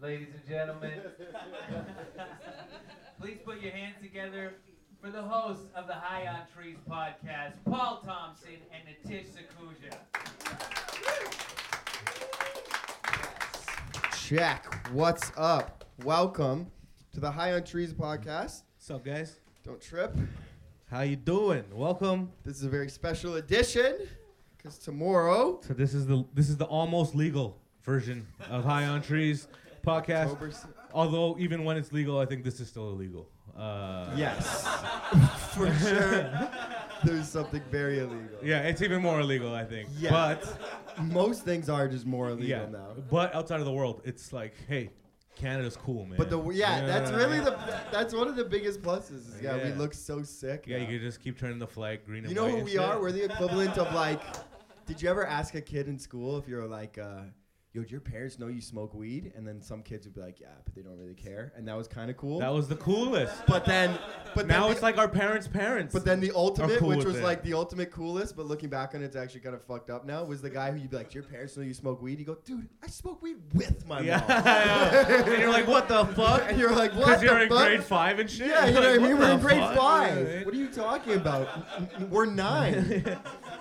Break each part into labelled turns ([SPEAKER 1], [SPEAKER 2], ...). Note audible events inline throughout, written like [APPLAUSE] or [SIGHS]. [SPEAKER 1] ladies and gentlemen. Please put your hands together for the hosts of the High on Trees podcast, Paul Thompson and Natish Sakuja.
[SPEAKER 2] Check. What's up? Welcome to the High on Trees podcast.
[SPEAKER 3] What's up, guys?
[SPEAKER 2] Don't trip.
[SPEAKER 3] How you doing? Welcome.
[SPEAKER 2] This is a very special edition because tomorrow,
[SPEAKER 3] So this is the this is the almost legal version of High on Trees podcast.
[SPEAKER 2] October s-
[SPEAKER 3] Although even when it's legal, I think this is still illegal. Uh,
[SPEAKER 2] yes,
[SPEAKER 3] [LAUGHS]
[SPEAKER 2] for sure, there's something very illegal.
[SPEAKER 3] Yeah, it's even more illegal, I think.
[SPEAKER 2] Yeah.
[SPEAKER 3] But
[SPEAKER 2] Most things are just more illegal
[SPEAKER 3] yeah,
[SPEAKER 2] now.
[SPEAKER 3] but outside of the world, it's like, hey, Canada's cool, man.
[SPEAKER 2] But the yeah, that's really
[SPEAKER 3] yeah.
[SPEAKER 2] the that's one of the biggest pluses. Is yeah, we
[SPEAKER 3] Yeah.
[SPEAKER 2] look so sick.
[SPEAKER 3] Yeah, you
[SPEAKER 2] now.
[SPEAKER 3] could just keep turning the flag green and
[SPEAKER 2] You know
[SPEAKER 3] white
[SPEAKER 2] who
[SPEAKER 3] and
[SPEAKER 2] we
[SPEAKER 3] shit.
[SPEAKER 2] are? We're the equivalent of like. Did you ever ask a kid in school if you're like, uh, yo, do your parents know you smoke weed? And then some kids would be like, yeah, but they don't really care. And that was kind of cool.
[SPEAKER 3] that was the coolest.
[SPEAKER 2] but then, but
[SPEAKER 3] now
[SPEAKER 2] then
[SPEAKER 3] it's
[SPEAKER 2] the,
[SPEAKER 3] like our parents' parents.
[SPEAKER 2] But then the ultimate,
[SPEAKER 3] cool
[SPEAKER 2] which
[SPEAKER 3] with
[SPEAKER 2] was
[SPEAKER 3] it.
[SPEAKER 2] like the ultimate coolest, but looking back on it, it's actually kind of fucked up now, was the guy who you'd be like, do your parents know you smoke weed? You go, dude, I smoke weed with my
[SPEAKER 3] [LAUGHS] yeah.
[SPEAKER 2] [LAUGHS] mom.
[SPEAKER 3] [LAUGHS] and you're like, what the fuck?
[SPEAKER 2] and you're like, what
[SPEAKER 3] Because
[SPEAKER 2] the
[SPEAKER 3] you're in
[SPEAKER 2] fuck?
[SPEAKER 3] grade five and shit.
[SPEAKER 2] Yeah, you know what I
[SPEAKER 3] Like,
[SPEAKER 2] mean? We're
[SPEAKER 3] the
[SPEAKER 2] in grade
[SPEAKER 3] fuck? [LAUGHS]
[SPEAKER 2] five. What are you talking about? N- n- We're nine.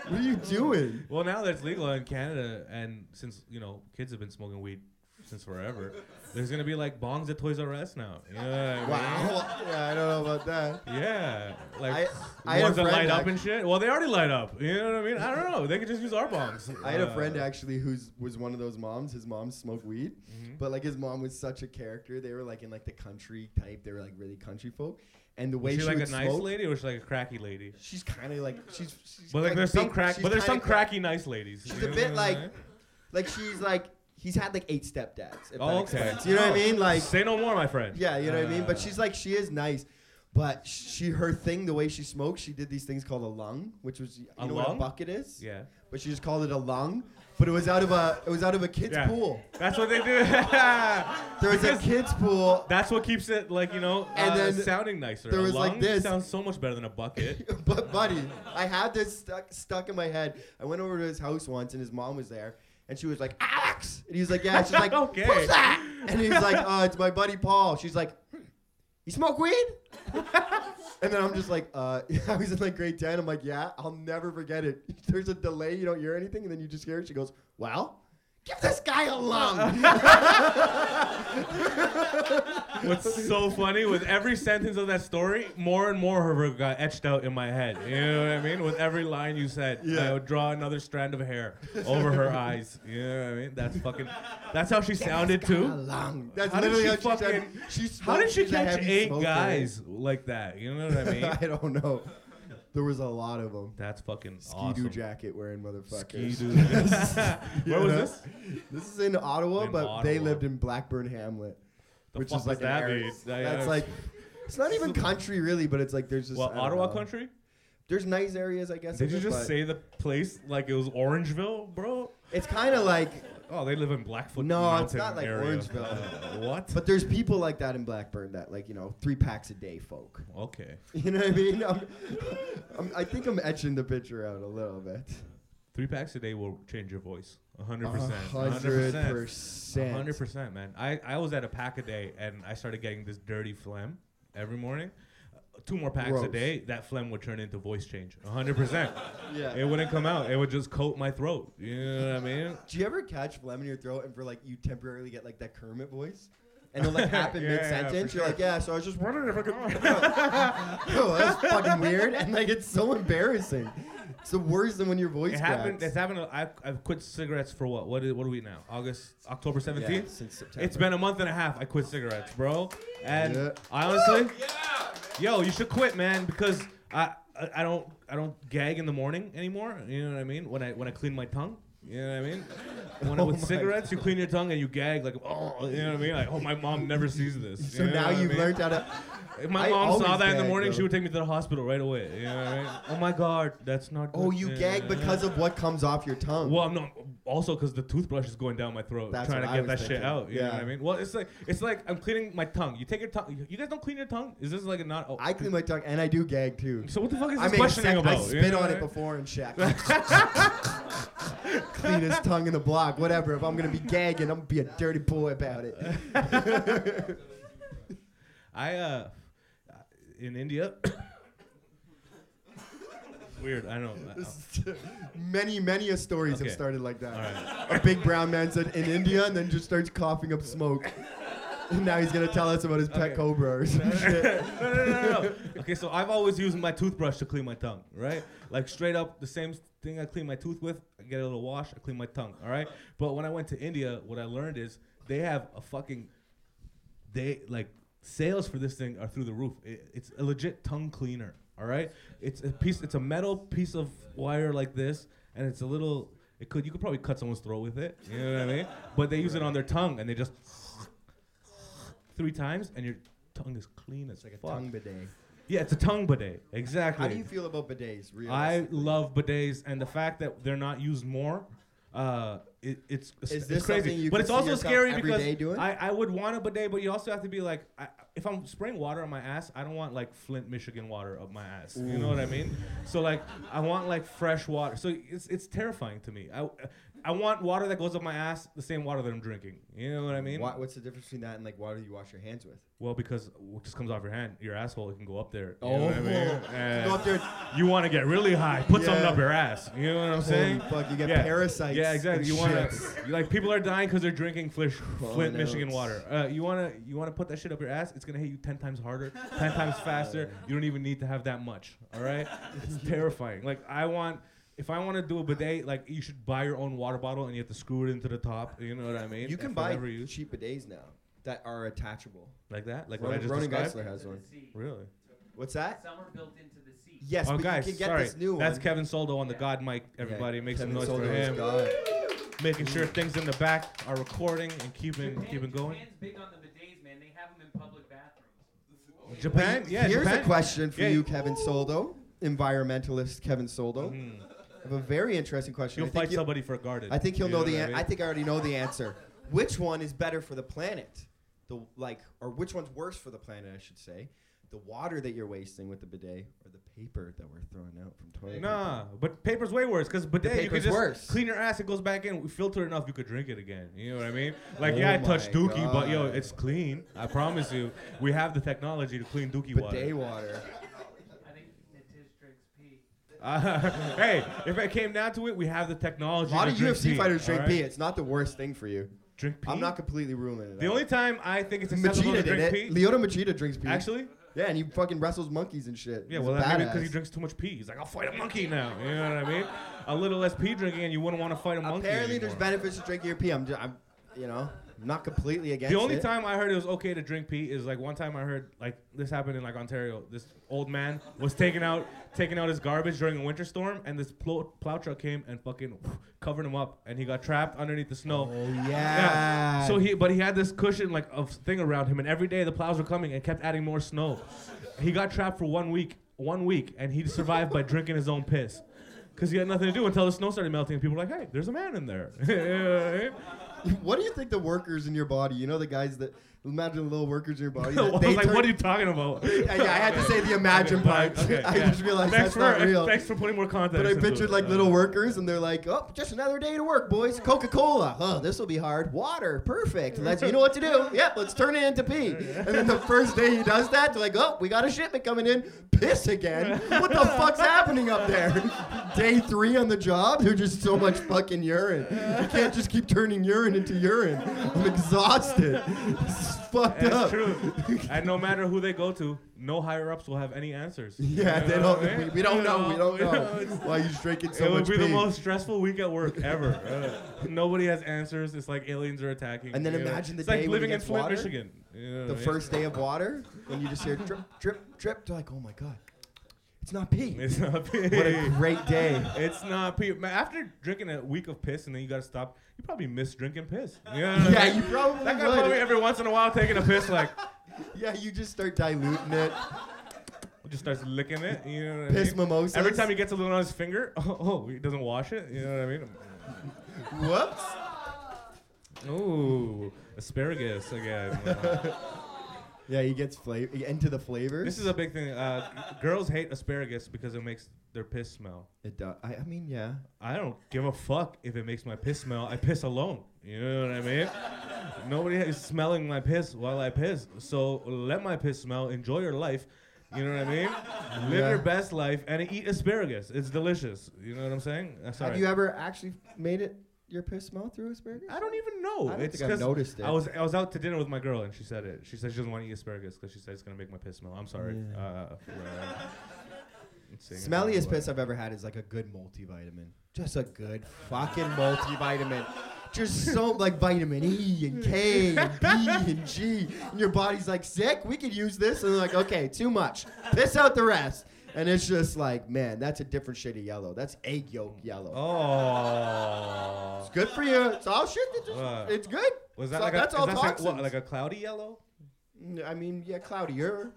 [SPEAKER 2] What are you doing?
[SPEAKER 3] Well, now that's legal in Canada, and since you know kids have been smoking weed since forever, there's gonna be like bongs at Toys R Us now. You know what I mean?
[SPEAKER 2] Wow. [LAUGHS] Yeah, I don't know about that.
[SPEAKER 3] Yeah, like
[SPEAKER 2] I had a
[SPEAKER 3] ones that
[SPEAKER 2] friend
[SPEAKER 3] light up
[SPEAKER 2] act-
[SPEAKER 3] and shit. Well, they already light up. You know what I mean? I don't know. They could just use our bongs.
[SPEAKER 2] I had a
[SPEAKER 3] Uh,
[SPEAKER 2] friend actually who's was one of those moms. His mom smoked weed,
[SPEAKER 3] mhm.
[SPEAKER 2] but like his mom was such a character. They were like in like the country type. They were like really country folk, and the way
[SPEAKER 3] Was she,
[SPEAKER 2] she,
[SPEAKER 3] like a
[SPEAKER 2] would
[SPEAKER 3] nice
[SPEAKER 2] smoke,
[SPEAKER 3] lady or was she like a cracky lady?
[SPEAKER 2] she's kind of like she's. she's
[SPEAKER 3] But like, there's some
[SPEAKER 2] big-
[SPEAKER 3] crack,
[SPEAKER 2] she's
[SPEAKER 3] but there's some
[SPEAKER 2] kinda cra-
[SPEAKER 3] cracky nice ladies.
[SPEAKER 2] She's
[SPEAKER 3] you
[SPEAKER 2] a
[SPEAKER 3] know what
[SPEAKER 2] bit
[SPEAKER 3] I'm
[SPEAKER 2] like-
[SPEAKER 3] saying?
[SPEAKER 2] Like she's like he's had like eight stepdads. If
[SPEAKER 3] Oh,
[SPEAKER 2] that [LAUGHS]
[SPEAKER 3] okay.
[SPEAKER 2] explains. You know what I mean? Like
[SPEAKER 3] say no more, my friend.
[SPEAKER 2] Yeah, you know what I mean. But
[SPEAKER 3] Uh,
[SPEAKER 2] she's like, she is nice, but she her thing, the way she smoked, she did these things called a lung, which was you
[SPEAKER 3] A
[SPEAKER 2] know what a
[SPEAKER 3] lung?
[SPEAKER 2] bucket is.
[SPEAKER 3] yeah.
[SPEAKER 2] But she just called it a lung. But it was out of a it was out of a kids
[SPEAKER 3] Yeah.
[SPEAKER 2] pool.
[SPEAKER 3] That's what they do. [LAUGHS]
[SPEAKER 2] There was a
[SPEAKER 3] Because-
[SPEAKER 2] kids pool. [LAUGHS]
[SPEAKER 3] That's what keeps it like you know,
[SPEAKER 2] And
[SPEAKER 3] uh,
[SPEAKER 2] then
[SPEAKER 3] sounding nicer.
[SPEAKER 2] there
[SPEAKER 3] A
[SPEAKER 2] was, like,
[SPEAKER 3] lung
[SPEAKER 2] this.
[SPEAKER 3] sounds so much better than a bucket.
[SPEAKER 2] but buddy, I had this stuck stuck in my head. I went over to his house once, and his mom was there, and she was like, Alex, and he's like, yeah. She's like,
[SPEAKER 3] [LAUGHS] Okay.
[SPEAKER 2] who's that? And he's like, uh, it's my buddy Paul. She's like, hmm, you smoke weed? [LAUGHS] and then I'm just like, uh, [LAUGHS] I was in like grade ten. I'm like, yeah, I'll never forget it. [LAUGHS] There's a delay, you don't hear anything, and then you just hear it. She goes, well. Give this guy a
[SPEAKER 3] [LAUGHS]
[SPEAKER 2] lung.
[SPEAKER 3] What's so funny with every sentence of that story, more and more of her got etched out in my head. You know what I mean? With every line you said,
[SPEAKER 2] Yeah.
[SPEAKER 3] I would draw another strand of hair over her eyes. You know what I mean? That's fucking. That's how she sounded
[SPEAKER 2] A
[SPEAKER 3] too.
[SPEAKER 2] lung. That's
[SPEAKER 3] How did
[SPEAKER 2] literally
[SPEAKER 3] she
[SPEAKER 2] how she said.
[SPEAKER 3] fucking-
[SPEAKER 2] She
[SPEAKER 3] How
[SPEAKER 2] smoked-
[SPEAKER 3] did she
[SPEAKER 2] she's a
[SPEAKER 3] catch
[SPEAKER 2] heavy
[SPEAKER 3] eight
[SPEAKER 2] smoker.
[SPEAKER 3] guys like that? You know what I
[SPEAKER 2] [LAUGHS]
[SPEAKER 3] mean?
[SPEAKER 2] I don't know. There was a lot of them.
[SPEAKER 3] That's fucking
[SPEAKER 2] Ski
[SPEAKER 3] awesome.
[SPEAKER 2] doo jacket wearing motherfuckers. [LAUGHS]
[SPEAKER 3] Ski-Doo. [LAUGHS]
[SPEAKER 2] You
[SPEAKER 3] Where was
[SPEAKER 2] know?
[SPEAKER 3] this?
[SPEAKER 2] This is in Ottawa,
[SPEAKER 3] In
[SPEAKER 2] but they
[SPEAKER 3] Ottawa.
[SPEAKER 2] lived in Blackburn Hamlet,
[SPEAKER 3] The
[SPEAKER 2] which
[SPEAKER 3] fuck
[SPEAKER 2] is like
[SPEAKER 3] does that
[SPEAKER 2] an area-
[SPEAKER 3] mean? I-
[SPEAKER 2] That's
[SPEAKER 3] I-
[SPEAKER 2] like it's not even country really, but it's like there's just
[SPEAKER 3] Well,
[SPEAKER 2] I don't
[SPEAKER 3] Ottawa
[SPEAKER 2] know.
[SPEAKER 3] country?
[SPEAKER 2] There's nice areas, I guess.
[SPEAKER 3] Did
[SPEAKER 2] of
[SPEAKER 3] you
[SPEAKER 2] it,
[SPEAKER 3] just
[SPEAKER 2] but
[SPEAKER 3] say the place like it was Orangeville, bro?
[SPEAKER 2] It's kind of like,
[SPEAKER 3] Oh, they live in Blackfoot.
[SPEAKER 2] No, it's
[SPEAKER 3] Mountain
[SPEAKER 2] not like
[SPEAKER 3] area.
[SPEAKER 2] Orangeville.
[SPEAKER 3] Uh, [LAUGHS] what?
[SPEAKER 2] but there's people like that in Blackburn that like you know three packs a day folk. [LAUGHS]
[SPEAKER 3] Okay.
[SPEAKER 2] You know what I mean? I'm, I'm, I think I'm etching the picture out a little bit.
[SPEAKER 3] Three packs a day will change your voice. 100%.
[SPEAKER 2] hundred
[SPEAKER 3] 100%.
[SPEAKER 2] percent.
[SPEAKER 3] 100%, man. I, I was at a pack a day and I started getting this dirty phlegm every morning. Uh, Two more packs a
[SPEAKER 2] Gross.
[SPEAKER 3] day, that phlegm would turn into voice change.
[SPEAKER 2] [LAUGHS]
[SPEAKER 3] 100%.
[SPEAKER 2] Yeah.
[SPEAKER 3] It wouldn't come out. It would just coat my throat. You know what I mean?
[SPEAKER 2] Do you ever catch phlegm in your throat and for like you temporarily get like that Kermit voice? And it'll like happen
[SPEAKER 3] [LAUGHS] Yeah,
[SPEAKER 2] mid sentence.
[SPEAKER 3] for
[SPEAKER 2] You're like, yeah, so I was just wondering
[SPEAKER 3] [LAUGHS]
[SPEAKER 2] if I could. [LAUGHS] oh, that's fucking weird. And like it's so embarrassing. It's the worst than when your voice
[SPEAKER 3] It happened. It's
[SPEAKER 2] cracks.
[SPEAKER 3] happened. I, I've quit cigarettes for what? What, is, what are we now? August, October 17th?
[SPEAKER 2] Yeah, since September.
[SPEAKER 3] It's been a month and a half. I quit cigarettes, bro. And
[SPEAKER 2] Yeah.
[SPEAKER 3] I honestly, yo, you should quit, man, because I, I I don't I don't gag in the morning anymore. You know what I mean? When I when I clean my tongue. You know what I mean? When
[SPEAKER 2] [LAUGHS]
[SPEAKER 3] I
[SPEAKER 2] Oh
[SPEAKER 3] with
[SPEAKER 2] my
[SPEAKER 3] cigarettes, you clean your tongue and you gag like, oh, you know what I mean? Like, oh, my mom never sees this.
[SPEAKER 2] So
[SPEAKER 3] You know
[SPEAKER 2] now
[SPEAKER 3] what I
[SPEAKER 2] you've
[SPEAKER 3] mean?
[SPEAKER 2] learned how to.
[SPEAKER 3] If my
[SPEAKER 2] I
[SPEAKER 3] mom saw
[SPEAKER 2] always
[SPEAKER 3] that in the
[SPEAKER 2] gag,
[SPEAKER 3] morning,
[SPEAKER 2] though.
[SPEAKER 3] she would take me to the hospital right away. You know what I mean? Oh my God, that's not.
[SPEAKER 2] Oh,
[SPEAKER 3] good.
[SPEAKER 2] you
[SPEAKER 3] Yeah.
[SPEAKER 2] gag because of what comes off your tongue.
[SPEAKER 3] Well, I'm not. also because the toothbrush is going down my throat,
[SPEAKER 2] That's
[SPEAKER 3] trying
[SPEAKER 2] what
[SPEAKER 3] to
[SPEAKER 2] I
[SPEAKER 3] get that
[SPEAKER 2] was
[SPEAKER 3] shit
[SPEAKER 2] thinking.
[SPEAKER 3] out. You know
[SPEAKER 2] Yeah.
[SPEAKER 3] what I mean? Well, it's like it's like I'm cleaning my tongue. You take your tongue. You guys don't clean your tongue? Is this like a not? Oh,
[SPEAKER 2] I clean my tongue and I do gag too.
[SPEAKER 3] So what the fuck is
[SPEAKER 2] I
[SPEAKER 3] this
[SPEAKER 2] mean,
[SPEAKER 3] questioning
[SPEAKER 2] sec- I
[SPEAKER 3] about? You
[SPEAKER 2] spit
[SPEAKER 3] know
[SPEAKER 2] on
[SPEAKER 3] what
[SPEAKER 2] it
[SPEAKER 3] mean?
[SPEAKER 2] before and shit.
[SPEAKER 3] [LAUGHS]
[SPEAKER 2] Clean his tongue in the block, whatever. If I'm gonna be gagging, I'm gonna be a dirty boy about it. [LAUGHS]
[SPEAKER 3] I uh, in India. [COUGHS] Weird. I know. I- I-
[SPEAKER 2] many, many a stories
[SPEAKER 3] Okay.
[SPEAKER 2] have started like that.
[SPEAKER 3] All right.
[SPEAKER 2] A big brown man said in India, and then just starts coughing up smoke. And now he's gonna tell us about his pet
[SPEAKER 3] Okay.
[SPEAKER 2] cobra or
[SPEAKER 3] no, [LAUGHS]
[SPEAKER 2] some shit.
[SPEAKER 3] no, no, no, no. Okay, so I've always used my toothbrush to clean my tongue, right? Like straight up, the same thing I clean my tooth with. I get a little wash, I clean my tongue, all right? But when I went to India, what I learned is they have a fucking, they like sales for this thing are through the roof. It, it's a legit tongue cleaner, all right? It's a piece, it's a metal piece of wire like this, and it's a little. It could you could probably cut someone's throat with it, you know what I mean? But they use it on their tongue and they just three times and your tongue is clean
[SPEAKER 2] It's
[SPEAKER 3] as
[SPEAKER 2] like a
[SPEAKER 3] fuck.
[SPEAKER 2] [LAUGHS] tongue bidet.
[SPEAKER 3] Yeah, it's a tongue bidet. Exactly.
[SPEAKER 2] How do you feel about bidets? Really?
[SPEAKER 3] I love bidets, and the fact that they're not used more, uh, it, it's
[SPEAKER 2] Is
[SPEAKER 3] it's
[SPEAKER 2] this
[SPEAKER 3] crazy.
[SPEAKER 2] something you
[SPEAKER 3] but
[SPEAKER 2] could
[SPEAKER 3] it's
[SPEAKER 2] see
[SPEAKER 3] also
[SPEAKER 2] yourself
[SPEAKER 3] scary
[SPEAKER 2] every
[SPEAKER 3] because
[SPEAKER 2] day doing?
[SPEAKER 3] I, I would want a bidet, but you also have to be like, I, if I'm spraying water on my ass, I don't want like Flint, Michigan water up my ass. You know what I mean? So like, I want like fresh water. So it's it's terrifying to me. I I want water that goes up my ass, the same water that I'm drinking. You know what I mean?
[SPEAKER 2] Why, what's the difference between that and like water you wash your hands with?
[SPEAKER 3] Well, because what just comes off your hand, your asshole, it can go up there. You know
[SPEAKER 2] Oh,
[SPEAKER 3] what I
[SPEAKER 2] [LAUGHS]
[SPEAKER 3] mean?
[SPEAKER 2] go
[SPEAKER 3] And
[SPEAKER 2] up there.
[SPEAKER 3] you want to get really high, put something
[SPEAKER 2] Yeah.
[SPEAKER 3] up your ass. You know what I'm
[SPEAKER 2] Holy
[SPEAKER 3] saying?
[SPEAKER 2] fuck, you get
[SPEAKER 3] Yeah.
[SPEAKER 2] parasites.
[SPEAKER 3] Yeah, exactly.
[SPEAKER 2] and
[SPEAKER 3] You want
[SPEAKER 2] shit.
[SPEAKER 3] to like people are dying because they're drinking Flint, Flint
[SPEAKER 2] Falling
[SPEAKER 3] Michigan
[SPEAKER 2] out.
[SPEAKER 3] water. Uh, you want to you want to put that shit up your ass. It's gonna hit you ten times harder, ten times
[SPEAKER 2] [LAUGHS]
[SPEAKER 3] faster. You don't even need to have that much. All right, it's terrifying. Like I want. If I want to do a bidet, like you should buy your own water bottle and you have to screw it into the top. You know what I mean?
[SPEAKER 2] You can
[SPEAKER 3] For
[SPEAKER 2] buy
[SPEAKER 3] whatever use.
[SPEAKER 2] cheap bidets now that are attachable.
[SPEAKER 3] like that, like what I
[SPEAKER 2] Ronan,
[SPEAKER 3] just
[SPEAKER 2] Ronan
[SPEAKER 3] described.
[SPEAKER 2] Geisler has
[SPEAKER 1] Into the
[SPEAKER 2] one.
[SPEAKER 1] sea.
[SPEAKER 3] Really?
[SPEAKER 2] What's that?
[SPEAKER 1] Some are built into the sea.
[SPEAKER 2] Yes,
[SPEAKER 3] oh,
[SPEAKER 2] but
[SPEAKER 3] guys,
[SPEAKER 2] you can get
[SPEAKER 3] sorry.
[SPEAKER 2] this new
[SPEAKER 3] That's
[SPEAKER 2] one.
[SPEAKER 3] Kevin Soldo on the
[SPEAKER 1] Yeah.
[SPEAKER 3] God mic. Everybody, make
[SPEAKER 2] Kevin
[SPEAKER 3] some noise
[SPEAKER 2] Soldo
[SPEAKER 3] for
[SPEAKER 2] is
[SPEAKER 3] him.
[SPEAKER 2] God.
[SPEAKER 3] Making sure things in the back are recording and keeping
[SPEAKER 1] Japan,
[SPEAKER 3] keeping going.
[SPEAKER 1] Japan's big on the bidets, man. They have them in public bathrooms.
[SPEAKER 3] Japan, yeah,
[SPEAKER 2] Here's
[SPEAKER 3] Japan.
[SPEAKER 2] a question for
[SPEAKER 3] Yeah.
[SPEAKER 2] you, Kevin Soldo, environmentalist Kevin Soldo.
[SPEAKER 3] Mm.
[SPEAKER 2] I have a very interesting question.
[SPEAKER 3] You'll
[SPEAKER 2] I think,
[SPEAKER 3] fight
[SPEAKER 2] you-
[SPEAKER 3] somebody for a garden.
[SPEAKER 2] I think he'll
[SPEAKER 3] You
[SPEAKER 2] know,
[SPEAKER 3] what
[SPEAKER 2] the.
[SPEAKER 3] I
[SPEAKER 2] An-
[SPEAKER 3] mean?
[SPEAKER 2] I think I already know the answer. [LAUGHS] Which one is better for the planet? The like, or which one's worse for the planet? I should say, the water that you're wasting with the bidet, or the paper that we're throwing out from toilet.
[SPEAKER 3] Nah, but paper's way worse because bidet you can
[SPEAKER 2] paper's
[SPEAKER 3] just
[SPEAKER 2] worse.
[SPEAKER 3] clean your ass, it goes back in. We filter enough, you could drink it again. You know what I mean? Like,
[SPEAKER 2] Oh
[SPEAKER 3] yeah, I
[SPEAKER 2] my
[SPEAKER 3] touched Dookie, but yo,
[SPEAKER 2] God.
[SPEAKER 3] it's clean. I promise you, we have the technology to clean Dookie
[SPEAKER 2] paper.
[SPEAKER 3] water.
[SPEAKER 2] Bidet water.
[SPEAKER 1] I think Natish drinks pee.
[SPEAKER 3] Uh, [LAUGHS] hey, if it came down to it, we have the technology.
[SPEAKER 2] A lot
[SPEAKER 3] to
[SPEAKER 2] of
[SPEAKER 3] drink
[SPEAKER 2] UFC
[SPEAKER 3] pee,
[SPEAKER 2] fighters drink
[SPEAKER 3] alright?
[SPEAKER 2] pee. It's not the worst thing for you.
[SPEAKER 3] Drink pee.
[SPEAKER 2] I'm not completely ruling it.
[SPEAKER 3] The
[SPEAKER 2] out.
[SPEAKER 3] only time I think it's acceptable
[SPEAKER 2] Machida
[SPEAKER 3] to
[SPEAKER 2] did
[SPEAKER 3] drink
[SPEAKER 2] it.
[SPEAKER 3] pee,
[SPEAKER 2] Lyoto Machida drinks pee.
[SPEAKER 3] actually,
[SPEAKER 2] yeah, and he fucking wrestles monkeys and shit.
[SPEAKER 3] yeah,
[SPEAKER 2] He's
[SPEAKER 3] well,
[SPEAKER 2] a
[SPEAKER 3] that maybe because he
[SPEAKER 2] badass.
[SPEAKER 3] drinks too much pee. He's like, I'll fight a monkey now. You know what I mean? A little less pee drinking, and you wouldn't want to fight a monkey.
[SPEAKER 2] Apparently, there's
[SPEAKER 3] anymore.
[SPEAKER 2] benefits to drinking your pee. I'm, just, I'm, you know, I'm not completely against
[SPEAKER 3] the only
[SPEAKER 2] it.
[SPEAKER 3] time I heard it was okay to drink pee is like one time I heard like this happened in like Ontario. This old man was taking out taking out his garbage during a winter storm, and this plow, plow truck came and fucking covered him up, and he got trapped underneath the [LAUGHS] snow.
[SPEAKER 2] Oh yeah.
[SPEAKER 3] So he, but he had this cushion like of thing around him, and every day the plows were coming and kept adding more snow. He got trapped for one week, one week, and he survived by drinking his own piss, cause he had nothing to do until the snow started melting. And people were like, "Hey, there's a man in there." [LAUGHS] You know what I mean?
[SPEAKER 2] [LAUGHS] what do you think the workers in your body? You know, the guys that imagine the little workers in your
[SPEAKER 3] [LAUGHS]
[SPEAKER 2] body.
[SPEAKER 3] I
[SPEAKER 2] That
[SPEAKER 3] was
[SPEAKER 2] they
[SPEAKER 3] like,
[SPEAKER 2] turn-
[SPEAKER 3] "What are you talking
[SPEAKER 2] [LAUGHS]
[SPEAKER 3] about?"
[SPEAKER 2] I, yeah, I had to say the imagine
[SPEAKER 3] Okay,
[SPEAKER 2] part.
[SPEAKER 3] okay,
[SPEAKER 2] [LAUGHS] I
[SPEAKER 3] yeah.
[SPEAKER 2] just realized
[SPEAKER 3] [LAUGHS]
[SPEAKER 2] that's
[SPEAKER 3] Thanks for [LAUGHS]
[SPEAKER 2] not real.
[SPEAKER 3] thanks for putting more context.
[SPEAKER 2] But I
[SPEAKER 3] into
[SPEAKER 2] pictured
[SPEAKER 3] it.
[SPEAKER 2] like
[SPEAKER 3] Uh,
[SPEAKER 2] little workers, and they're like, "Oh, just another day to work, boys. Coca-Cola. Oh, this will be hard. Water, perfect. Let's, you know what to
[SPEAKER 3] [LAUGHS]
[SPEAKER 2] do. Yep, let's turn it into pee." And then the first day he does that, they're like, "Oh, we got a shipment coming in. Piss again. What the fuck's happening up there?" [LAUGHS] day three on the job, there's just so much fucking urine. You can't just keep turning urine into urine. I'm exhausted. It's fucked
[SPEAKER 3] [LAUGHS] That's
[SPEAKER 2] up. [LAUGHS]
[SPEAKER 3] true. and no matter who they go to, no higher ups will have any answers.
[SPEAKER 2] Yeah,
[SPEAKER 3] You
[SPEAKER 2] they
[SPEAKER 3] know
[SPEAKER 2] don't.
[SPEAKER 3] what I mean?
[SPEAKER 2] We, we don't
[SPEAKER 3] You
[SPEAKER 2] know. We
[SPEAKER 3] [LAUGHS]
[SPEAKER 2] don't know
[SPEAKER 3] it's-
[SPEAKER 2] why he's drinking so
[SPEAKER 3] it would
[SPEAKER 2] much
[SPEAKER 3] be
[SPEAKER 2] pee.
[SPEAKER 3] the most stressful week at work ever. Uh, nobody has answers. It's like aliens are attacking.
[SPEAKER 2] And then
[SPEAKER 3] you know?
[SPEAKER 2] imagine the
[SPEAKER 3] it's
[SPEAKER 2] day
[SPEAKER 3] like
[SPEAKER 2] when
[SPEAKER 3] living
[SPEAKER 2] it
[SPEAKER 3] in
[SPEAKER 2] gets
[SPEAKER 3] Flint,
[SPEAKER 2] water.
[SPEAKER 3] Michigan. You know what
[SPEAKER 2] the
[SPEAKER 3] I mean?
[SPEAKER 2] first day of water, and you just hear drip, drip, drip. They're like, oh my god, it's not pee.
[SPEAKER 3] [LAUGHS] It's not pee.
[SPEAKER 2] [LAUGHS] What a great
[SPEAKER 3] [LAUGHS]
[SPEAKER 2] day.
[SPEAKER 3] It's not pee. Man, After drinking a week of piss and then you gotta stop, you probably miss drinking piss. You know what I
[SPEAKER 2] Yeah,
[SPEAKER 3] mean?
[SPEAKER 2] you probably
[SPEAKER 3] That guy
[SPEAKER 2] would.
[SPEAKER 3] probably every once in a while taking a piss like [LAUGHS]
[SPEAKER 2] Yeah, you just start diluting it.
[SPEAKER 3] just starts licking it. You know what I
[SPEAKER 2] Piss
[SPEAKER 3] mean?
[SPEAKER 2] mimosas.
[SPEAKER 3] [LAUGHS] Every time he gets a little on his finger, oh, oh, he doesn't wash it. You know what I mean?
[SPEAKER 2] Whoops.
[SPEAKER 3] Ooh, asparagus again.
[SPEAKER 2] [LAUGHS]
[SPEAKER 3] Wow.
[SPEAKER 2] Yeah, he gets flavor into the flavors.
[SPEAKER 3] this is a big thing. Uh, g- girls hate asparagus because it makes their piss smell.
[SPEAKER 2] It do- I, I mean, yeah.
[SPEAKER 3] I don't give a fuck if it makes my piss smell. I piss alone. You know what I mean? Nobody is smelling my piss while I piss. So let my piss smell. Enjoy your life. You know what I mean? Live
[SPEAKER 2] Yeah.
[SPEAKER 3] your best life and eat asparagus. It's delicious. You know what I'm saying? Uh, That's all
[SPEAKER 2] Have
[SPEAKER 3] right.
[SPEAKER 2] you ever actually made it your piss smell through asparagus?
[SPEAKER 3] I don't even know.
[SPEAKER 2] I don't
[SPEAKER 3] it's
[SPEAKER 2] think I've
[SPEAKER 3] 'cause
[SPEAKER 2] noticed it.
[SPEAKER 3] I was I was out to dinner with my girl and she said it. She said she doesn't want to eat asparagus because she said it's gonna make my piss smell. I'm sorry.
[SPEAKER 2] Yeah.
[SPEAKER 3] Uh, uh, I'm saying it wrong,
[SPEAKER 2] Smelliest
[SPEAKER 3] but-
[SPEAKER 2] piss I've ever had is like a good multivitamin. Just a good fucking multivitamin. Just so like vitamin E and K and B and G. And your body's like, sick, we could use this. And they're like, okay, too much. Piss out the rest. And it's just like, man, that's a different shade of yellow. That's egg yolk yellow.
[SPEAKER 3] Oh.
[SPEAKER 2] It's good for you. It's all shit. That just,
[SPEAKER 3] Wow.
[SPEAKER 2] it's good.
[SPEAKER 3] Oh. Was that
[SPEAKER 2] So
[SPEAKER 3] like
[SPEAKER 2] that's
[SPEAKER 3] a,
[SPEAKER 2] all
[SPEAKER 3] is that like, what,
[SPEAKER 2] toxins.
[SPEAKER 3] like a cloudy yellow?
[SPEAKER 2] Mm, I mean, yeah, cloudier.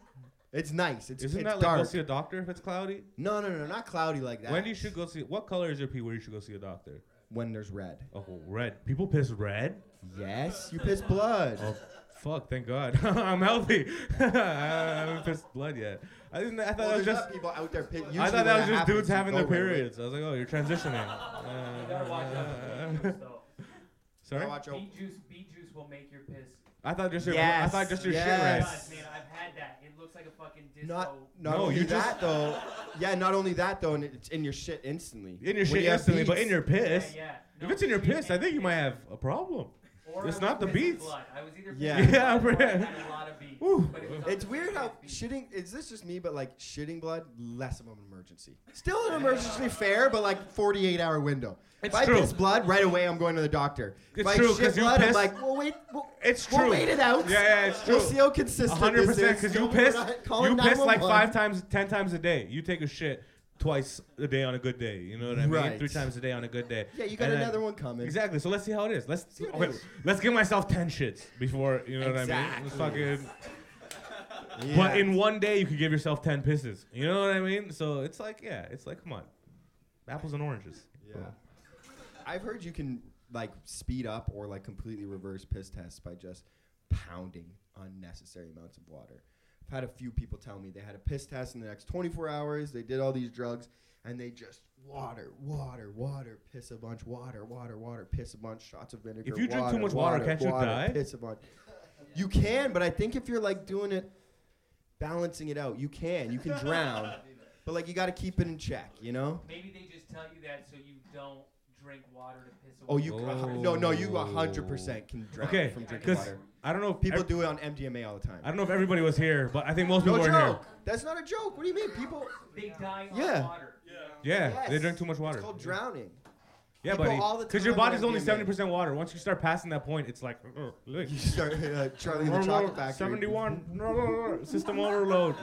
[SPEAKER 2] It's nice. It's,
[SPEAKER 3] Isn't
[SPEAKER 2] it's
[SPEAKER 3] that like
[SPEAKER 2] dark.
[SPEAKER 3] go see a doctor if it's cloudy?
[SPEAKER 2] no, no, no, not cloudy like that.
[SPEAKER 3] When you should go see what color is your pee where you should go see a doctor?
[SPEAKER 2] When there's red.
[SPEAKER 3] Oh red. People piss red?
[SPEAKER 2] Yes, you piss blood.
[SPEAKER 3] Oh fuck, thank God. [LAUGHS] I'm healthy. I haven't pissed blood yet. I didn't I thought
[SPEAKER 2] Well,
[SPEAKER 3] that was
[SPEAKER 2] there's
[SPEAKER 3] just
[SPEAKER 2] not people out there. Pit,
[SPEAKER 3] I thought that was just dudes having
[SPEAKER 2] the
[SPEAKER 3] their periods. I was like, oh,
[SPEAKER 2] [LAUGHS]
[SPEAKER 3] you're transitioning.
[SPEAKER 1] [LAUGHS] You better watch out for
[SPEAKER 3] Uh,
[SPEAKER 1] beet juice, though.
[SPEAKER 3] [LAUGHS] sorry,
[SPEAKER 1] Beet juice, beet juice will make your piss.
[SPEAKER 3] I thought just your I
[SPEAKER 2] Yes.
[SPEAKER 3] thought just your
[SPEAKER 2] Yes.
[SPEAKER 1] God,
[SPEAKER 3] shit
[SPEAKER 1] man, I've had that. It looks like a fucking disco.
[SPEAKER 2] Not, not
[SPEAKER 3] No,
[SPEAKER 2] only
[SPEAKER 3] you
[SPEAKER 2] that though. Yeah, not only that though, and it's in your shit instantly.
[SPEAKER 3] ran. In your
[SPEAKER 2] When
[SPEAKER 3] shit
[SPEAKER 2] you have
[SPEAKER 3] instantly, but in
[SPEAKER 2] beats-
[SPEAKER 3] your piss.
[SPEAKER 1] Yeah, yeah.
[SPEAKER 3] If
[SPEAKER 1] No,
[SPEAKER 3] it's in your
[SPEAKER 1] shit
[SPEAKER 3] piss, I
[SPEAKER 1] and
[SPEAKER 3] think you
[SPEAKER 1] piss.
[SPEAKER 3] might have a problem.
[SPEAKER 1] Or
[SPEAKER 3] It's
[SPEAKER 1] I
[SPEAKER 3] not
[SPEAKER 1] was
[SPEAKER 3] the
[SPEAKER 1] pissing
[SPEAKER 3] beats.
[SPEAKER 1] blood. I was either
[SPEAKER 2] Yeah.
[SPEAKER 1] pissing
[SPEAKER 3] Yeah,
[SPEAKER 1] blood or I
[SPEAKER 3] right.
[SPEAKER 1] had a lot of beats,
[SPEAKER 3] Ooh.
[SPEAKER 1] but it was
[SPEAKER 2] It's
[SPEAKER 1] on
[SPEAKER 2] weird
[SPEAKER 1] the
[SPEAKER 2] how
[SPEAKER 1] beats.
[SPEAKER 2] shitting. Is this just me? But like shitting blood, less of an emergency. Still an emergency, fair, but like 48 hour window.
[SPEAKER 3] It's
[SPEAKER 2] if
[SPEAKER 3] true.
[SPEAKER 2] I piss blood right away, I'm going to the doctor. if
[SPEAKER 3] It's
[SPEAKER 2] I
[SPEAKER 3] true, 'cause
[SPEAKER 2] shit
[SPEAKER 3] you
[SPEAKER 2] blood, I'm
[SPEAKER 3] piss-
[SPEAKER 2] like, well, wait, well,
[SPEAKER 3] It's
[SPEAKER 2] we'll
[SPEAKER 3] true.
[SPEAKER 2] wait it out.
[SPEAKER 3] Yeah, yeah,
[SPEAKER 2] [LAUGHS]
[SPEAKER 3] it's true.
[SPEAKER 2] We'll see how consistent
[SPEAKER 3] hundred
[SPEAKER 2] this
[SPEAKER 3] percent,
[SPEAKER 2] is.
[SPEAKER 3] because you
[SPEAKER 2] We're
[SPEAKER 3] piss,
[SPEAKER 2] not calling
[SPEAKER 3] you piss like
[SPEAKER 2] 911.
[SPEAKER 3] five times, ten times a day. You take a shit twice a day on a good day. You know what I mean?
[SPEAKER 2] Right.
[SPEAKER 3] Three times a day on a good day.
[SPEAKER 2] Yeah, you got
[SPEAKER 3] And then-
[SPEAKER 2] another one coming.
[SPEAKER 3] Exactly. So let's see how it is. Let's
[SPEAKER 2] See how it
[SPEAKER 3] wait,
[SPEAKER 2] is.
[SPEAKER 3] let's give myself ten shits before you know what I mean.
[SPEAKER 2] Exactly.
[SPEAKER 3] Let's fucking.
[SPEAKER 2] Yeah.
[SPEAKER 3] But in one day, you could give yourself 10 pisses. You know what I mean? So it's like, yeah, it's like, come on. Apples and oranges.
[SPEAKER 2] Yeah. I've heard you can like speed up or like completely reverse piss tests by just pounding unnecessary amounts of water. I've had a few people tell me they had a piss test in the next 24 hours. They did all these drugs and they just water, water, water, piss a bunch, water, water, water, piss a bunch, shots of vinegar.
[SPEAKER 3] If you drink
[SPEAKER 2] water,
[SPEAKER 3] too much water, can't you
[SPEAKER 2] water,
[SPEAKER 3] die?
[SPEAKER 2] Piss a bunch. You can, but I think if you're like doing it, balancing it out, you can. You can
[SPEAKER 3] [LAUGHS]
[SPEAKER 2] drown, but like you got to keep it in check, you know?
[SPEAKER 1] Maybe they just tell you that so you don't drink water to piss away.
[SPEAKER 2] Oh, you a hun- no no you a hundred
[SPEAKER 3] Oh.
[SPEAKER 2] percent can drown
[SPEAKER 3] Okay,
[SPEAKER 2] from drinking
[SPEAKER 3] 'cause
[SPEAKER 2] water.
[SPEAKER 3] I don't know if
[SPEAKER 2] People
[SPEAKER 3] ev-
[SPEAKER 2] do it on MDMA all the time.
[SPEAKER 3] I don't know if everybody was here, but I think most
[SPEAKER 2] No
[SPEAKER 3] people were here.
[SPEAKER 2] joke. That's not a joke. What do you mean, people?
[SPEAKER 1] They die on
[SPEAKER 2] Yeah.
[SPEAKER 1] water.
[SPEAKER 3] Yeah, they
[SPEAKER 2] Yes.
[SPEAKER 3] drink too much water.
[SPEAKER 2] It's called drowning.
[SPEAKER 3] yeah,
[SPEAKER 2] people
[SPEAKER 3] buddy.
[SPEAKER 2] all the time
[SPEAKER 3] your
[SPEAKER 2] on
[SPEAKER 3] body's only
[SPEAKER 2] MDMA.
[SPEAKER 3] 70% water. Once you start passing that point, it's like, uh, look.
[SPEAKER 2] You start uh, Charlie and the Chocolate Factory.
[SPEAKER 3] 71 system overload.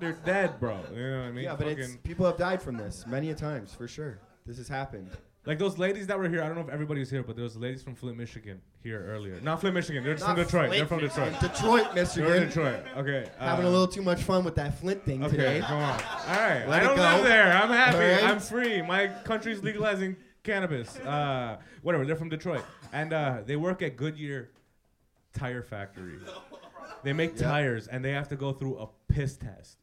[SPEAKER 3] They're dead, bro. You know what I mean?
[SPEAKER 2] Yeah, but it's
[SPEAKER 3] Fucking-
[SPEAKER 2] people have died from this many a times for sure. This has happened.
[SPEAKER 3] like those ladies that were here. I don't know if everybody was here, but there was ladies from Flint, Michigan here earlier. Not Flint, Michigan. They're just from
[SPEAKER 2] Not
[SPEAKER 3] Detroit. They're
[SPEAKER 2] Flint,
[SPEAKER 3] from Detroit.
[SPEAKER 2] Michigan. Detroit,
[SPEAKER 3] They're in
[SPEAKER 2] Michigan.
[SPEAKER 3] Detroit. Okay.
[SPEAKER 2] Having a
[SPEAKER 3] uh,
[SPEAKER 2] little too much fun with that Flint thing
[SPEAKER 3] Okay,
[SPEAKER 2] today.
[SPEAKER 3] come on. All right.
[SPEAKER 2] Let
[SPEAKER 3] I
[SPEAKER 2] it
[SPEAKER 3] don't
[SPEAKER 2] go.
[SPEAKER 3] live there. I'm happy.
[SPEAKER 2] All right.
[SPEAKER 3] I'm free. My country's legalizing cannabis. Uh, whatever. They're from Detroit, and uh, they work at Goodyear Tire Factory. They make
[SPEAKER 2] Yeah.
[SPEAKER 3] tires, and they have to go through a piss test.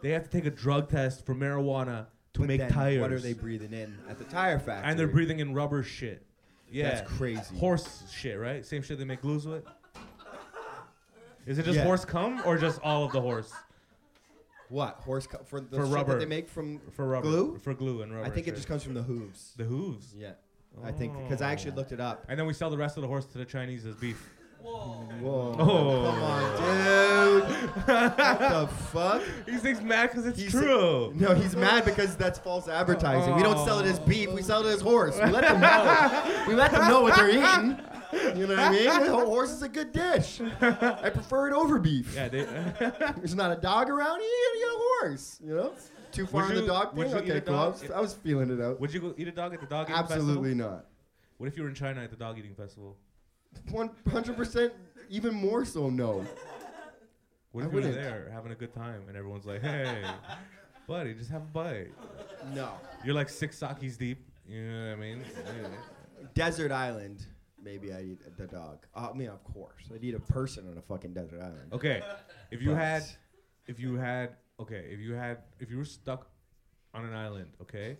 [SPEAKER 3] They have to take a drug test for marijuana to
[SPEAKER 2] But
[SPEAKER 3] make
[SPEAKER 2] then
[SPEAKER 3] tires.
[SPEAKER 2] What are they breathing in at the tire factory?
[SPEAKER 3] and they're breathing in rubber shit. Yeah.
[SPEAKER 2] That's crazy.
[SPEAKER 3] horse shit, right? Same shit they make glues with. Is it just
[SPEAKER 2] Yeah.
[SPEAKER 3] horse cum or just all of the horse
[SPEAKER 2] What horse co- for the
[SPEAKER 3] For
[SPEAKER 2] shit
[SPEAKER 3] rubber.
[SPEAKER 2] that they make from?
[SPEAKER 3] for rubber?
[SPEAKER 2] Glue?
[SPEAKER 3] For glue and rubber.
[SPEAKER 2] I think it
[SPEAKER 3] shit.
[SPEAKER 2] just comes from the hooves.
[SPEAKER 3] the hooves.
[SPEAKER 2] Yeah, I think because I actually looked it up.
[SPEAKER 3] And then we sell the rest of the horse to the Chinese as beef.
[SPEAKER 1] Whoa.
[SPEAKER 2] Whoa!
[SPEAKER 3] Oh.
[SPEAKER 2] Come on, dude. [LAUGHS] what the fuck?
[SPEAKER 3] [LAUGHS] He thinks mad because it's
[SPEAKER 2] He's-
[SPEAKER 3] true.
[SPEAKER 2] No, he's mad because that's false advertising. We don't sell it as beef. We sell it as horse. We let them know. we let them know what they're eating. You know what I mean? The horse is a good dish. I prefer it over beef.
[SPEAKER 3] yeah, they, [LAUGHS]
[SPEAKER 2] There's not a dog around. You gotta get a horse. You know? Too far
[SPEAKER 3] Would
[SPEAKER 2] on the
[SPEAKER 3] you-
[SPEAKER 2] dog
[SPEAKER 3] would
[SPEAKER 2] thing.
[SPEAKER 3] you eat a
[SPEAKER 2] Okay, cool. I
[SPEAKER 3] dog
[SPEAKER 2] was,
[SPEAKER 3] if-
[SPEAKER 2] I was feeling it out.
[SPEAKER 3] would you go eat a dog at the dog eating festival?
[SPEAKER 2] Absolutely not.
[SPEAKER 3] What if you were in China at the dog eating festival?
[SPEAKER 2] One hundred percent. Even more so, no.
[SPEAKER 3] What
[SPEAKER 2] I
[SPEAKER 3] if you were
[SPEAKER 2] wouldn't.
[SPEAKER 3] there having a good time and everyone's like, [LAUGHS] hey, buddy, just have a bite?
[SPEAKER 2] No.
[SPEAKER 3] [LAUGHS] You're like six sakis deep. You know what I mean? Yeah.
[SPEAKER 2] desert island, maybe I eat the dog. Uh, I mean, of course, I'd eat a person on a fucking desert island.
[SPEAKER 3] Okay, if you
[SPEAKER 2] But-
[SPEAKER 3] had, if you had, okay, if you had, if you were stuck on an island, okay,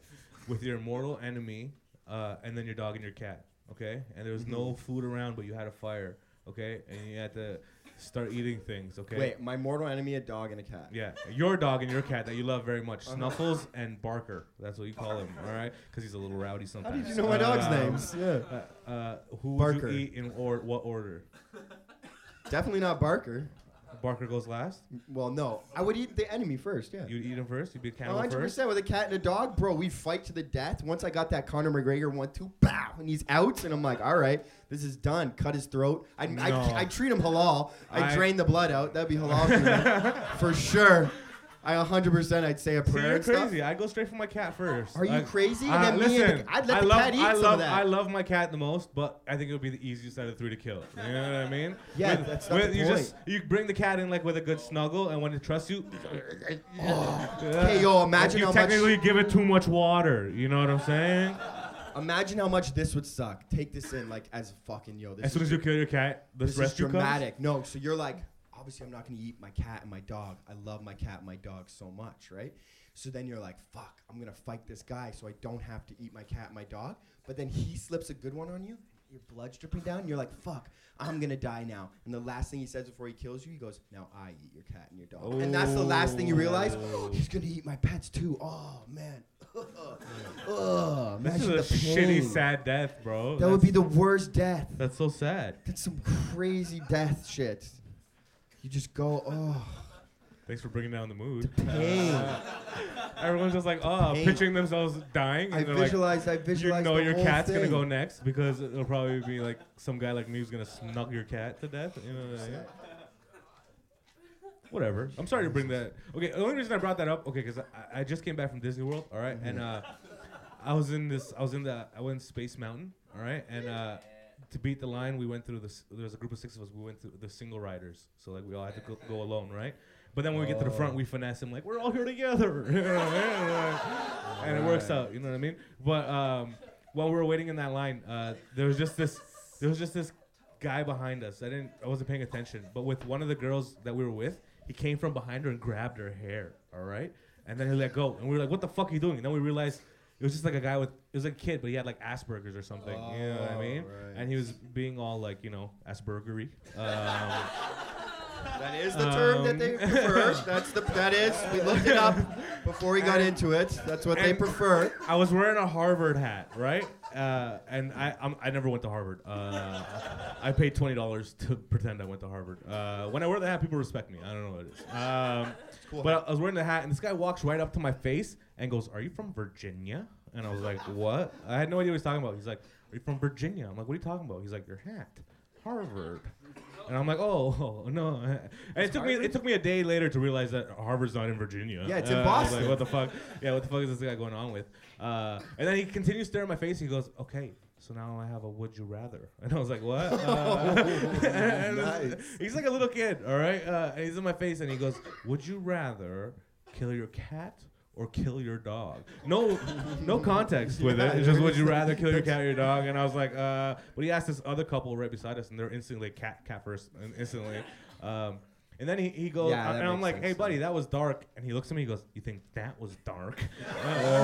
[SPEAKER 3] with your mortal enemy, uh, and then your dog and your cat, okay, and there was no
[SPEAKER 2] Mm-hmm.
[SPEAKER 3] food around, but you had a fire, okay, and you had to start eating things, okay.
[SPEAKER 2] Wait, my mortal enemy, a dog and a cat.
[SPEAKER 3] Yeah, your dog and your cat that you love very much,
[SPEAKER 2] Uh-huh.
[SPEAKER 3] Snuffles and Barker. That's what you call him, all right? Because he's a little rowdy
[SPEAKER 2] How
[SPEAKER 3] sometimes.
[SPEAKER 2] did you know my dog's
[SPEAKER 3] Um,
[SPEAKER 2] names? Yeah.
[SPEAKER 3] Uh, uh, who
[SPEAKER 2] Barker.
[SPEAKER 3] would you eat in or what order?
[SPEAKER 2] Definitely not Barker.
[SPEAKER 3] Barker goes last.
[SPEAKER 2] Well, no, I would eat the enemy first. Yeah.
[SPEAKER 3] You'd eat him first. You'd be a cannibal
[SPEAKER 2] 100
[SPEAKER 3] first.
[SPEAKER 2] percent with a cat and a dog, bro. We'd fight to the death. Once I got that Conor McGregor one, two, bow, and he's out, and I'm like, all right, this is done. Cut his throat. I would
[SPEAKER 3] No.
[SPEAKER 2] I treat him halal. I
[SPEAKER 3] I-
[SPEAKER 2] drain the blood out. That'd be halal
[SPEAKER 3] [LAUGHS]
[SPEAKER 2] treatment. for sure. I 100 percent. I'd say a
[SPEAKER 3] See,
[SPEAKER 2] prayer
[SPEAKER 3] you're
[SPEAKER 2] and stuff.
[SPEAKER 3] crazy. I go straight for my cat first.
[SPEAKER 2] Are you
[SPEAKER 3] Like,
[SPEAKER 2] crazy?
[SPEAKER 3] uh,
[SPEAKER 2] And then me and the-
[SPEAKER 3] listen,
[SPEAKER 2] I'd let
[SPEAKER 3] I
[SPEAKER 2] the
[SPEAKER 3] love,
[SPEAKER 2] cat eat
[SPEAKER 3] I
[SPEAKER 2] some of
[SPEAKER 3] love,
[SPEAKER 2] that.
[SPEAKER 3] I love my cat the most, but I think it would be the easiest out of the three to kill. You know what I mean?
[SPEAKER 2] [LAUGHS] Yeah, that's not the
[SPEAKER 3] you
[SPEAKER 2] point.
[SPEAKER 3] just you bring the cat in like with a good snuggle, and when it trusts you,
[SPEAKER 2] [SIGHS] Okay, yo, imagine
[SPEAKER 3] you
[SPEAKER 2] how much.
[SPEAKER 3] technically give it too much water. You know what I'm saying?
[SPEAKER 2] Imagine how much this would suck. Take this in, like as fucking yo. This
[SPEAKER 3] As soon
[SPEAKER 2] is
[SPEAKER 3] as you kill your cat, the
[SPEAKER 2] This is
[SPEAKER 3] rescue comes.
[SPEAKER 2] dramatic. No, so you're like, obviously, I'm not gonna eat my cat and my dog. I love my cat and my dog so much, right? So then you're like, fuck, I'm gonna fight this guy so I don't have to eat my cat and my dog. But then he slips a good one on you, your blood's dripping down, and you're like, fuck, I'm gonna die now. And the last thing he says before he kills you, he goes, now I eat your cat and your dog. And that's the last thing you realize.
[SPEAKER 3] Oh.
[SPEAKER 2] He's gonna eat my pets too. Oh man. [LAUGHS] Ugh,
[SPEAKER 3] This
[SPEAKER 2] imagine
[SPEAKER 3] is a
[SPEAKER 2] the pain.
[SPEAKER 3] shitty, sad death, bro.
[SPEAKER 2] That would
[SPEAKER 3] That's-
[SPEAKER 2] be the worst death.
[SPEAKER 3] That's so sad.
[SPEAKER 2] That's some crazy death shit. You just go,
[SPEAKER 3] [LAUGHS]
[SPEAKER 2] oh,
[SPEAKER 3] Thanks for bringing down the mood.
[SPEAKER 2] pain.
[SPEAKER 3] [LAUGHS] Everyone's just like, oh,
[SPEAKER 2] pain.
[SPEAKER 3] picturing themselves dying.
[SPEAKER 2] I
[SPEAKER 3] And they're like,
[SPEAKER 2] visualize, I
[SPEAKER 3] you
[SPEAKER 2] visualize.
[SPEAKER 3] know
[SPEAKER 2] the
[SPEAKER 3] your
[SPEAKER 2] whole
[SPEAKER 3] cat's
[SPEAKER 2] thing. [LAUGHS]
[SPEAKER 3] gonna go next because it'll probably be like some guy like me who's gonna snug your cat to death. You know what I mean? Whatever. I'm sorry to bring that. Okay, the only reason I brought that up, okay, because I, I just came back from Disney World, all right, and uh, I was in this, I was in the, I went in Space Mountain, all right, and uh, to beat the line, we went through this. There was a group of six of us. We went through the single riders, so like we all had to go, go alone, right? But then when we get to the front, we finesse him like we're all here together, [LAUGHS] You know what I mean? and it works out. You know what I mean? But um, while we were waiting in that line, uh, there was just this, there was just this guy behind us. I didn't, I wasn't paying attention, but with one of the girls that we were with, he came from behind her and grabbed her hair. All right, and then he let go, and we were like, "What the fuck are you doing?" And then we realized it was just like a guy with, it was a kid, but he had like Asperger's or something. you know what I
[SPEAKER 2] Oh,
[SPEAKER 3] mean?
[SPEAKER 2] right.
[SPEAKER 3] And he was being all like, you know, Aspergery. Um,
[SPEAKER 2] That is the term that they
[SPEAKER 3] Um, [LAUGHS]
[SPEAKER 2] prefer. That's the that is. We looked it up before we got into it. That's what they
[SPEAKER 3] and- [LAUGHS]
[SPEAKER 2] prefer.
[SPEAKER 3] I was wearing a Harvard hat, right? Uh, and I I'm, I never went to Harvard. Uh, I paid twenty dollars to pretend I went to Harvard. Uh, when I wear the hat, people respect me. I don't know what it is. Um,
[SPEAKER 2] cool
[SPEAKER 3] but I was wearing the hat, and this guy walks right up to my face and goes, "Are you from Virginia?" And I was like, "What?" I had no idea what he was talking about. He's like, "Are you from Virginia?" I'm like, "What are you talking about?" He's like, "Your hat, Harvard." And I'm like, oh, [LAUGHS] oh, no! And it took me
[SPEAKER 2] Harvard?
[SPEAKER 3] it took me a day later to realize that Harvard's not in Virginia. Uh,
[SPEAKER 2] Yeah, it's in
[SPEAKER 3] I was
[SPEAKER 2] Boston.
[SPEAKER 3] Like, what the fuck? Yeah, what the fuck is this guy going on with? Uh, and then he continues staring at my face. He goes, okay, so now I have a would you rather. [LAUGHS] And I was like, what? Uh, [LAUGHS] and
[SPEAKER 2] Nice.
[SPEAKER 3] He's like a little kid, all right? Uh, and he's in my face and he goes, would you rather kill your cat? Or kill your dog. No, no context with
[SPEAKER 2] Yeah,
[SPEAKER 3] it. It's just
[SPEAKER 2] there
[SPEAKER 3] would you
[SPEAKER 2] is-
[SPEAKER 3] rather kill your cat or your dog? And I was like, uh, but he asked this other couple right beside us, and they're instantly like, cat, cat first, and instantly. Um, and then he, he goes,
[SPEAKER 2] Yeah, that
[SPEAKER 3] and I'm
[SPEAKER 2] makes
[SPEAKER 3] like,
[SPEAKER 2] sense,
[SPEAKER 3] hey,
[SPEAKER 2] though.
[SPEAKER 3] buddy, that was dark. And he looks at me, he goes, you think that was dark?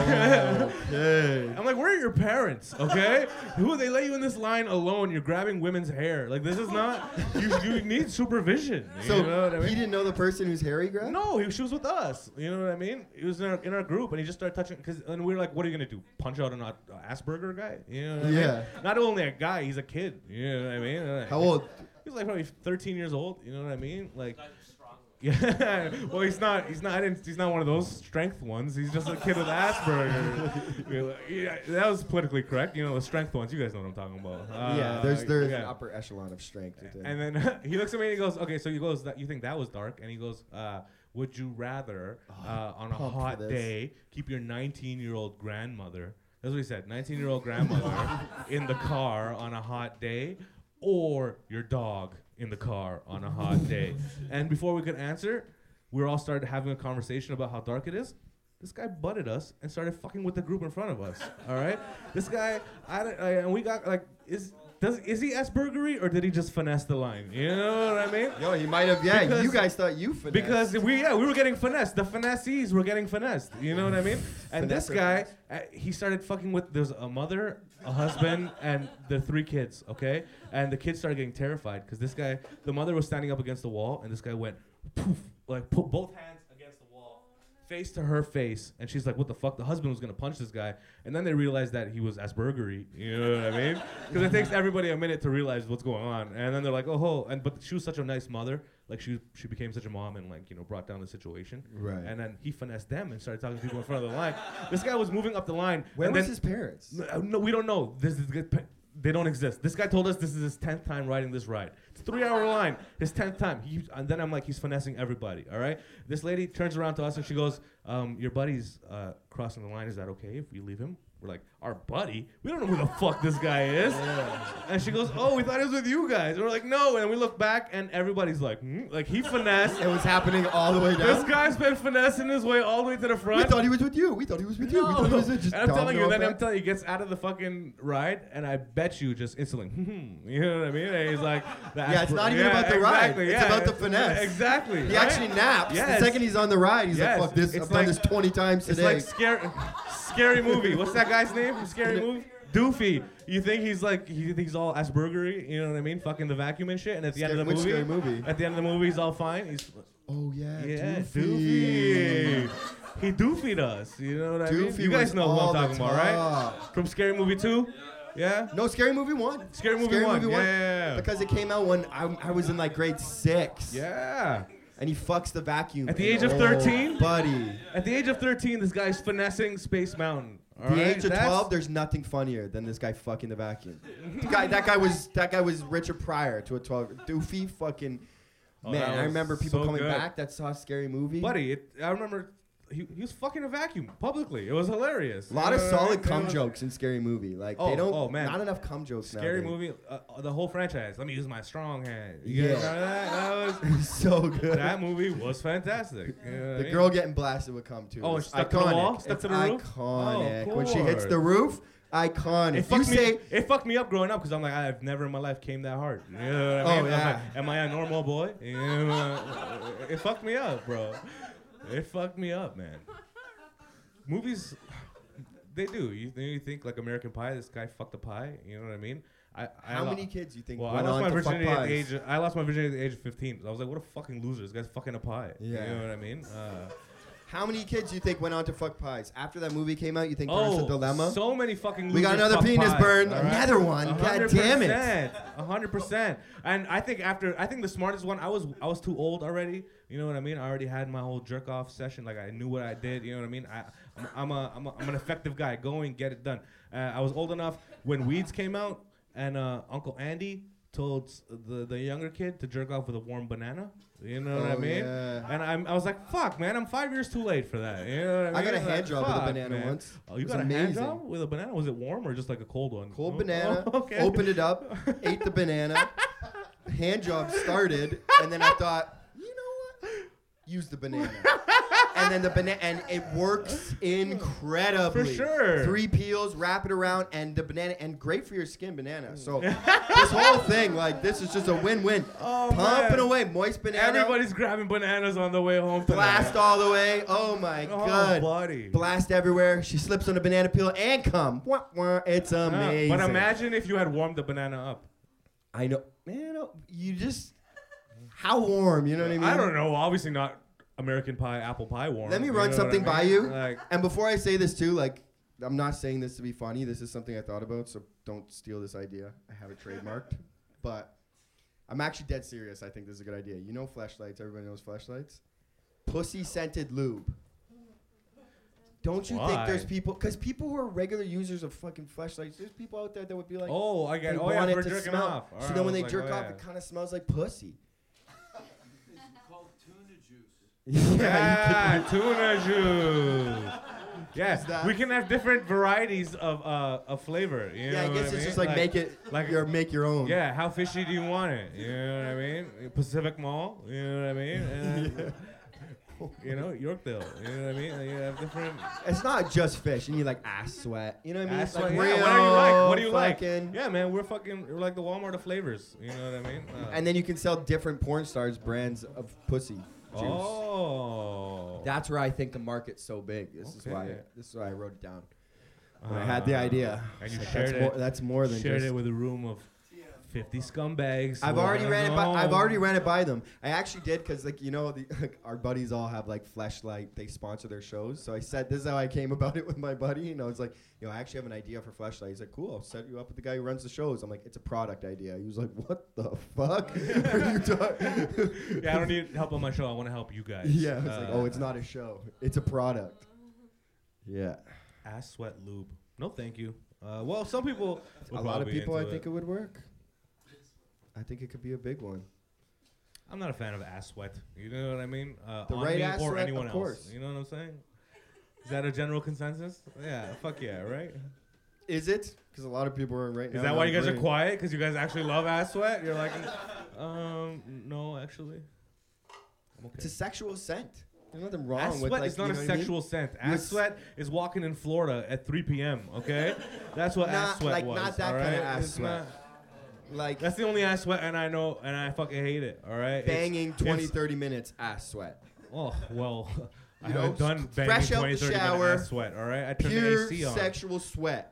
[SPEAKER 2] Oh, Okay.
[SPEAKER 3] I'm like, where are your parents? Okay, who they let you in this line alone? You're grabbing women's hair. Like this is not. You, you need supervision. You
[SPEAKER 2] So
[SPEAKER 3] know what I
[SPEAKER 2] he
[SPEAKER 3] mean?
[SPEAKER 2] didn't know the person who's Harry grabbed.
[SPEAKER 3] No, he, she was with us. You know what I mean? He was in our, in our group, and he just started touching. Cause and we were like, what are you gonna do? Punch out an uh, Asperger guy? You know? What I mean?
[SPEAKER 2] Yeah.
[SPEAKER 3] Not only a guy, he's a kid. You know what I mean? Uh,
[SPEAKER 2] How old?
[SPEAKER 3] He's like probably 13 years old. You know what I mean? Like.
[SPEAKER 1] Guys are strong.
[SPEAKER 3] Yeah. [LAUGHS] Well, he's not. He's not. I didn't, he's not one of those strength ones. He's just a kid with Asperger.
[SPEAKER 2] [LAUGHS]
[SPEAKER 3] You know, yeah, that was politically correct. You know, the strength ones. You guys know what I'm talking about. Uh,
[SPEAKER 2] yeah, there's there's an
[SPEAKER 3] yeah.
[SPEAKER 2] upper echelon of strength. within-
[SPEAKER 3] And then [LAUGHS] he looks at me and he goes, "Okay, so you goes that you think that was dark?" And he goes, uh, "Would you rather uh, on a
[SPEAKER 2] Oh, pumped for
[SPEAKER 3] hot
[SPEAKER 2] this.
[SPEAKER 3] day keep your 19-year-old grandmother?" That's what he said. 19-year-old
[SPEAKER 2] [LAUGHS]
[SPEAKER 3] grandmother in the car on a hot day, or your dog in the car on a hot day. and before we could answer, we all started having a conversation about how dark it is. This guy butted us and started fucking with the group in front of us. [LAUGHS] all right, this guy, I, don't- I and we got like is does is he Aspergery or did he just finesse the line? You know what I
[SPEAKER 2] [LAUGHS]
[SPEAKER 3] mean?
[SPEAKER 2] Yo, he might have. Yeah, you
[SPEAKER 3] Because-
[SPEAKER 2] guys thought you finessed.
[SPEAKER 3] Because we yeah we were getting finessed. The finessees were getting finessed. You know what I mean? And
[SPEAKER 2] Finesse
[SPEAKER 3] this
[SPEAKER 2] or
[SPEAKER 3] guy, uh, he started fucking with there's a mother, a husband, [LAUGHS] and the three kids. Okay, and the kids started getting terrified because this guy, the mother was standing up against the wall, and this guy went poof, like put both hands against the wall, face to her face, and she's like, "What the fuck?" The husband was gonna punch this guy, and then they realized that he was Aspergery. You know what I
[SPEAKER 2] [LAUGHS]
[SPEAKER 3] mean? Because it takes everybody a minute to realize what's going on, and then they're like, "Oh ho!" And but she was such a nice mother, like she she became such a mom and like you know brought down the situation.
[SPEAKER 2] Right.
[SPEAKER 3] And then he finessed them and started talking to people in front of the line. This guy was moving up the line.
[SPEAKER 2] Where
[SPEAKER 3] and
[SPEAKER 2] was
[SPEAKER 3] then-
[SPEAKER 2] his parents?
[SPEAKER 3] N- uh, No, we don't know. This is good. pa- They don't exist. This guy told us this is his tenth time riding this ride. It's a three-hour line. His tenth time. He, and then I'm like, he's finessing everybody. All right. This lady turns around to us and she goes, um, "Your buddy's uh, crossing the line. Is that okay if we leave him?" We're like, "Our buddy? We don't know who the fuck this guy is." And she goes, "Oh, we thought it was with you guys." we're like, "No." And we look back and everybody's like, hmm? "Like he finessed."
[SPEAKER 2] It was happening all the way
[SPEAKER 3] This
[SPEAKER 2] down.
[SPEAKER 3] guy's been finessing his way all the way to the front.
[SPEAKER 2] We thought he was with you. We thought he was with you. We
[SPEAKER 3] [LAUGHS]
[SPEAKER 2] [LAUGHS]
[SPEAKER 3] No.
[SPEAKER 2] thought he was with just
[SPEAKER 3] and I'm telling you,
[SPEAKER 2] domino
[SPEAKER 3] then I'm
[SPEAKER 2] effect.
[SPEAKER 3] telling you, he gets out of the fucking ride, and I bet you just instantly, [LAUGHS] hmm, you know what I mean? And
[SPEAKER 2] [LAUGHS]
[SPEAKER 3] he's like,
[SPEAKER 2] Yeah, it's not even about the ride. It's about the finesse.
[SPEAKER 3] Exactly.
[SPEAKER 2] He
[SPEAKER 3] right?
[SPEAKER 2] actually naps.
[SPEAKER 3] Yeah,
[SPEAKER 2] the
[SPEAKER 3] it's-
[SPEAKER 2] second he's on the ride, he's
[SPEAKER 3] yeah,
[SPEAKER 2] like, "Fuck
[SPEAKER 3] it's-
[SPEAKER 2] this!
[SPEAKER 3] it's
[SPEAKER 2] I've done
[SPEAKER 3] like-
[SPEAKER 2] this 20 times
[SPEAKER 3] It's
[SPEAKER 2] today."
[SPEAKER 3] like scary, scary movie. What's that guy's name from Scary Movie? Doofy. You think he's like, he think he's all Aspergery, you know what I mean? Fucking the vacuum and shit. And at the end of the
[SPEAKER 2] Which
[SPEAKER 3] movie,
[SPEAKER 2] scary movie?
[SPEAKER 3] at the end of the movie, he's all fine. He's
[SPEAKER 2] Oh yeah,
[SPEAKER 3] yeah,
[SPEAKER 2] Doofy.
[SPEAKER 3] Doofy. He doofied us. You know what I mean?
[SPEAKER 2] Doofy
[SPEAKER 3] You guys
[SPEAKER 2] was
[SPEAKER 3] know who
[SPEAKER 2] all
[SPEAKER 3] I'm
[SPEAKER 2] the
[SPEAKER 3] talking about, right?
[SPEAKER 2] top.
[SPEAKER 3] From Scary Movie Two. Yeah.
[SPEAKER 2] No, Scary Movie One.
[SPEAKER 3] Scary Movie One. Yeah.
[SPEAKER 2] Because it came out when I, I was in like grade six.
[SPEAKER 3] Yeah.
[SPEAKER 2] And he fucks the vacuum.
[SPEAKER 3] At the
[SPEAKER 2] And
[SPEAKER 3] age of
[SPEAKER 2] oh,
[SPEAKER 3] 13?
[SPEAKER 2] buddy.
[SPEAKER 3] At the age of 13, this guy's finessing Space Mountain. all
[SPEAKER 2] The
[SPEAKER 3] right?
[SPEAKER 2] age of
[SPEAKER 3] That's-
[SPEAKER 2] 12, there's nothing funnier than this guy fucking the vacuum. The guy, that guy was that guy was Richard Pryor to a 12. Doofy fucking
[SPEAKER 3] Oh,
[SPEAKER 2] man.
[SPEAKER 3] that
[SPEAKER 2] I
[SPEAKER 3] was
[SPEAKER 2] remember people
[SPEAKER 3] so
[SPEAKER 2] coming
[SPEAKER 3] good.
[SPEAKER 2] back that saw Scary Movie.
[SPEAKER 3] Buddy, it, I remember he, he was fucking a vacuum publicly. It was hilarious.
[SPEAKER 2] A lot of
[SPEAKER 3] You know what I
[SPEAKER 2] solid
[SPEAKER 3] mean?
[SPEAKER 2] cum
[SPEAKER 3] It was-
[SPEAKER 2] jokes in Scary Movie. Like they
[SPEAKER 3] Oh,
[SPEAKER 2] don't.
[SPEAKER 3] oh, man.
[SPEAKER 2] Not enough cum jokes.
[SPEAKER 3] Scary
[SPEAKER 2] nowadays.
[SPEAKER 3] movie, uh, uh, the whole franchise. Let me use my strong hand. You
[SPEAKER 2] Yeah.
[SPEAKER 3] guys remember that?
[SPEAKER 2] [LAUGHS]
[SPEAKER 3] That, was,
[SPEAKER 2] It was so good.
[SPEAKER 3] that movie was fantastic. You know what I
[SPEAKER 2] The
[SPEAKER 3] mean?
[SPEAKER 2] girl getting blasted would come too.
[SPEAKER 3] Oh,
[SPEAKER 2] It's
[SPEAKER 3] it's stuck to the
[SPEAKER 2] iconic.
[SPEAKER 3] wall? Stuck
[SPEAKER 2] It's
[SPEAKER 3] to the roof?
[SPEAKER 2] Iconic.
[SPEAKER 3] Oh, of
[SPEAKER 2] when she hits the
[SPEAKER 3] course.
[SPEAKER 2] roof, iconic.
[SPEAKER 3] It
[SPEAKER 2] If you
[SPEAKER 3] fucked, me,
[SPEAKER 2] say
[SPEAKER 3] it fucked me up growing up because I'm like, I've never in my life came that hard. You know what I
[SPEAKER 2] Oh,
[SPEAKER 3] mean? I'm
[SPEAKER 2] yeah.
[SPEAKER 3] like, Am I a normal boy? You know, it fucked me up, bro. It fucked me up, man. Movies, they do. You, you think like American Pie, this guy fucked a pie. You know what I mean? I, I
[SPEAKER 2] how
[SPEAKER 3] lo-
[SPEAKER 2] many kids you think
[SPEAKER 3] Well, I
[SPEAKER 2] went
[SPEAKER 3] lost
[SPEAKER 2] on
[SPEAKER 3] my
[SPEAKER 2] to fuck
[SPEAKER 3] virginity at the
[SPEAKER 2] pies?
[SPEAKER 3] age. Of, I lost my virginity at the age of 15. I was like, what a fucking loser. This guy's fucking a pie.
[SPEAKER 2] Yeah.
[SPEAKER 3] You know what I mean? Uh,
[SPEAKER 2] How many kids you think went on to fuck pies after that movie came out? You think there was a dilemma?
[SPEAKER 3] oh, So many fucking losers
[SPEAKER 2] we got another
[SPEAKER 3] fuck
[SPEAKER 2] penis
[SPEAKER 3] pies,
[SPEAKER 2] burn.
[SPEAKER 3] all right?
[SPEAKER 2] Another one. God damn it.
[SPEAKER 3] A hundred percent. And I think after, I think the smartest one. I was, I was too old already. You know what I mean? I already had my whole jerk off session. Like I knew what I did. You know what I mean? I, I'm, I'm a, I'm a, I'm an effective guy. Go and get it done. Uh, I was old enough when Weeds came out, and uh, Uncle Andy told s- the the younger kid to jerk off with a warm banana. You know what I
[SPEAKER 2] Oh,
[SPEAKER 3] mean?
[SPEAKER 2] yeah.
[SPEAKER 3] And I'm, I was like, fuck, man, I'm five years too late for that. You know what I mean?
[SPEAKER 2] I got a
[SPEAKER 3] Like,
[SPEAKER 2] hand job with a
[SPEAKER 3] fuck,
[SPEAKER 2] banana
[SPEAKER 3] man.
[SPEAKER 2] once.
[SPEAKER 3] Oh, you
[SPEAKER 2] It was
[SPEAKER 3] got a hand
[SPEAKER 2] amazing.
[SPEAKER 3] job with a banana? Was it warm or just like a cold one?
[SPEAKER 2] Cold
[SPEAKER 3] Oh,
[SPEAKER 2] banana.
[SPEAKER 3] oh, [LAUGHS] okay.
[SPEAKER 2] Opened it up. ate the
[SPEAKER 3] [LAUGHS]
[SPEAKER 2] banana. Hand job started, and then I thought, you know what? Use the banana. and then the banana, and it works incredibly.
[SPEAKER 3] For sure.
[SPEAKER 2] Three peels, wrap it around, and the banana, and great for your skin, banana.
[SPEAKER 3] [LAUGHS]
[SPEAKER 2] So this whole thing, like, this is just a win-win.
[SPEAKER 3] Oh,
[SPEAKER 2] Pumping
[SPEAKER 3] man.
[SPEAKER 2] away, moist banana.
[SPEAKER 3] Everybody's grabbing bananas on the way home. tonight.
[SPEAKER 2] Blast all the way. Oh my
[SPEAKER 3] Oh,
[SPEAKER 2] god.
[SPEAKER 3] buddy.
[SPEAKER 2] Blast everywhere. She slips on a banana peel and come. Wah, wah. It's
[SPEAKER 3] Yeah,
[SPEAKER 2] amazing.
[SPEAKER 3] But imagine if you had warmed the banana up.
[SPEAKER 2] I know. Man, oh, you just. How warm, you know what I mean?
[SPEAKER 3] I don't know. Obviously not American pie, apple pie warm.
[SPEAKER 2] Let me
[SPEAKER 3] you
[SPEAKER 2] run
[SPEAKER 3] know what I
[SPEAKER 2] something
[SPEAKER 3] mean?
[SPEAKER 2] by you.
[SPEAKER 3] Like,
[SPEAKER 2] And before I say this, too, like, I'm not saying this to be funny. This is something I thought about, so don't steal this idea. I have it
[SPEAKER 3] [LAUGHS]
[SPEAKER 2] trademarked. But I'm actually dead serious. I think this is a good idea. You know flashlights. Everybody knows flashlights. Pussy scented lube. Don't you think
[SPEAKER 3] Why?
[SPEAKER 2] there's people? Because people who are regular users of fucking flashlights, there's people out there that would be like,
[SPEAKER 3] oh, I
[SPEAKER 2] they
[SPEAKER 3] get. Oh
[SPEAKER 2] want
[SPEAKER 3] yeah,
[SPEAKER 2] it
[SPEAKER 3] for
[SPEAKER 2] to
[SPEAKER 3] jerking
[SPEAKER 2] smell.
[SPEAKER 3] off.
[SPEAKER 2] so
[SPEAKER 3] Alright, I
[SPEAKER 2] then when
[SPEAKER 3] was
[SPEAKER 2] they
[SPEAKER 3] like,
[SPEAKER 2] jerk
[SPEAKER 3] oh,
[SPEAKER 2] off,
[SPEAKER 3] yeah.
[SPEAKER 2] it kind of smells like
[SPEAKER 3] [LAUGHS]
[SPEAKER 2] pussy.
[SPEAKER 4] called tuna juice.
[SPEAKER 2] [LAUGHS]
[SPEAKER 3] [LAUGHS]
[SPEAKER 2] you
[SPEAKER 3] Yeah,
[SPEAKER 2] could- [LAUGHS]
[SPEAKER 3] tuna juice. Yes,
[SPEAKER 2] that?
[SPEAKER 3] we can have different varieties of uh, of flavor. You
[SPEAKER 2] yeah, I
[SPEAKER 3] know what
[SPEAKER 2] guess it's
[SPEAKER 3] mean?
[SPEAKER 2] just like, make it like
[SPEAKER 3] like-
[SPEAKER 2] your make your own.
[SPEAKER 3] Yeah, how fishy do you want it? You know what I mean? Pacific Mall, you know what I mean? And You know, Yorkdale. You know what I mean? Like, you have different.
[SPEAKER 2] It's not just fish. You need like ass sweat. You know what I mean?
[SPEAKER 3] Ass
[SPEAKER 2] like
[SPEAKER 3] sweat, yeah, whatever you like, what do you like?
[SPEAKER 2] fucking-
[SPEAKER 3] Yeah, man, we're fucking. We're like the Walmart of flavors. You know what I mean? Uh,
[SPEAKER 2] And then you can sell different porn stars brands of pussy juice.
[SPEAKER 3] oh.
[SPEAKER 2] That's where I think the market's so big. This is why.
[SPEAKER 3] Okay.
[SPEAKER 2] This is why I wrote it down. When I had the
[SPEAKER 3] Uh,
[SPEAKER 2] idea.
[SPEAKER 3] And you
[SPEAKER 2] Like,
[SPEAKER 3] shared
[SPEAKER 2] that's,
[SPEAKER 3] it.
[SPEAKER 2] More, that's more than
[SPEAKER 3] shared
[SPEAKER 2] just.
[SPEAKER 3] it with a room of 50 scumbags.
[SPEAKER 2] I've
[SPEAKER 3] who
[SPEAKER 2] already
[SPEAKER 3] are
[SPEAKER 2] ran it. By, I've
[SPEAKER 3] unknown.
[SPEAKER 2] already ran it by them. I actually did because, like, you know, the, like, our buddies all have like flashlight. They sponsor their shows. So I said, "This is how I came about it [LAUGHS] with my buddy." And I was like, "Yo, I actually have an idea for flashlight." He's like, "Cool, I'll set you up with the guy who runs the shows." I'm like, "It's a product idea." He was like, "What the fuck [LAUGHS] are you [LAUGHS] talking?"
[SPEAKER 3] Yeah, I don't need help on my show. I want to help you guys.
[SPEAKER 2] Yeah, it's like,
[SPEAKER 3] Uh,
[SPEAKER 2] "Oh, it's not a show. It's a product." Yeah,
[SPEAKER 3] Ass sweat lube. No, thank you. Uh, well, some people. would
[SPEAKER 2] a lot of
[SPEAKER 3] probably be
[SPEAKER 2] people. I
[SPEAKER 3] into
[SPEAKER 2] think it. would work. I think it could be a big one.
[SPEAKER 3] I'm not a fan of ass sweat. You know what I mean? Uh,
[SPEAKER 2] The
[SPEAKER 3] on
[SPEAKER 2] right
[SPEAKER 3] me
[SPEAKER 2] ass
[SPEAKER 3] or
[SPEAKER 2] sweat,
[SPEAKER 3] anyone
[SPEAKER 2] of
[SPEAKER 3] else.
[SPEAKER 2] course.
[SPEAKER 3] You know what I'm saying? Is that a general consensus? Yeah, fuck yeah, right?
[SPEAKER 2] Is it? Because a lot of people are right now.
[SPEAKER 3] Is that
[SPEAKER 2] not
[SPEAKER 3] why you guys are
[SPEAKER 2] agreeing.
[SPEAKER 3] quiet? Because you guys actually love ass sweat? You're like, um, no, actually. I'm okay.
[SPEAKER 2] It's a sexual scent. There's nothing wrong
[SPEAKER 3] Ass
[SPEAKER 2] with
[SPEAKER 3] sweat
[SPEAKER 2] like
[SPEAKER 3] is not
[SPEAKER 2] you
[SPEAKER 3] a
[SPEAKER 2] know what I mean?
[SPEAKER 3] sexual scent.
[SPEAKER 2] You
[SPEAKER 3] Ass
[SPEAKER 2] s-
[SPEAKER 3] sweat is walking in Florida at 3 p.m.
[SPEAKER 2] [LAUGHS]
[SPEAKER 3] Okay, that's what ass
[SPEAKER 2] Not-
[SPEAKER 3] sweat
[SPEAKER 2] like,
[SPEAKER 3] was.
[SPEAKER 2] not that
[SPEAKER 3] all
[SPEAKER 2] kinda
[SPEAKER 3] right?
[SPEAKER 2] ass
[SPEAKER 3] It's
[SPEAKER 2] sweat. Like
[SPEAKER 3] that's the only ass sweat, and I know, and I fucking hate it. All right, It's-
[SPEAKER 2] banging 20,
[SPEAKER 3] it's-
[SPEAKER 2] 30 minutes ass sweat.
[SPEAKER 3] oh well,
[SPEAKER 2] [LAUGHS]
[SPEAKER 3] I
[SPEAKER 2] You know,
[SPEAKER 3] haven't done
[SPEAKER 2] fresh
[SPEAKER 3] banging
[SPEAKER 2] out the
[SPEAKER 3] 20, 30
[SPEAKER 2] shower,
[SPEAKER 3] minute ass sweat. All right, I turned
[SPEAKER 2] Pure
[SPEAKER 3] the AC on.
[SPEAKER 2] sexual sweat.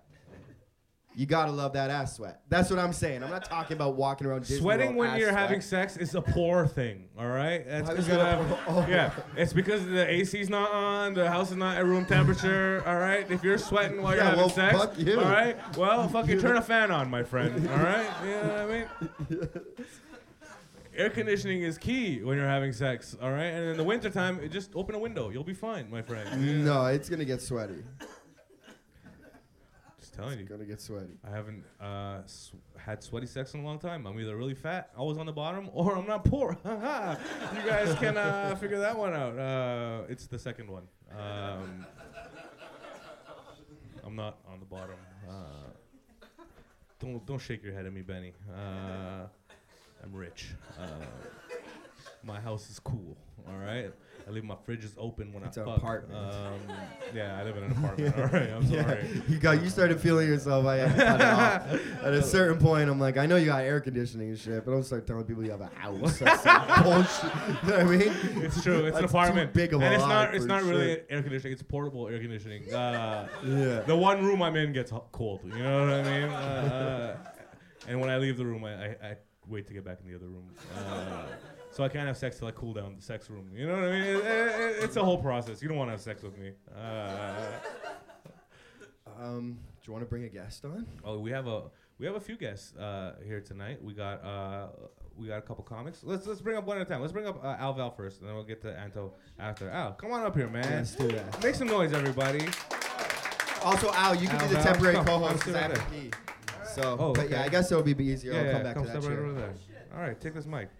[SPEAKER 2] You gotta love that ass sweat. That's what I'm saying. I'm not talking about walking around Disney
[SPEAKER 3] Sweating
[SPEAKER 2] World
[SPEAKER 3] when
[SPEAKER 2] ass
[SPEAKER 3] you're
[SPEAKER 2] sweat.
[SPEAKER 3] having sex is a poor thing, all right? That's
[SPEAKER 2] Why
[SPEAKER 3] 'cause
[SPEAKER 2] was
[SPEAKER 3] you
[SPEAKER 2] that a [LAUGHS]
[SPEAKER 3] have-
[SPEAKER 2] poor- oh.
[SPEAKER 3] yeah, it's because the AC's not on, the house is not at room temperature, all right? If you're sweating while
[SPEAKER 2] Yeah,
[SPEAKER 3] you're having
[SPEAKER 2] well,
[SPEAKER 3] sex,
[SPEAKER 2] fuck you.
[SPEAKER 3] all right? Well, fucking turn a fan on, my friend, all right?
[SPEAKER 2] [LAUGHS]
[SPEAKER 3] You know what I mean? Air conditioning is key when you're having sex, all right? And in the wintertime, just open a window. You'll be fine, my friend. Yeah,
[SPEAKER 2] No, it's gonna get sweaty.
[SPEAKER 3] Just telling you.
[SPEAKER 2] It's gonna get sweaty.
[SPEAKER 3] I haven't uh, s had sweaty sex in a long time. I'm either really fat, always on the bottom, [LAUGHS] or I'm not poor. Haha. you guys can uh, figure that one out. Uh, it's the second one. Um, I'm not on the bottom. Uh, don't don't shake your head at me, Benny. Uh, I'm rich. Uh, my house is cool. All right. I leave my fridges open when
[SPEAKER 2] It's
[SPEAKER 3] I
[SPEAKER 2] an
[SPEAKER 3] fuck.
[SPEAKER 2] apartment.
[SPEAKER 3] Um, yeah, I live in
[SPEAKER 2] [LAUGHS]
[SPEAKER 3] an apartment. All right. I'm sorry.
[SPEAKER 2] You got you started feeling yourself. I had to cut it
[SPEAKER 3] [LAUGHS]
[SPEAKER 2] off. At a certain point, I'm like, I know you got air conditioning and shit, but don't start telling people you have a house. That's some
[SPEAKER 3] [LAUGHS]
[SPEAKER 2] bullshit. [LAUGHS] You know what I mean?
[SPEAKER 3] It's true. It's an
[SPEAKER 2] That's too
[SPEAKER 3] apartment.
[SPEAKER 2] big of a
[SPEAKER 3] and it's
[SPEAKER 2] lot
[SPEAKER 3] not. It's
[SPEAKER 2] for
[SPEAKER 3] not really
[SPEAKER 2] shit.
[SPEAKER 3] air conditioning. It's portable air conditioning. Uh,
[SPEAKER 2] Yeah.
[SPEAKER 3] the one room I'm in gets ho- cold. You know what I mean? Uh, uh, and when I leave the room, I, I, I wait to get back in the other room. Uh, so I can't have sex till I cool down the sex room. You know what I mean? It- it- it- it's a whole process. You don't want to have sex with me. Uh,
[SPEAKER 2] Um, do you want to bring a guest on?
[SPEAKER 3] oh, we have a we have a few guests uh, here tonight. We got uh, we got a couple comics. Let's let's bring up one at a time. Let's bring up uh, Al Val first, and then we'll get to Anto after. Al, come on up here, man.
[SPEAKER 2] Let's do that.
[SPEAKER 3] Make some noise, everybody.
[SPEAKER 2] Also, Al, you can
[SPEAKER 3] Al,
[SPEAKER 2] be the
[SPEAKER 3] Al,
[SPEAKER 2] temporary
[SPEAKER 3] come.
[SPEAKER 2] co-host
[SPEAKER 3] Let's do
[SPEAKER 2] 'cause I
[SPEAKER 3] it.
[SPEAKER 2] have to pee. So,
[SPEAKER 3] Oh,
[SPEAKER 2] but
[SPEAKER 3] okay.
[SPEAKER 2] yeah, I guess it would be easier. I'll come back
[SPEAKER 3] come
[SPEAKER 2] to that
[SPEAKER 3] step right
[SPEAKER 2] chair.
[SPEAKER 3] over there. All right, take this mic.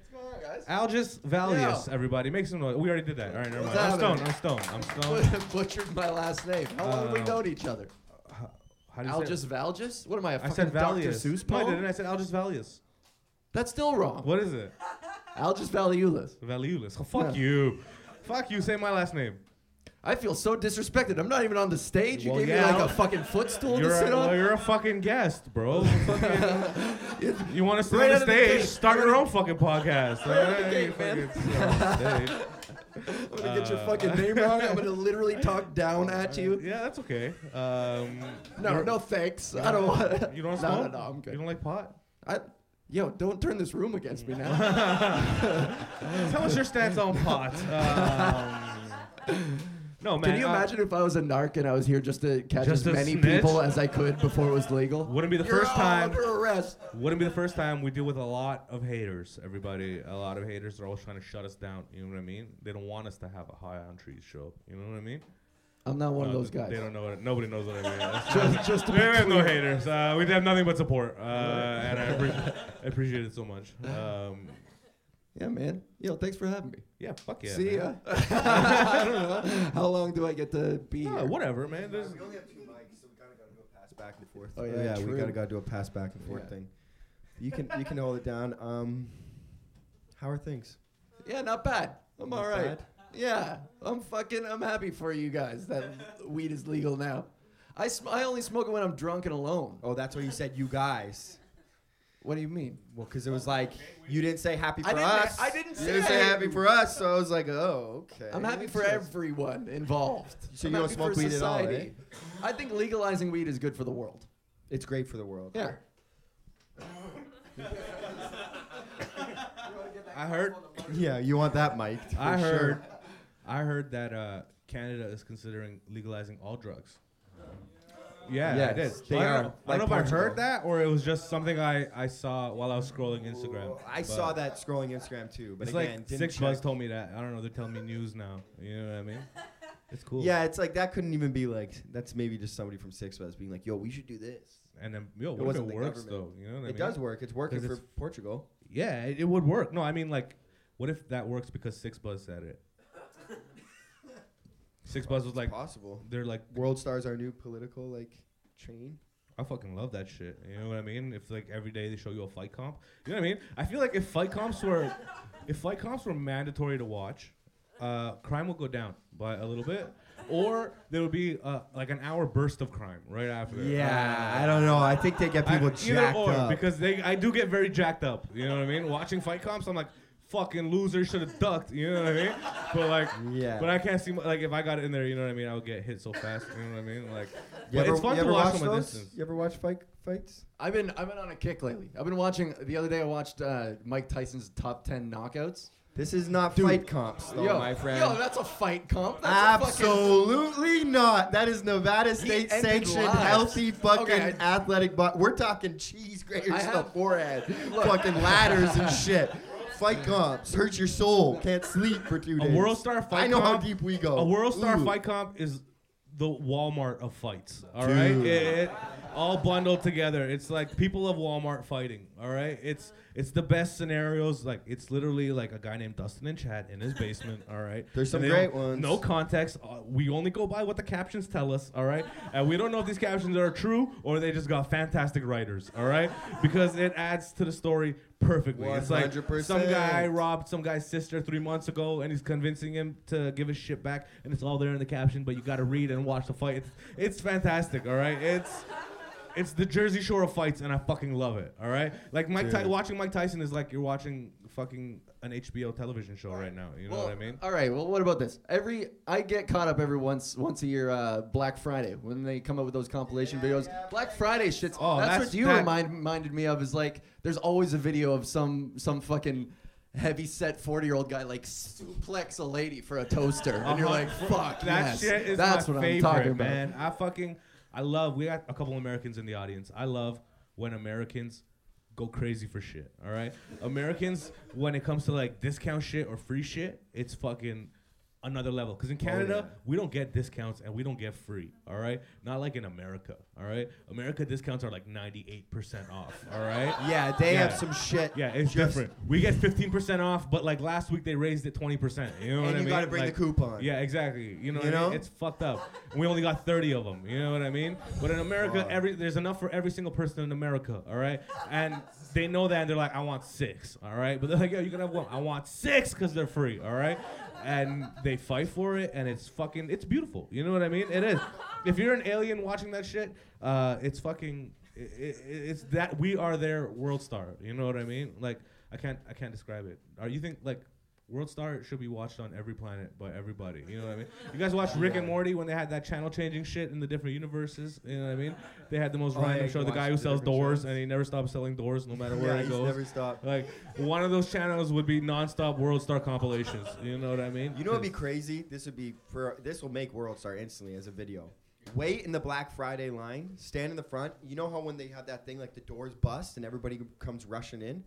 [SPEAKER 5] guys? [LAUGHS]
[SPEAKER 3] Algis Valius, everybody. Make some noise. We already did that. All right, never mind.
[SPEAKER 5] What's
[SPEAKER 3] I'm stoned.
[SPEAKER 5] happening?
[SPEAKER 3] I'm stoned. I'm stoned.
[SPEAKER 5] But- Butchered my last name. How long have we
[SPEAKER 3] Uh,
[SPEAKER 5] known each other?
[SPEAKER 3] How do you say
[SPEAKER 5] Algis
[SPEAKER 3] it?
[SPEAKER 5] Valgis? What am I? a
[SPEAKER 3] I said
[SPEAKER 5] fucking Dr.
[SPEAKER 3] Valius.
[SPEAKER 5] Seuss Oh.
[SPEAKER 3] no, I
[SPEAKER 5] poem?
[SPEAKER 3] didn't. I said Algis Valius.
[SPEAKER 5] That's still wrong.
[SPEAKER 3] What is it?
[SPEAKER 5] Algis Valiulis.
[SPEAKER 3] Valiulis. Oh, fuck you. Fuck you. Say my last name.
[SPEAKER 5] I feel so disrespected. I'm not even on the stage. You
[SPEAKER 3] Well,
[SPEAKER 5] gave
[SPEAKER 3] yeah,
[SPEAKER 5] me
[SPEAKER 3] I'll-
[SPEAKER 5] like a fucking footstool
[SPEAKER 3] You're
[SPEAKER 5] to
[SPEAKER 3] a,
[SPEAKER 5] sit
[SPEAKER 3] well,
[SPEAKER 5] on.
[SPEAKER 3] you're a fucking guest,
[SPEAKER 5] [LAUGHS]
[SPEAKER 3] bro. Fucking- you want to sit
[SPEAKER 5] Right
[SPEAKER 3] on
[SPEAKER 5] out
[SPEAKER 3] the
[SPEAKER 5] of the
[SPEAKER 3] stage?
[SPEAKER 5] gate.
[SPEAKER 3] start your own fucking podcast.
[SPEAKER 5] Right out of the
[SPEAKER 3] Hey,
[SPEAKER 5] gate, man.
[SPEAKER 3] fucking sit on stage.
[SPEAKER 5] [LAUGHS] I'm gonna get your
[SPEAKER 3] Uh, [LAUGHS]
[SPEAKER 5] fucking name wrong. I'm gonna literally talk down at you.
[SPEAKER 3] Yeah, that's okay. Um,
[SPEAKER 5] No,
[SPEAKER 3] you're-
[SPEAKER 5] no thanks. I don't want.
[SPEAKER 3] You don't
[SPEAKER 5] [LAUGHS] No, no,
[SPEAKER 3] smoke?
[SPEAKER 5] no, I'm good.
[SPEAKER 3] You don't like pot?
[SPEAKER 5] I, yo, don't turn this room against
[SPEAKER 3] [LAUGHS]
[SPEAKER 5] me now.
[SPEAKER 3] Tell us your stance on pot. Um, no, man.
[SPEAKER 5] Can you
[SPEAKER 3] uh,
[SPEAKER 5] imagine if I was a narc and I was here just to catch
[SPEAKER 3] Just a
[SPEAKER 5] as many
[SPEAKER 3] snitch?
[SPEAKER 5] people as I could before it was legal?
[SPEAKER 3] Wouldn't be the
[SPEAKER 5] You're
[SPEAKER 3] first
[SPEAKER 5] all
[SPEAKER 3] time.
[SPEAKER 5] Under arrest.
[SPEAKER 3] Wouldn't be the first time we deal with a lot of haters. Everybody, a lot of haters are always trying to shut us down. You know what I mean? They don't want us to have a high on trees show. You know what I mean?
[SPEAKER 5] I'm not one
[SPEAKER 3] Uh,
[SPEAKER 5] of those guys.
[SPEAKER 3] They don't know. What, nobody knows what I mean. That's
[SPEAKER 5] [LAUGHS]
[SPEAKER 3] [LAUGHS]
[SPEAKER 5] just, just to
[SPEAKER 3] We
[SPEAKER 5] be
[SPEAKER 3] have no
[SPEAKER 5] clear.
[SPEAKER 3] haters. Uh, we have nothing but support, uh, and I,
[SPEAKER 5] [LAUGHS]
[SPEAKER 3] appre- I appreciate it so much. Um,
[SPEAKER 5] Yeah, man. Yo, thanks for having me.
[SPEAKER 3] yeah, fuck yeah.
[SPEAKER 5] See
[SPEAKER 3] man.
[SPEAKER 5] ya.
[SPEAKER 3] [LAUGHS]
[SPEAKER 5] [LAUGHS] I don't know. How long do I get to be
[SPEAKER 3] Yeah,
[SPEAKER 5] here?
[SPEAKER 3] Uh, whatever, man. There's,
[SPEAKER 2] only have two mics, so we kind of got to do a pass back and forth.
[SPEAKER 5] Oh, yeah,
[SPEAKER 2] yeah, we
[SPEAKER 5] true.
[SPEAKER 2] got to got to do a pass back and forth
[SPEAKER 5] Yeah.
[SPEAKER 2] thing. You can you can hold it down. Um, how are things?
[SPEAKER 5] Yeah, not bad. I'm all right.
[SPEAKER 2] Bad?
[SPEAKER 5] Yeah, I'm fucking. I'm happy for you guys that weed is legal now. I, sm- I only smoke it when I'm drunk and alone.
[SPEAKER 2] Oh, that's why you said you guys.
[SPEAKER 5] What do you mean?
[SPEAKER 2] Well, because it was like you didn't say happy for
[SPEAKER 5] I didn't-
[SPEAKER 2] us.
[SPEAKER 5] I didn't
[SPEAKER 2] You didn't
[SPEAKER 5] say-
[SPEAKER 2] say happy for us, so I was like, oh, okay.
[SPEAKER 5] I'm happy for
[SPEAKER 2] Interesting.
[SPEAKER 5] everyone involved.
[SPEAKER 2] So
[SPEAKER 5] I'm
[SPEAKER 2] you don't
[SPEAKER 5] happy
[SPEAKER 2] smoke
[SPEAKER 5] for
[SPEAKER 2] weed at all, eh?
[SPEAKER 5] society. I think legalizing weed is good for the world.
[SPEAKER 2] It's great for the world.
[SPEAKER 5] Yeah.
[SPEAKER 3] I heard.
[SPEAKER 2] Yeah, you want that mic'd.
[SPEAKER 3] I
[SPEAKER 2] for
[SPEAKER 3] heard.
[SPEAKER 2] Sure.
[SPEAKER 3] I heard that uh, Canada is considering legalizing all drugs. Yeah,
[SPEAKER 5] Yes,
[SPEAKER 3] it is.
[SPEAKER 5] they
[SPEAKER 3] I don't
[SPEAKER 5] are,
[SPEAKER 3] know- I
[SPEAKER 5] like
[SPEAKER 3] don't know if I
[SPEAKER 5] Portugal.
[SPEAKER 3] heard that or it was just something I, I saw while I was scrolling Instagram.
[SPEAKER 2] Well, I
[SPEAKER 3] but
[SPEAKER 2] saw that scrolling Instagram too, but
[SPEAKER 3] It's
[SPEAKER 2] again,
[SPEAKER 3] like
[SPEAKER 2] didn't
[SPEAKER 3] six
[SPEAKER 2] check.
[SPEAKER 3] bucks told me that. I don't know. They're telling me news now. You know
[SPEAKER 2] [LAUGHS]
[SPEAKER 3] what I mean? It's cool.
[SPEAKER 2] Yeah, it's like that couldn't even be like that's maybe just somebody from Six Bucks being like, "Yo, we should do this."
[SPEAKER 3] And then
[SPEAKER 2] It
[SPEAKER 3] yo, what if
[SPEAKER 2] wasn't
[SPEAKER 3] it
[SPEAKER 2] the
[SPEAKER 3] works
[SPEAKER 2] government.
[SPEAKER 3] though? You know what I
[SPEAKER 2] It
[SPEAKER 3] mean?
[SPEAKER 2] does work. It's working
[SPEAKER 3] 'Cause
[SPEAKER 2] for
[SPEAKER 3] it's-
[SPEAKER 2] Portugal.
[SPEAKER 3] Yeah, it, it would work. No, I mean like, what if that works because Six Buzz
[SPEAKER 2] [LAUGHS]
[SPEAKER 3] said it? Six Buzz was like,
[SPEAKER 2] possible.
[SPEAKER 3] they're like,
[SPEAKER 2] World Star's our new political like train.
[SPEAKER 3] I fucking love that shit. You know what I mean? If like every day they show you a fight comp, you know what I mean? I feel like if fight comps were, if fight comps were mandatory to watch, uh, crime would go down by a little bit, or there would be uh, like an hour burst of crime right after. Uh,
[SPEAKER 2] Uh, I don't know. I think they get
[SPEAKER 3] I- either or because they I do get very jacked up. You know what I mean? Watching fight comps, I'm like, fucking loser, should have ducked. You know what I mean? But like,
[SPEAKER 2] Yeah.
[SPEAKER 3] but I can't see my- like if I got in there, you know what I mean? I would get hit so fast. You know what I mean? Like,
[SPEAKER 2] you
[SPEAKER 3] but
[SPEAKER 2] ever,
[SPEAKER 3] it's fun
[SPEAKER 2] you
[SPEAKER 3] to
[SPEAKER 2] ever
[SPEAKER 3] watch
[SPEAKER 2] watch
[SPEAKER 3] from a
[SPEAKER 2] those?
[SPEAKER 3] distance.
[SPEAKER 2] You ever watch fight fights?
[SPEAKER 5] I've been I've been on a kick lately. I've been watching the other day. I watched uh, Mike Tyson's top ten knockouts.
[SPEAKER 2] This is not
[SPEAKER 5] Dude.
[SPEAKER 2] fight comps, though,
[SPEAKER 5] yo,
[SPEAKER 2] Oh, my friend.
[SPEAKER 5] Yo, that's a fight comp. That's
[SPEAKER 2] Absolutely not. That is Nevada state
[SPEAKER 5] ended
[SPEAKER 2] sanctioned
[SPEAKER 5] lives.
[SPEAKER 2] healthy fucking
[SPEAKER 5] Okay, I-
[SPEAKER 2] athletic. But we're talking cheese
[SPEAKER 5] A fucking,
[SPEAKER 2] grater
[SPEAKER 5] I
[SPEAKER 2] stuff,
[SPEAKER 5] have forehead. Look,
[SPEAKER 2] fucking ladders
[SPEAKER 3] [LAUGHS]
[SPEAKER 5] [LAUGHS]
[SPEAKER 2] and shit. Fight comps hurt your soul. Can't sleep for two
[SPEAKER 3] A
[SPEAKER 2] days.
[SPEAKER 3] world star fight
[SPEAKER 2] I know
[SPEAKER 3] comp.
[SPEAKER 2] how deep we go.
[SPEAKER 3] A world star
[SPEAKER 2] Ooh.
[SPEAKER 3] fight comp is the Walmart of fights. All right,
[SPEAKER 2] Dude.
[SPEAKER 3] It- it- all bundled together. It's like people of Walmart fighting. All right, it's it's the best scenarios. Like it's literally like a guy named Dustin and Chad in his basement. All right,
[SPEAKER 2] There's some
[SPEAKER 3] And they don't-
[SPEAKER 2] great ones.
[SPEAKER 3] No context. Uh, we only go by what the captions tell us. All right, and we don't know if these captions are true or they just got fantastic writers. All right, because it adds to the story perfectly. It's like some
[SPEAKER 2] 100%.
[SPEAKER 3] guy robbed some guy's sister three months ago, and he's convincing him to give his shit back, and it's all there in the caption. But you got to read and watch the fight. It's, it's fantastic, all right. It's it's the Jersey Shore of fights, and I fucking love it, all right. Like Mike, Ty-
[SPEAKER 2] Dude.
[SPEAKER 3] watching Mike Tyson is like you're watching fucking an HBO television show right now. You know
[SPEAKER 5] well,
[SPEAKER 3] what I mean?
[SPEAKER 5] All right. Well, what about this? Every I get caught up every once once a year uh, Black Friday when they come up with those compilation videos. Black Friday shits.
[SPEAKER 3] Oh,
[SPEAKER 5] that's,
[SPEAKER 3] that's-
[SPEAKER 5] what you
[SPEAKER 3] that-
[SPEAKER 5] remind, reminded me of. Is like there's always a video of some some fucking heavy set 40 year old guy like suplex a lady for a toaster and you're
[SPEAKER 3] Uh-huh.
[SPEAKER 5] like fuck
[SPEAKER 3] That
[SPEAKER 5] yes,
[SPEAKER 3] shit is
[SPEAKER 5] that's
[SPEAKER 3] my
[SPEAKER 5] what
[SPEAKER 3] favorite,
[SPEAKER 5] i'm talking about
[SPEAKER 3] man. I fucking I love. We got a couple Americans in the audience. I love when Americans go crazy for shit. All right, Americans when it comes to like discount shit or free shit, it's fucking another level. Cause in Canada we don't get discounts and we don't get free. All right, not like in America. All right, America discounts are like ninety eight percent off. All right.
[SPEAKER 5] [LAUGHS]
[SPEAKER 2] Yeah, they
[SPEAKER 3] Yeah.
[SPEAKER 2] have some shit.
[SPEAKER 3] Yeah, it's
[SPEAKER 2] Just-
[SPEAKER 3] different. We get 15% off, but like last week they raised it 20%. You know what
[SPEAKER 2] and
[SPEAKER 3] I
[SPEAKER 2] you
[SPEAKER 3] mean?
[SPEAKER 2] gotta bring
[SPEAKER 3] Like-
[SPEAKER 2] the coupon.
[SPEAKER 3] yeah, exactly. You know,
[SPEAKER 2] You
[SPEAKER 3] what I
[SPEAKER 2] know?
[SPEAKER 3] mean? it's fucked up. We only got 30 of them. You know what I mean? But in America,
[SPEAKER 2] Fuck.
[SPEAKER 3] every there's enough for every single person in America. All right, and they know that, and they're like, I want six. All right, but they're like, Yo, you can have one. I want six because they're free. All right, and they fight for it, and it's fucking, it's beautiful. You know what I mean? It is. If you're an alien watching that shit, uh, it's fucking. i i it's that we are their world star. You know what I mean? Like I can't I can't describe it. Are you think like World Star should be watched on every planet by everybody. You know what I mean? You guys watched Rick and Morty when they had that channel changing shit in the different universes. You know what I mean? They had the most
[SPEAKER 2] Oh,
[SPEAKER 3] random
[SPEAKER 2] yeah,
[SPEAKER 3] show.
[SPEAKER 2] you
[SPEAKER 3] The
[SPEAKER 2] watched
[SPEAKER 3] guy who
[SPEAKER 2] the
[SPEAKER 3] sells
[SPEAKER 2] different
[SPEAKER 3] doors
[SPEAKER 2] shows.
[SPEAKER 3] and he never stops selling doors, no matter where
[SPEAKER 2] [LAUGHS] yeah
[SPEAKER 3] he
[SPEAKER 2] he's
[SPEAKER 3] goes.
[SPEAKER 2] never stopped.
[SPEAKER 3] like one of those channels would be nonstop World Star compilations. You know what I mean?
[SPEAKER 2] You know what'd be
[SPEAKER 3] 'Cause-
[SPEAKER 2] crazy? This would be for this will make World Star instantly as a video. Wait in the Black Friday line, stand in the front. You know how when they have that thing like the doors bust and everybody comes rushing in?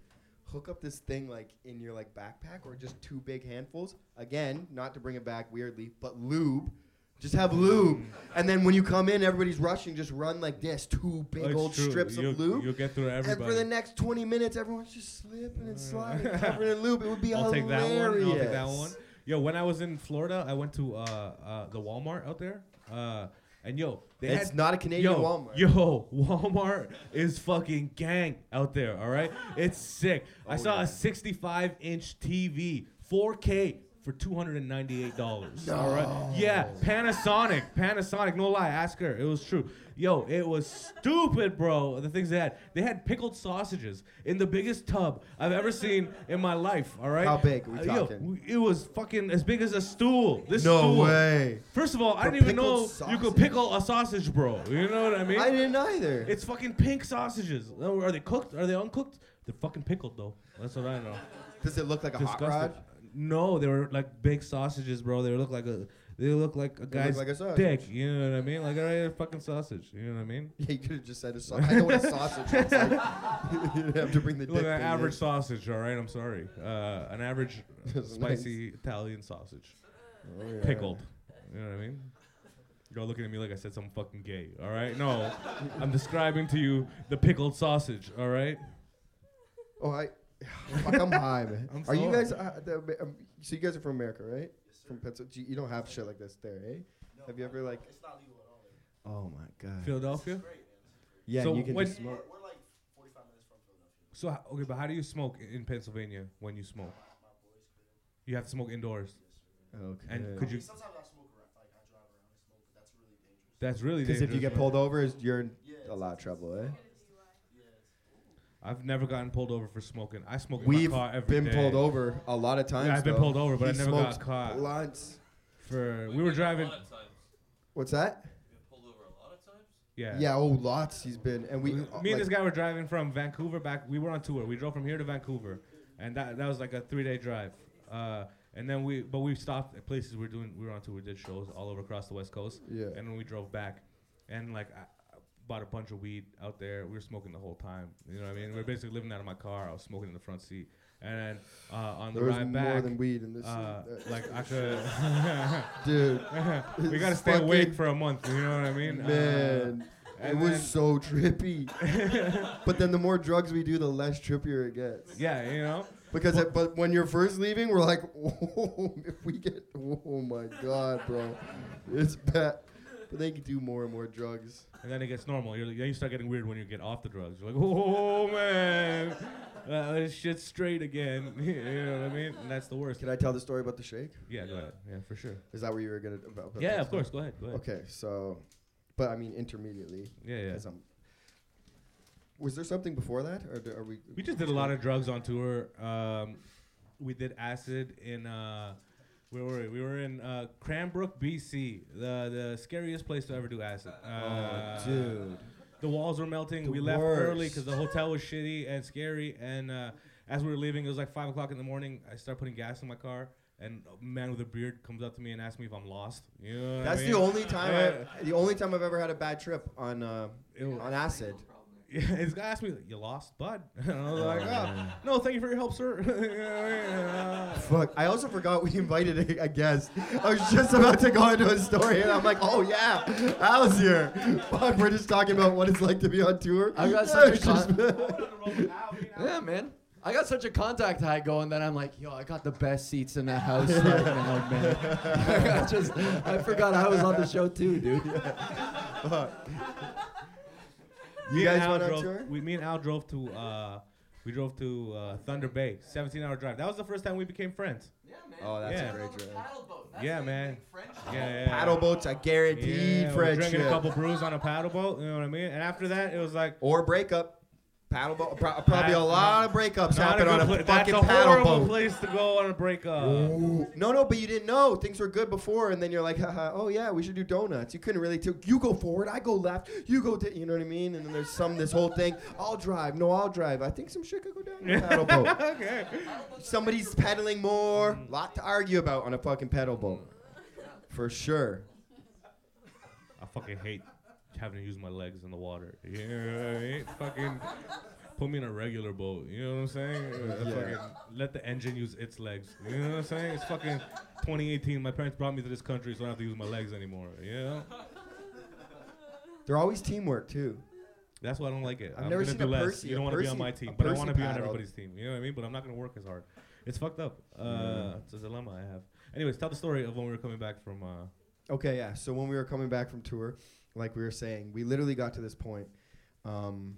[SPEAKER 2] Hook up this thing like in your like backpack or just two big handfuls. Again, not to bring it back weirdly, but lube. Just have lube. And then when you come in, everybody's rushing, just run like this, two big
[SPEAKER 3] It's
[SPEAKER 2] old
[SPEAKER 3] true.
[SPEAKER 2] strips
[SPEAKER 3] You'll-
[SPEAKER 2] of lube.
[SPEAKER 3] You'll get through
[SPEAKER 2] And for the
[SPEAKER 3] everybody.
[SPEAKER 2] next 20 minutes, everyone's just slipping and
[SPEAKER 3] [LAUGHS]
[SPEAKER 2] sliding,
[SPEAKER 3] Uh,
[SPEAKER 2] covered in lube. It would be
[SPEAKER 3] I'll take that
[SPEAKER 2] hilarious.
[SPEAKER 3] one. I'll take that one. Yo, when I was in Florida, I went to uh, uh, the Walmart out there, uh, and yo, they had
[SPEAKER 2] it's not a Canadian
[SPEAKER 3] yo,
[SPEAKER 2] Walmart.
[SPEAKER 3] Yo, Walmart is fucking gang
[SPEAKER 2] [LAUGHS]
[SPEAKER 3] out there, all right? It's sick. I
[SPEAKER 2] Oh,
[SPEAKER 3] saw
[SPEAKER 2] yeah.
[SPEAKER 3] a 65 inch TV, 4K, for two hundred and ninety-eight dollars. All right. Yeah, Panasonic. Panasonic. No lie. Ask her. It was true. Yo, it was stupid, bro. The things they had. They had pickled sausages in the biggest tub I've ever seen in my life. All right.
[SPEAKER 2] How big? We
[SPEAKER 3] Uh, yo,
[SPEAKER 2] talking?
[SPEAKER 3] w- it was fucking as big as a stool. This
[SPEAKER 2] No
[SPEAKER 3] stool.
[SPEAKER 2] way.
[SPEAKER 3] First of all, I
[SPEAKER 5] For
[SPEAKER 3] didn't even
[SPEAKER 5] pickled
[SPEAKER 3] know you could
[SPEAKER 5] sausage.
[SPEAKER 3] pickle a sausage, bro. You know what I mean?
[SPEAKER 2] I didn't either.
[SPEAKER 3] It's fucking pink sausages. No, Are they cooked? Are they uncooked? They're fucking pickled though. That's what I
[SPEAKER 2] [LAUGHS]
[SPEAKER 3] know.
[SPEAKER 2] Does it look like a hot
[SPEAKER 3] Disgusting.
[SPEAKER 2] rod? [LAUGHS]
[SPEAKER 3] No, they were like baked sausages, bro. They look like a they look like a guy's
[SPEAKER 2] like a sausage.
[SPEAKER 3] dick. You know what I mean? Like a regular fucking sausage. You know what I mean?
[SPEAKER 2] Yeah, you could have just said a sausage. I know what a sausage looks like. [LAUGHS] you didn't have to bring the dick.
[SPEAKER 3] Look, an
[SPEAKER 2] thing in.
[SPEAKER 3] average sausage. All right, I'm sorry. Uh, an average
[SPEAKER 2] [LAUGHS] That's
[SPEAKER 3] spicy Italian sausage,
[SPEAKER 2] Oh, yeah.
[SPEAKER 3] pickled. You know what I mean? You're all looking at me like I said something fucking gay. All
[SPEAKER 2] [LAUGHS]
[SPEAKER 3] right, no, I'm describing to you the pickled sausage. All right.
[SPEAKER 2] Oh, I. [SIGHS] Fuck, I'm high, man.
[SPEAKER 3] [LAUGHS] I'm
[SPEAKER 2] are you
[SPEAKER 3] sorry.
[SPEAKER 2] guys? Uh, the, um, so you guys are from America, right? From Pennsylvania. You don't have shit like this there, eh? have you ever like? Oh my god.
[SPEAKER 3] Philadelphia.
[SPEAKER 2] yeah,
[SPEAKER 3] so
[SPEAKER 2] and you can
[SPEAKER 3] when-
[SPEAKER 2] just smoke.
[SPEAKER 3] So h- okay, but how do you smoke i- in Pennsylvania when you smoke? You have to smoke indoors,
[SPEAKER 2] Okay.
[SPEAKER 3] and
[SPEAKER 2] [LAUGHS]
[SPEAKER 3] could you? That's really
[SPEAKER 2] Because if you
[SPEAKER 3] dangerous,
[SPEAKER 2] get
[SPEAKER 3] man.
[SPEAKER 2] pulled over, is- you're in a lot of trouble, eh?
[SPEAKER 3] I've never gotten pulled over for smoking. I smoke in
[SPEAKER 2] We've
[SPEAKER 3] my car every
[SPEAKER 2] been
[SPEAKER 3] day.
[SPEAKER 2] pulled over a lot of times.
[SPEAKER 3] Yeah, I've been
[SPEAKER 2] though.
[SPEAKER 3] pulled over, but
[SPEAKER 2] he
[SPEAKER 3] I never
[SPEAKER 2] smokes
[SPEAKER 3] got caught.
[SPEAKER 2] Blunts.
[SPEAKER 3] For we were driving.
[SPEAKER 2] What's that?
[SPEAKER 3] Yeah. [LAUGHS]
[SPEAKER 2] Yeah. Oh, lots. He's been, and we.
[SPEAKER 3] Me
[SPEAKER 2] uh,
[SPEAKER 3] and
[SPEAKER 2] like-
[SPEAKER 3] this guy were driving from Vancouver back. We were on tour. We drove from here to Vancouver, and that that was like a three day drive. Uh, and then we, but we stopped at places. We're doing. We were on tour. We did shows all over across the West Coast.
[SPEAKER 2] Yeah.
[SPEAKER 3] And then we drove back, and like I, I bought a bunch of weed out there. We were smoking the whole time. You know what I mean? We were basically living out of my car. I was smoking in the front seat, and then uh, on
[SPEAKER 2] There
[SPEAKER 3] the
[SPEAKER 2] was
[SPEAKER 3] ride
[SPEAKER 2] more
[SPEAKER 3] back,
[SPEAKER 2] than weed in this,
[SPEAKER 3] uh,
[SPEAKER 2] uh,
[SPEAKER 3] like I could.
[SPEAKER 2] [LAUGHS]
[SPEAKER 3] [LAUGHS]
[SPEAKER 2] dude.
[SPEAKER 3] we gotta
[SPEAKER 2] It's
[SPEAKER 3] stay awake
[SPEAKER 2] fucking-
[SPEAKER 3] for a month. You know what I mean? Uh,
[SPEAKER 2] Man, it
[SPEAKER 3] and
[SPEAKER 2] was
[SPEAKER 3] then-
[SPEAKER 2] so
[SPEAKER 3] [LAUGHS]
[SPEAKER 2] trippy. but then the more drugs we do, the less trippier it gets.
[SPEAKER 3] yeah, you know.
[SPEAKER 2] Because it, but when you're first leaving, we're like, oh, [LAUGHS] if we get, oh my god, bro, it's bad. But they can do more and more drugs.
[SPEAKER 3] And then it gets normal. You're like, then you start getting weird when you get off the drugs. You're like, oh man, uh, this shit's straight again. [LAUGHS] you know what I mean? And that's the worst.
[SPEAKER 2] Can I tell the story about the shake?
[SPEAKER 3] yeah, go ahead. Yeah, for sure.
[SPEAKER 2] Is that where you were gonna? About, about
[SPEAKER 3] Yeah,
[SPEAKER 2] that
[SPEAKER 3] of course. Go ahead. Go ahead.
[SPEAKER 2] Okay, so, but I mean intermediately.
[SPEAKER 3] Yeah, yeah.
[SPEAKER 2] 'cause I'm- was there something before that, or d- are we?
[SPEAKER 3] We just did a lot of drugs on tour. Um, we did acid in uh, where were we? We were in uh, Cranbrook, BC, the the scariest place to ever do acid. Uh,
[SPEAKER 2] Oh, dude.
[SPEAKER 3] The walls were melting.
[SPEAKER 2] The
[SPEAKER 3] we left early 'cause early
[SPEAKER 2] worst.
[SPEAKER 3] because the hotel was shitty and scary. And uh, as we were leaving, it was like five o'clock in the morning. I start putting gas in my car, and a man with a beard comes up to me and asks me if I'm lost. You know what I
[SPEAKER 2] That's the
[SPEAKER 3] mean?
[SPEAKER 2] only time
[SPEAKER 3] Yeah.
[SPEAKER 2] I, the only time I've ever had a bad trip on uh,
[SPEAKER 3] Ew.
[SPEAKER 2] on [LAUGHS] acid.
[SPEAKER 3] [LAUGHS] Yeah, this guy asked me, "You lost, bud?" [LAUGHS] And I was like, oh, "No, thank you for your help, sir." [LAUGHS] You know what I mean? Uh,
[SPEAKER 2] Fuck! I also forgot we invited a, a guest. I was just about to go into a story, and I'm like, "Oh yeah, Al's here." Fuck, we're just talking about what it's like to be on tour.
[SPEAKER 5] I've got
[SPEAKER 2] Yeah,
[SPEAKER 5] such a
[SPEAKER 2] it's just-
[SPEAKER 5] Yeah, man. I got such a contact high going that I'm like, yo, I got the best seats in the
[SPEAKER 2] [LAUGHS]
[SPEAKER 5] house right now, man. [LAUGHS] I just, I forgot I was on the show too, dude.
[SPEAKER 2] you
[SPEAKER 3] Me and
[SPEAKER 2] guys
[SPEAKER 3] Al
[SPEAKER 2] went on
[SPEAKER 3] drove-
[SPEAKER 2] tour?
[SPEAKER 3] We, me and Al drove to uh, we drove to uh, Thunder Bay, 17-hour drive. That was the first time we became friends.
[SPEAKER 5] Yeah, man.
[SPEAKER 2] Oh, that's
[SPEAKER 3] Yeah.
[SPEAKER 2] a great trip.
[SPEAKER 3] Yeah, man. Yeah, yeah, yeah.
[SPEAKER 2] Paddle boats, a guaranteed
[SPEAKER 3] Yeah, we
[SPEAKER 2] friendship.
[SPEAKER 3] drinking a couple brews on a paddle boat. You know what I mean? And after that, it was like
[SPEAKER 2] or breakup. Paddle boat. Pro- probably a
[SPEAKER 3] That's
[SPEAKER 2] lot of
[SPEAKER 3] not-
[SPEAKER 2] breakups
[SPEAKER 3] not
[SPEAKER 2] happen
[SPEAKER 3] good
[SPEAKER 2] on a
[SPEAKER 3] pla-
[SPEAKER 2] fucking
[SPEAKER 3] that's a
[SPEAKER 2] paddle
[SPEAKER 3] horrible
[SPEAKER 2] boat.
[SPEAKER 3] place to go on a breakup.
[SPEAKER 2] Ooh. No, no, but you didn't know. Things were good before, and then you're like, haha, oh yeah, we should do donuts. You couldn't really tell. You go forward, I go left, you go, di- you know what I mean? And then there's some, this whole thing, I'll drive, no, I'll drive. I think some shit could go down on a paddle boat.
[SPEAKER 3] okay.
[SPEAKER 2] Somebody's pedaling more. Lot to argue about on a fucking pedal boat. For sure.
[SPEAKER 3] I fucking hate having to use my legs in the water. You know what I mean? Fucking put me in a regular boat. You know what I'm saying? Uh,
[SPEAKER 2] Yeah.
[SPEAKER 3] fucking let the engine use its legs. You know what I'm saying? It's fucking 2018. My parents brought me to this country, so I don't have to use my legs anymore. You know?
[SPEAKER 2] They're always teamwork, too.
[SPEAKER 3] That's why I don't like it.
[SPEAKER 2] I've
[SPEAKER 3] I'm
[SPEAKER 2] never
[SPEAKER 3] gonna
[SPEAKER 2] seen
[SPEAKER 3] do
[SPEAKER 2] a
[SPEAKER 3] less.
[SPEAKER 2] Percy- a
[SPEAKER 3] you don't want to be on
[SPEAKER 2] Percy-
[SPEAKER 3] my
[SPEAKER 2] a
[SPEAKER 3] team, but I
[SPEAKER 2] Percy
[SPEAKER 3] want to be on
[SPEAKER 2] paddle.
[SPEAKER 3] everybody's team. You know what I mean? But I'm not gonna work as hard. It's fucked up. Uh, It's a dilemma I have. Anyways, tell the story of when we were coming back from. Uh,
[SPEAKER 2] Okay, yeah. So when we were coming back from tour, like we were saying, we literally got to this point um,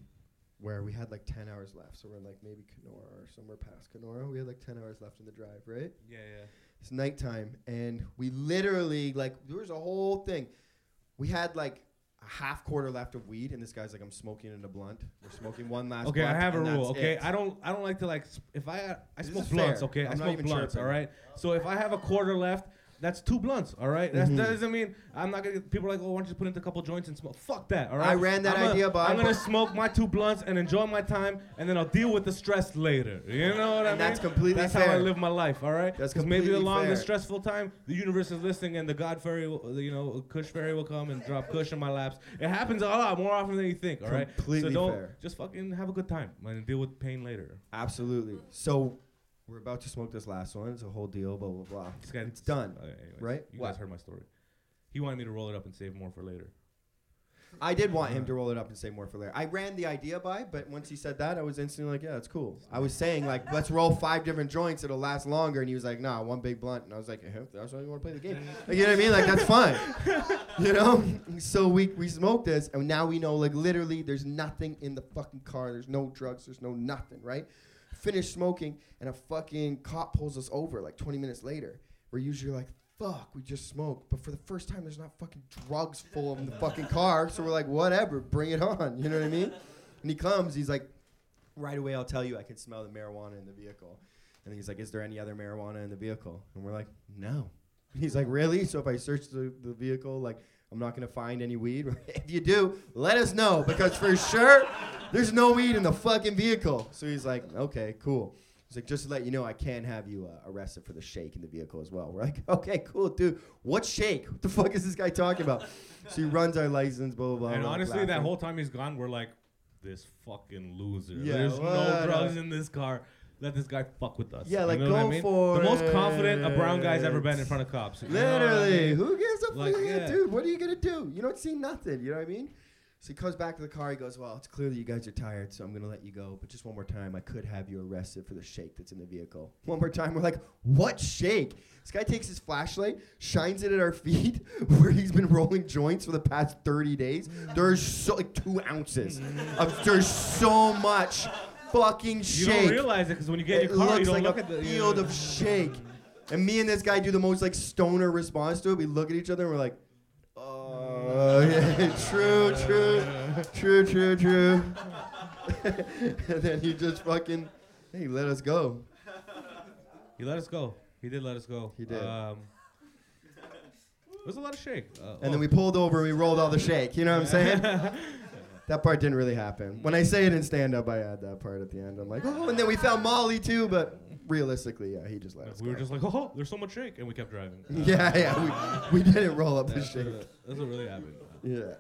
[SPEAKER 2] where we had like 10 hours left. So we're in like maybe Kenora or somewhere past Kenora. We had like 10 hours left in the drive, right?
[SPEAKER 3] Yeah, yeah.
[SPEAKER 2] It's nighttime, and we literally like there was a whole thing. We had like a half quarter left of weed, and this guy's like, "I'm smoking in a blunt. We're smoking one last."
[SPEAKER 3] Okay, I
[SPEAKER 2] blunt,
[SPEAKER 3] have a
[SPEAKER 2] and
[SPEAKER 3] rule.
[SPEAKER 2] that's
[SPEAKER 3] Okay,
[SPEAKER 2] it."
[SPEAKER 3] I don't, I don't like to like. s- If I, I
[SPEAKER 2] This
[SPEAKER 3] smoke
[SPEAKER 2] is
[SPEAKER 3] blunts.
[SPEAKER 2] fair.
[SPEAKER 3] Okay, i
[SPEAKER 2] I'm not
[SPEAKER 3] smoke
[SPEAKER 2] even
[SPEAKER 3] blunts.
[SPEAKER 2] chirping.
[SPEAKER 3] All right. So if I have a quarter left, that's two blunts. All right. That's, That
[SPEAKER 2] Mhm.
[SPEAKER 3] doesn't mean I'm not gonna. People are like, oh, why don't you put in a couple joints and smoke? Fuck that. All right.
[SPEAKER 2] I ran that
[SPEAKER 3] I'm gonna-
[SPEAKER 2] idea by-
[SPEAKER 3] I'm gonna smoke my two blunts and enjoy my time, and then I'll deal with the stress later. You know what I mean?
[SPEAKER 2] And that's completely
[SPEAKER 3] That's how I
[SPEAKER 2] fair.
[SPEAKER 3] live my life. All right.
[SPEAKER 2] That's
[SPEAKER 3] 'Cause maybe
[SPEAKER 2] completely
[SPEAKER 3] along
[SPEAKER 2] fair.
[SPEAKER 3] this stressful time, the universe is listening, and the God fairy, will, you know, Kush fairy will come and drop Kush in my laps. It happens a lot more often than you think. All right.
[SPEAKER 2] Completely
[SPEAKER 3] so don't
[SPEAKER 2] fair.
[SPEAKER 3] just fucking have a good time and deal with pain later.
[SPEAKER 2] Absolutely. So we're about to smoke this last one. It's a whole deal. Blah blah blah.
[SPEAKER 3] This guy-
[SPEAKER 2] It's done.
[SPEAKER 3] Okay, uh, anyways,
[SPEAKER 2] Right?
[SPEAKER 3] You
[SPEAKER 2] What?
[SPEAKER 3] guys heard my story. He wanted me to roll it up and save more for later.
[SPEAKER 2] I did want him to roll it up and say more for later. I ran the idea by, but once he said that, I was instantly like, "Yeah, that's cool." I was saying like, "Let's roll five different joints; it'll last longer." And he was like, "Nah, one big blunt." And I was like, eh, if "That's why you want to play the game." Like, you know what I mean? Like that's fine, [LAUGHS] you know. So we we smoked this, and now we know like literally, there's nothing in the fucking car. There's no drugs. There's no nothing, right? Finish smoking, and a fucking cop pulls us over like 20 minutes later. We're usually like, fuck, we just smoked. But for the first time, there's not fucking drugs full of in the fucking car. So we're like, whatever, bring it on. You know what I mean? And he comes, he's like, right away, I'll tell you, I can smell the marijuana in the vehicle. And he's like, is there any other marijuana in the vehicle? And we're like, no. And he's like, really? So if I search the, the vehicle, like, I'm not gonna find any weed. [LAUGHS] if you do, let us know because for sure there's no weed in the fucking vehicle. So he's like, okay, cool. He's like, just to let you know, I can have you uh, arrested for the shake in the vehicle as well. We're like, [LAUGHS] okay, cool, dude. What shake? What the fuck is this guy talking about? so he runs our license, blah blah blah.
[SPEAKER 3] and
[SPEAKER 2] blah,
[SPEAKER 3] honestly, that
[SPEAKER 2] laughing.
[SPEAKER 3] whole time he's gone, we're like, this fucking loser.
[SPEAKER 2] Yeah,
[SPEAKER 3] There's
[SPEAKER 2] what
[SPEAKER 3] no drugs
[SPEAKER 2] a-
[SPEAKER 3] in this car. Let this guy fuck with us.
[SPEAKER 2] Yeah,
[SPEAKER 3] You
[SPEAKER 2] like,
[SPEAKER 3] know what I
[SPEAKER 2] go
[SPEAKER 3] mean?
[SPEAKER 2] for
[SPEAKER 3] The most confident a brown guy's ever been in
[SPEAKER 2] it.
[SPEAKER 3] front of cops. you know what I
[SPEAKER 2] Literally,
[SPEAKER 3] mean?
[SPEAKER 2] who gives a
[SPEAKER 3] Like,
[SPEAKER 2] fuck,
[SPEAKER 3] yeah.
[SPEAKER 2] dude? What are you gonna do? You don't see nothing. You know what I mean? So he comes back to the car. He goes, "Well, it's clear that you guys are tired, so I'm gonna let you go. But just one more time, I could have you arrested for the shake that's in the vehicle. One more time, we're like, what shake? This guy takes his flashlight, shines it at our [LAUGHS] feet, where he's been rolling joints for the past 30 days. There's so like two ounces. Of, there's so much fucking
[SPEAKER 3] You
[SPEAKER 2] shake
[SPEAKER 3] don't realize it because when you get in
[SPEAKER 2] it
[SPEAKER 3] your car,
[SPEAKER 2] looks
[SPEAKER 3] you don't
[SPEAKER 2] like
[SPEAKER 3] look
[SPEAKER 2] a
[SPEAKER 3] at the
[SPEAKER 2] field of shake. And me and this guy do the most like stoner response to it. We look at each other and we're like, oh, yeah, [LAUGHS] true, true, true, true, true. [LAUGHS] and then he just fucking, hey, let us go.
[SPEAKER 3] He let us go. He did let us go.
[SPEAKER 2] He did.
[SPEAKER 3] Um, it was a lot of shake. Uh,
[SPEAKER 2] And
[SPEAKER 3] oh.
[SPEAKER 2] then we pulled over and we rolled all the shake. You know what I'm saying?
[SPEAKER 3] [LAUGHS]
[SPEAKER 2] that part didn't really happen. When I say it in stand up, I add that part at the end. I'm like, oh, and then we found Molly too, but realistically, yeah, he just let us
[SPEAKER 3] we
[SPEAKER 2] go.
[SPEAKER 3] were just like, oh, there's so much shake, and we kept driving. Uh,
[SPEAKER 2] [LAUGHS] yeah, yeah, we, we didn't roll up the
[SPEAKER 3] That's,
[SPEAKER 2] shake.
[SPEAKER 3] what- that's what really happened.
[SPEAKER 2] Yeah.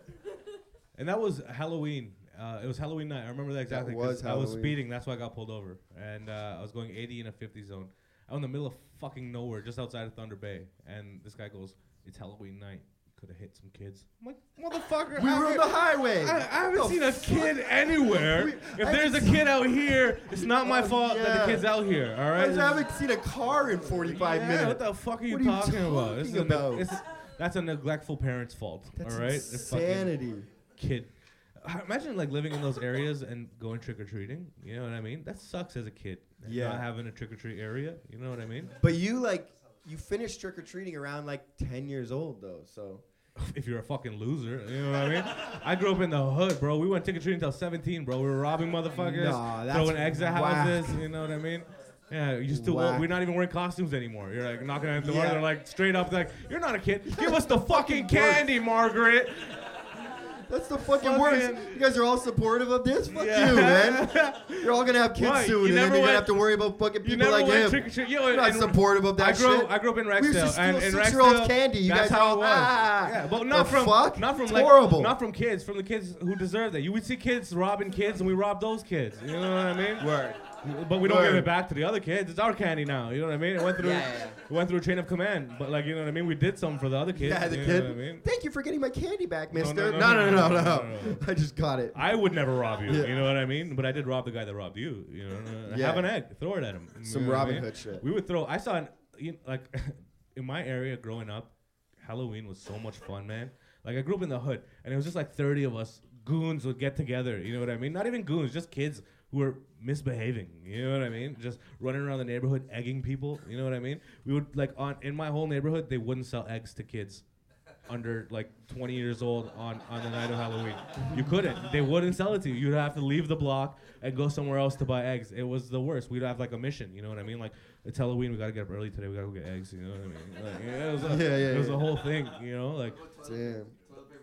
[SPEAKER 3] And that was Halloween. Uh, it was Halloween night. I remember that exactly. 'cause
[SPEAKER 2] was
[SPEAKER 3] I was
[SPEAKER 2] Halloween.
[SPEAKER 3] speeding. That's why I got pulled over. And uh, I was going 80 in a 50 zone. I'm in the middle of fucking nowhere, just outside of Thunder Bay. And this guy goes, "It's Halloween night. Could have hit some kids." I'm like, "Motherfucker,
[SPEAKER 2] We
[SPEAKER 3] out
[SPEAKER 2] were on
[SPEAKER 3] here-
[SPEAKER 2] the highway.
[SPEAKER 3] I, I haven't
[SPEAKER 2] The
[SPEAKER 3] seen a kid anywhere.
[SPEAKER 2] We-
[SPEAKER 3] if
[SPEAKER 2] I
[SPEAKER 3] there's a
[SPEAKER 2] haven't
[SPEAKER 3] kid out here, it's not my
[SPEAKER 2] Oh,
[SPEAKER 3] fault that the
[SPEAKER 2] yeah.
[SPEAKER 3] kid's out here. All
[SPEAKER 2] I
[SPEAKER 3] right.
[SPEAKER 2] haven't seen a car in 45
[SPEAKER 3] yeah,
[SPEAKER 2] minutes.
[SPEAKER 3] What the fuck are you,
[SPEAKER 2] What are you
[SPEAKER 3] talking, about?
[SPEAKER 2] talking
[SPEAKER 3] This is a neg-
[SPEAKER 2] about?
[SPEAKER 3] it's- that's a neglectful parent's fault.
[SPEAKER 2] That's
[SPEAKER 3] all right. It's fucking-
[SPEAKER 2] insanity.
[SPEAKER 3] kid. I Imagine like living in those areas and going trick or treating. You know what I mean? That sucks as a kid.
[SPEAKER 2] Yeah.
[SPEAKER 3] Not having a trick or treat area. You know what I mean?
[SPEAKER 2] But you like you finished trick or treating around like 10 years old though, so
[SPEAKER 3] if you're a fucking loser, you know what I mean? I grew up in the hood, bro. We went trick or treating until 17, bro. We were robbing motherfuckers,
[SPEAKER 2] Nah, that's
[SPEAKER 3] throwing eggs at
[SPEAKER 2] whack.
[SPEAKER 3] houses. You know what I mean? Yeah, you still
[SPEAKER 2] Whack.
[SPEAKER 3] we're not even wearing costumes anymore. You're like knocking at the door.
[SPEAKER 2] Yeah.
[SPEAKER 3] They're like straight up like, "You're not a kid. Give us the fucking candy, Margaret."
[SPEAKER 2] that's the fucking worst.
[SPEAKER 3] Fucking-
[SPEAKER 2] You guys are all supportive of this. Fuck
[SPEAKER 3] Yeah.
[SPEAKER 2] you,
[SPEAKER 3] [LAUGHS]
[SPEAKER 2] man. You're all gonna have kids
[SPEAKER 3] Why?
[SPEAKER 2] soon, and
[SPEAKER 3] You
[SPEAKER 2] then
[SPEAKER 3] never
[SPEAKER 2] you're gonna
[SPEAKER 3] went-
[SPEAKER 2] have to worry about fucking
[SPEAKER 3] You
[SPEAKER 2] people
[SPEAKER 3] never
[SPEAKER 2] like
[SPEAKER 3] went
[SPEAKER 2] him.
[SPEAKER 3] trick or treat. Yo,
[SPEAKER 2] You're not
[SPEAKER 3] and-
[SPEAKER 2] supportive of that
[SPEAKER 3] I grew,
[SPEAKER 2] shit.
[SPEAKER 3] I grew up in Rexdale.
[SPEAKER 2] We used to steal
[SPEAKER 3] and in
[SPEAKER 2] six-year-olds
[SPEAKER 3] Rexdale,
[SPEAKER 2] candy. You guys
[SPEAKER 3] that's how
[SPEAKER 2] all,
[SPEAKER 3] it was.
[SPEAKER 2] ah.
[SPEAKER 3] yeah, but not
[SPEAKER 2] The
[SPEAKER 3] from
[SPEAKER 2] fuck?
[SPEAKER 3] not from
[SPEAKER 2] It's
[SPEAKER 3] like
[SPEAKER 2] horrible.
[SPEAKER 3] not from kids, from the kids who deserve that. You would see kids robbing kids, and we rob those kids. You know what I mean?
[SPEAKER 2] Word.
[SPEAKER 3] But we don't give
[SPEAKER 2] Word.
[SPEAKER 3] it back to the other kids. It's our candy now. You know what I mean? It went through
[SPEAKER 2] Yeah, yeah, yeah.
[SPEAKER 3] it went through a chain of command. But like you know what I mean? We did something for the other kids.
[SPEAKER 2] Yeah, the
[SPEAKER 3] you
[SPEAKER 2] kid.
[SPEAKER 3] Know what I mean?
[SPEAKER 2] Thank you for getting my candy back,
[SPEAKER 3] No, no,
[SPEAKER 2] Mister.
[SPEAKER 3] no, no, no, no, no, no.
[SPEAKER 2] I just got it.
[SPEAKER 3] I would never rob you.
[SPEAKER 2] Yeah.
[SPEAKER 3] You know what I mean? But I did rob the guy that robbed you. You know,
[SPEAKER 2] Yeah.
[SPEAKER 3] have an egg, throw it at him. You
[SPEAKER 2] Some
[SPEAKER 3] know what I
[SPEAKER 2] Robin
[SPEAKER 3] mean?
[SPEAKER 2] Hood shit.
[SPEAKER 3] We would throw. I saw an, you know, like [LAUGHS] in my area growing up, Halloween was so much fun, man. Like I grew up in the hood, and it was just like thirty of us goons would get together. You know what I mean? Not even goons, just kids who were misbehaving. You know what I mean? Just running around the neighborhood egging people. You know what I mean? We would like on in my whole neighborhood they wouldn't sell eggs to kids under like 20 years old on, on the night of Halloween. You couldn't. They wouldn't sell it to you. You'd have to leave the block and go somewhere else to buy eggs. It was the worst. We'd have like a mission. You know what I mean? Like it's Halloween. We gotta get up early today. We gotta go get eggs. You know what I mean? Like, yeah, it was a,
[SPEAKER 2] [LAUGHS] Yeah, yeah,
[SPEAKER 3] It was
[SPEAKER 2] yeah.
[SPEAKER 3] a whole thing. You know, like
[SPEAKER 2] Damn.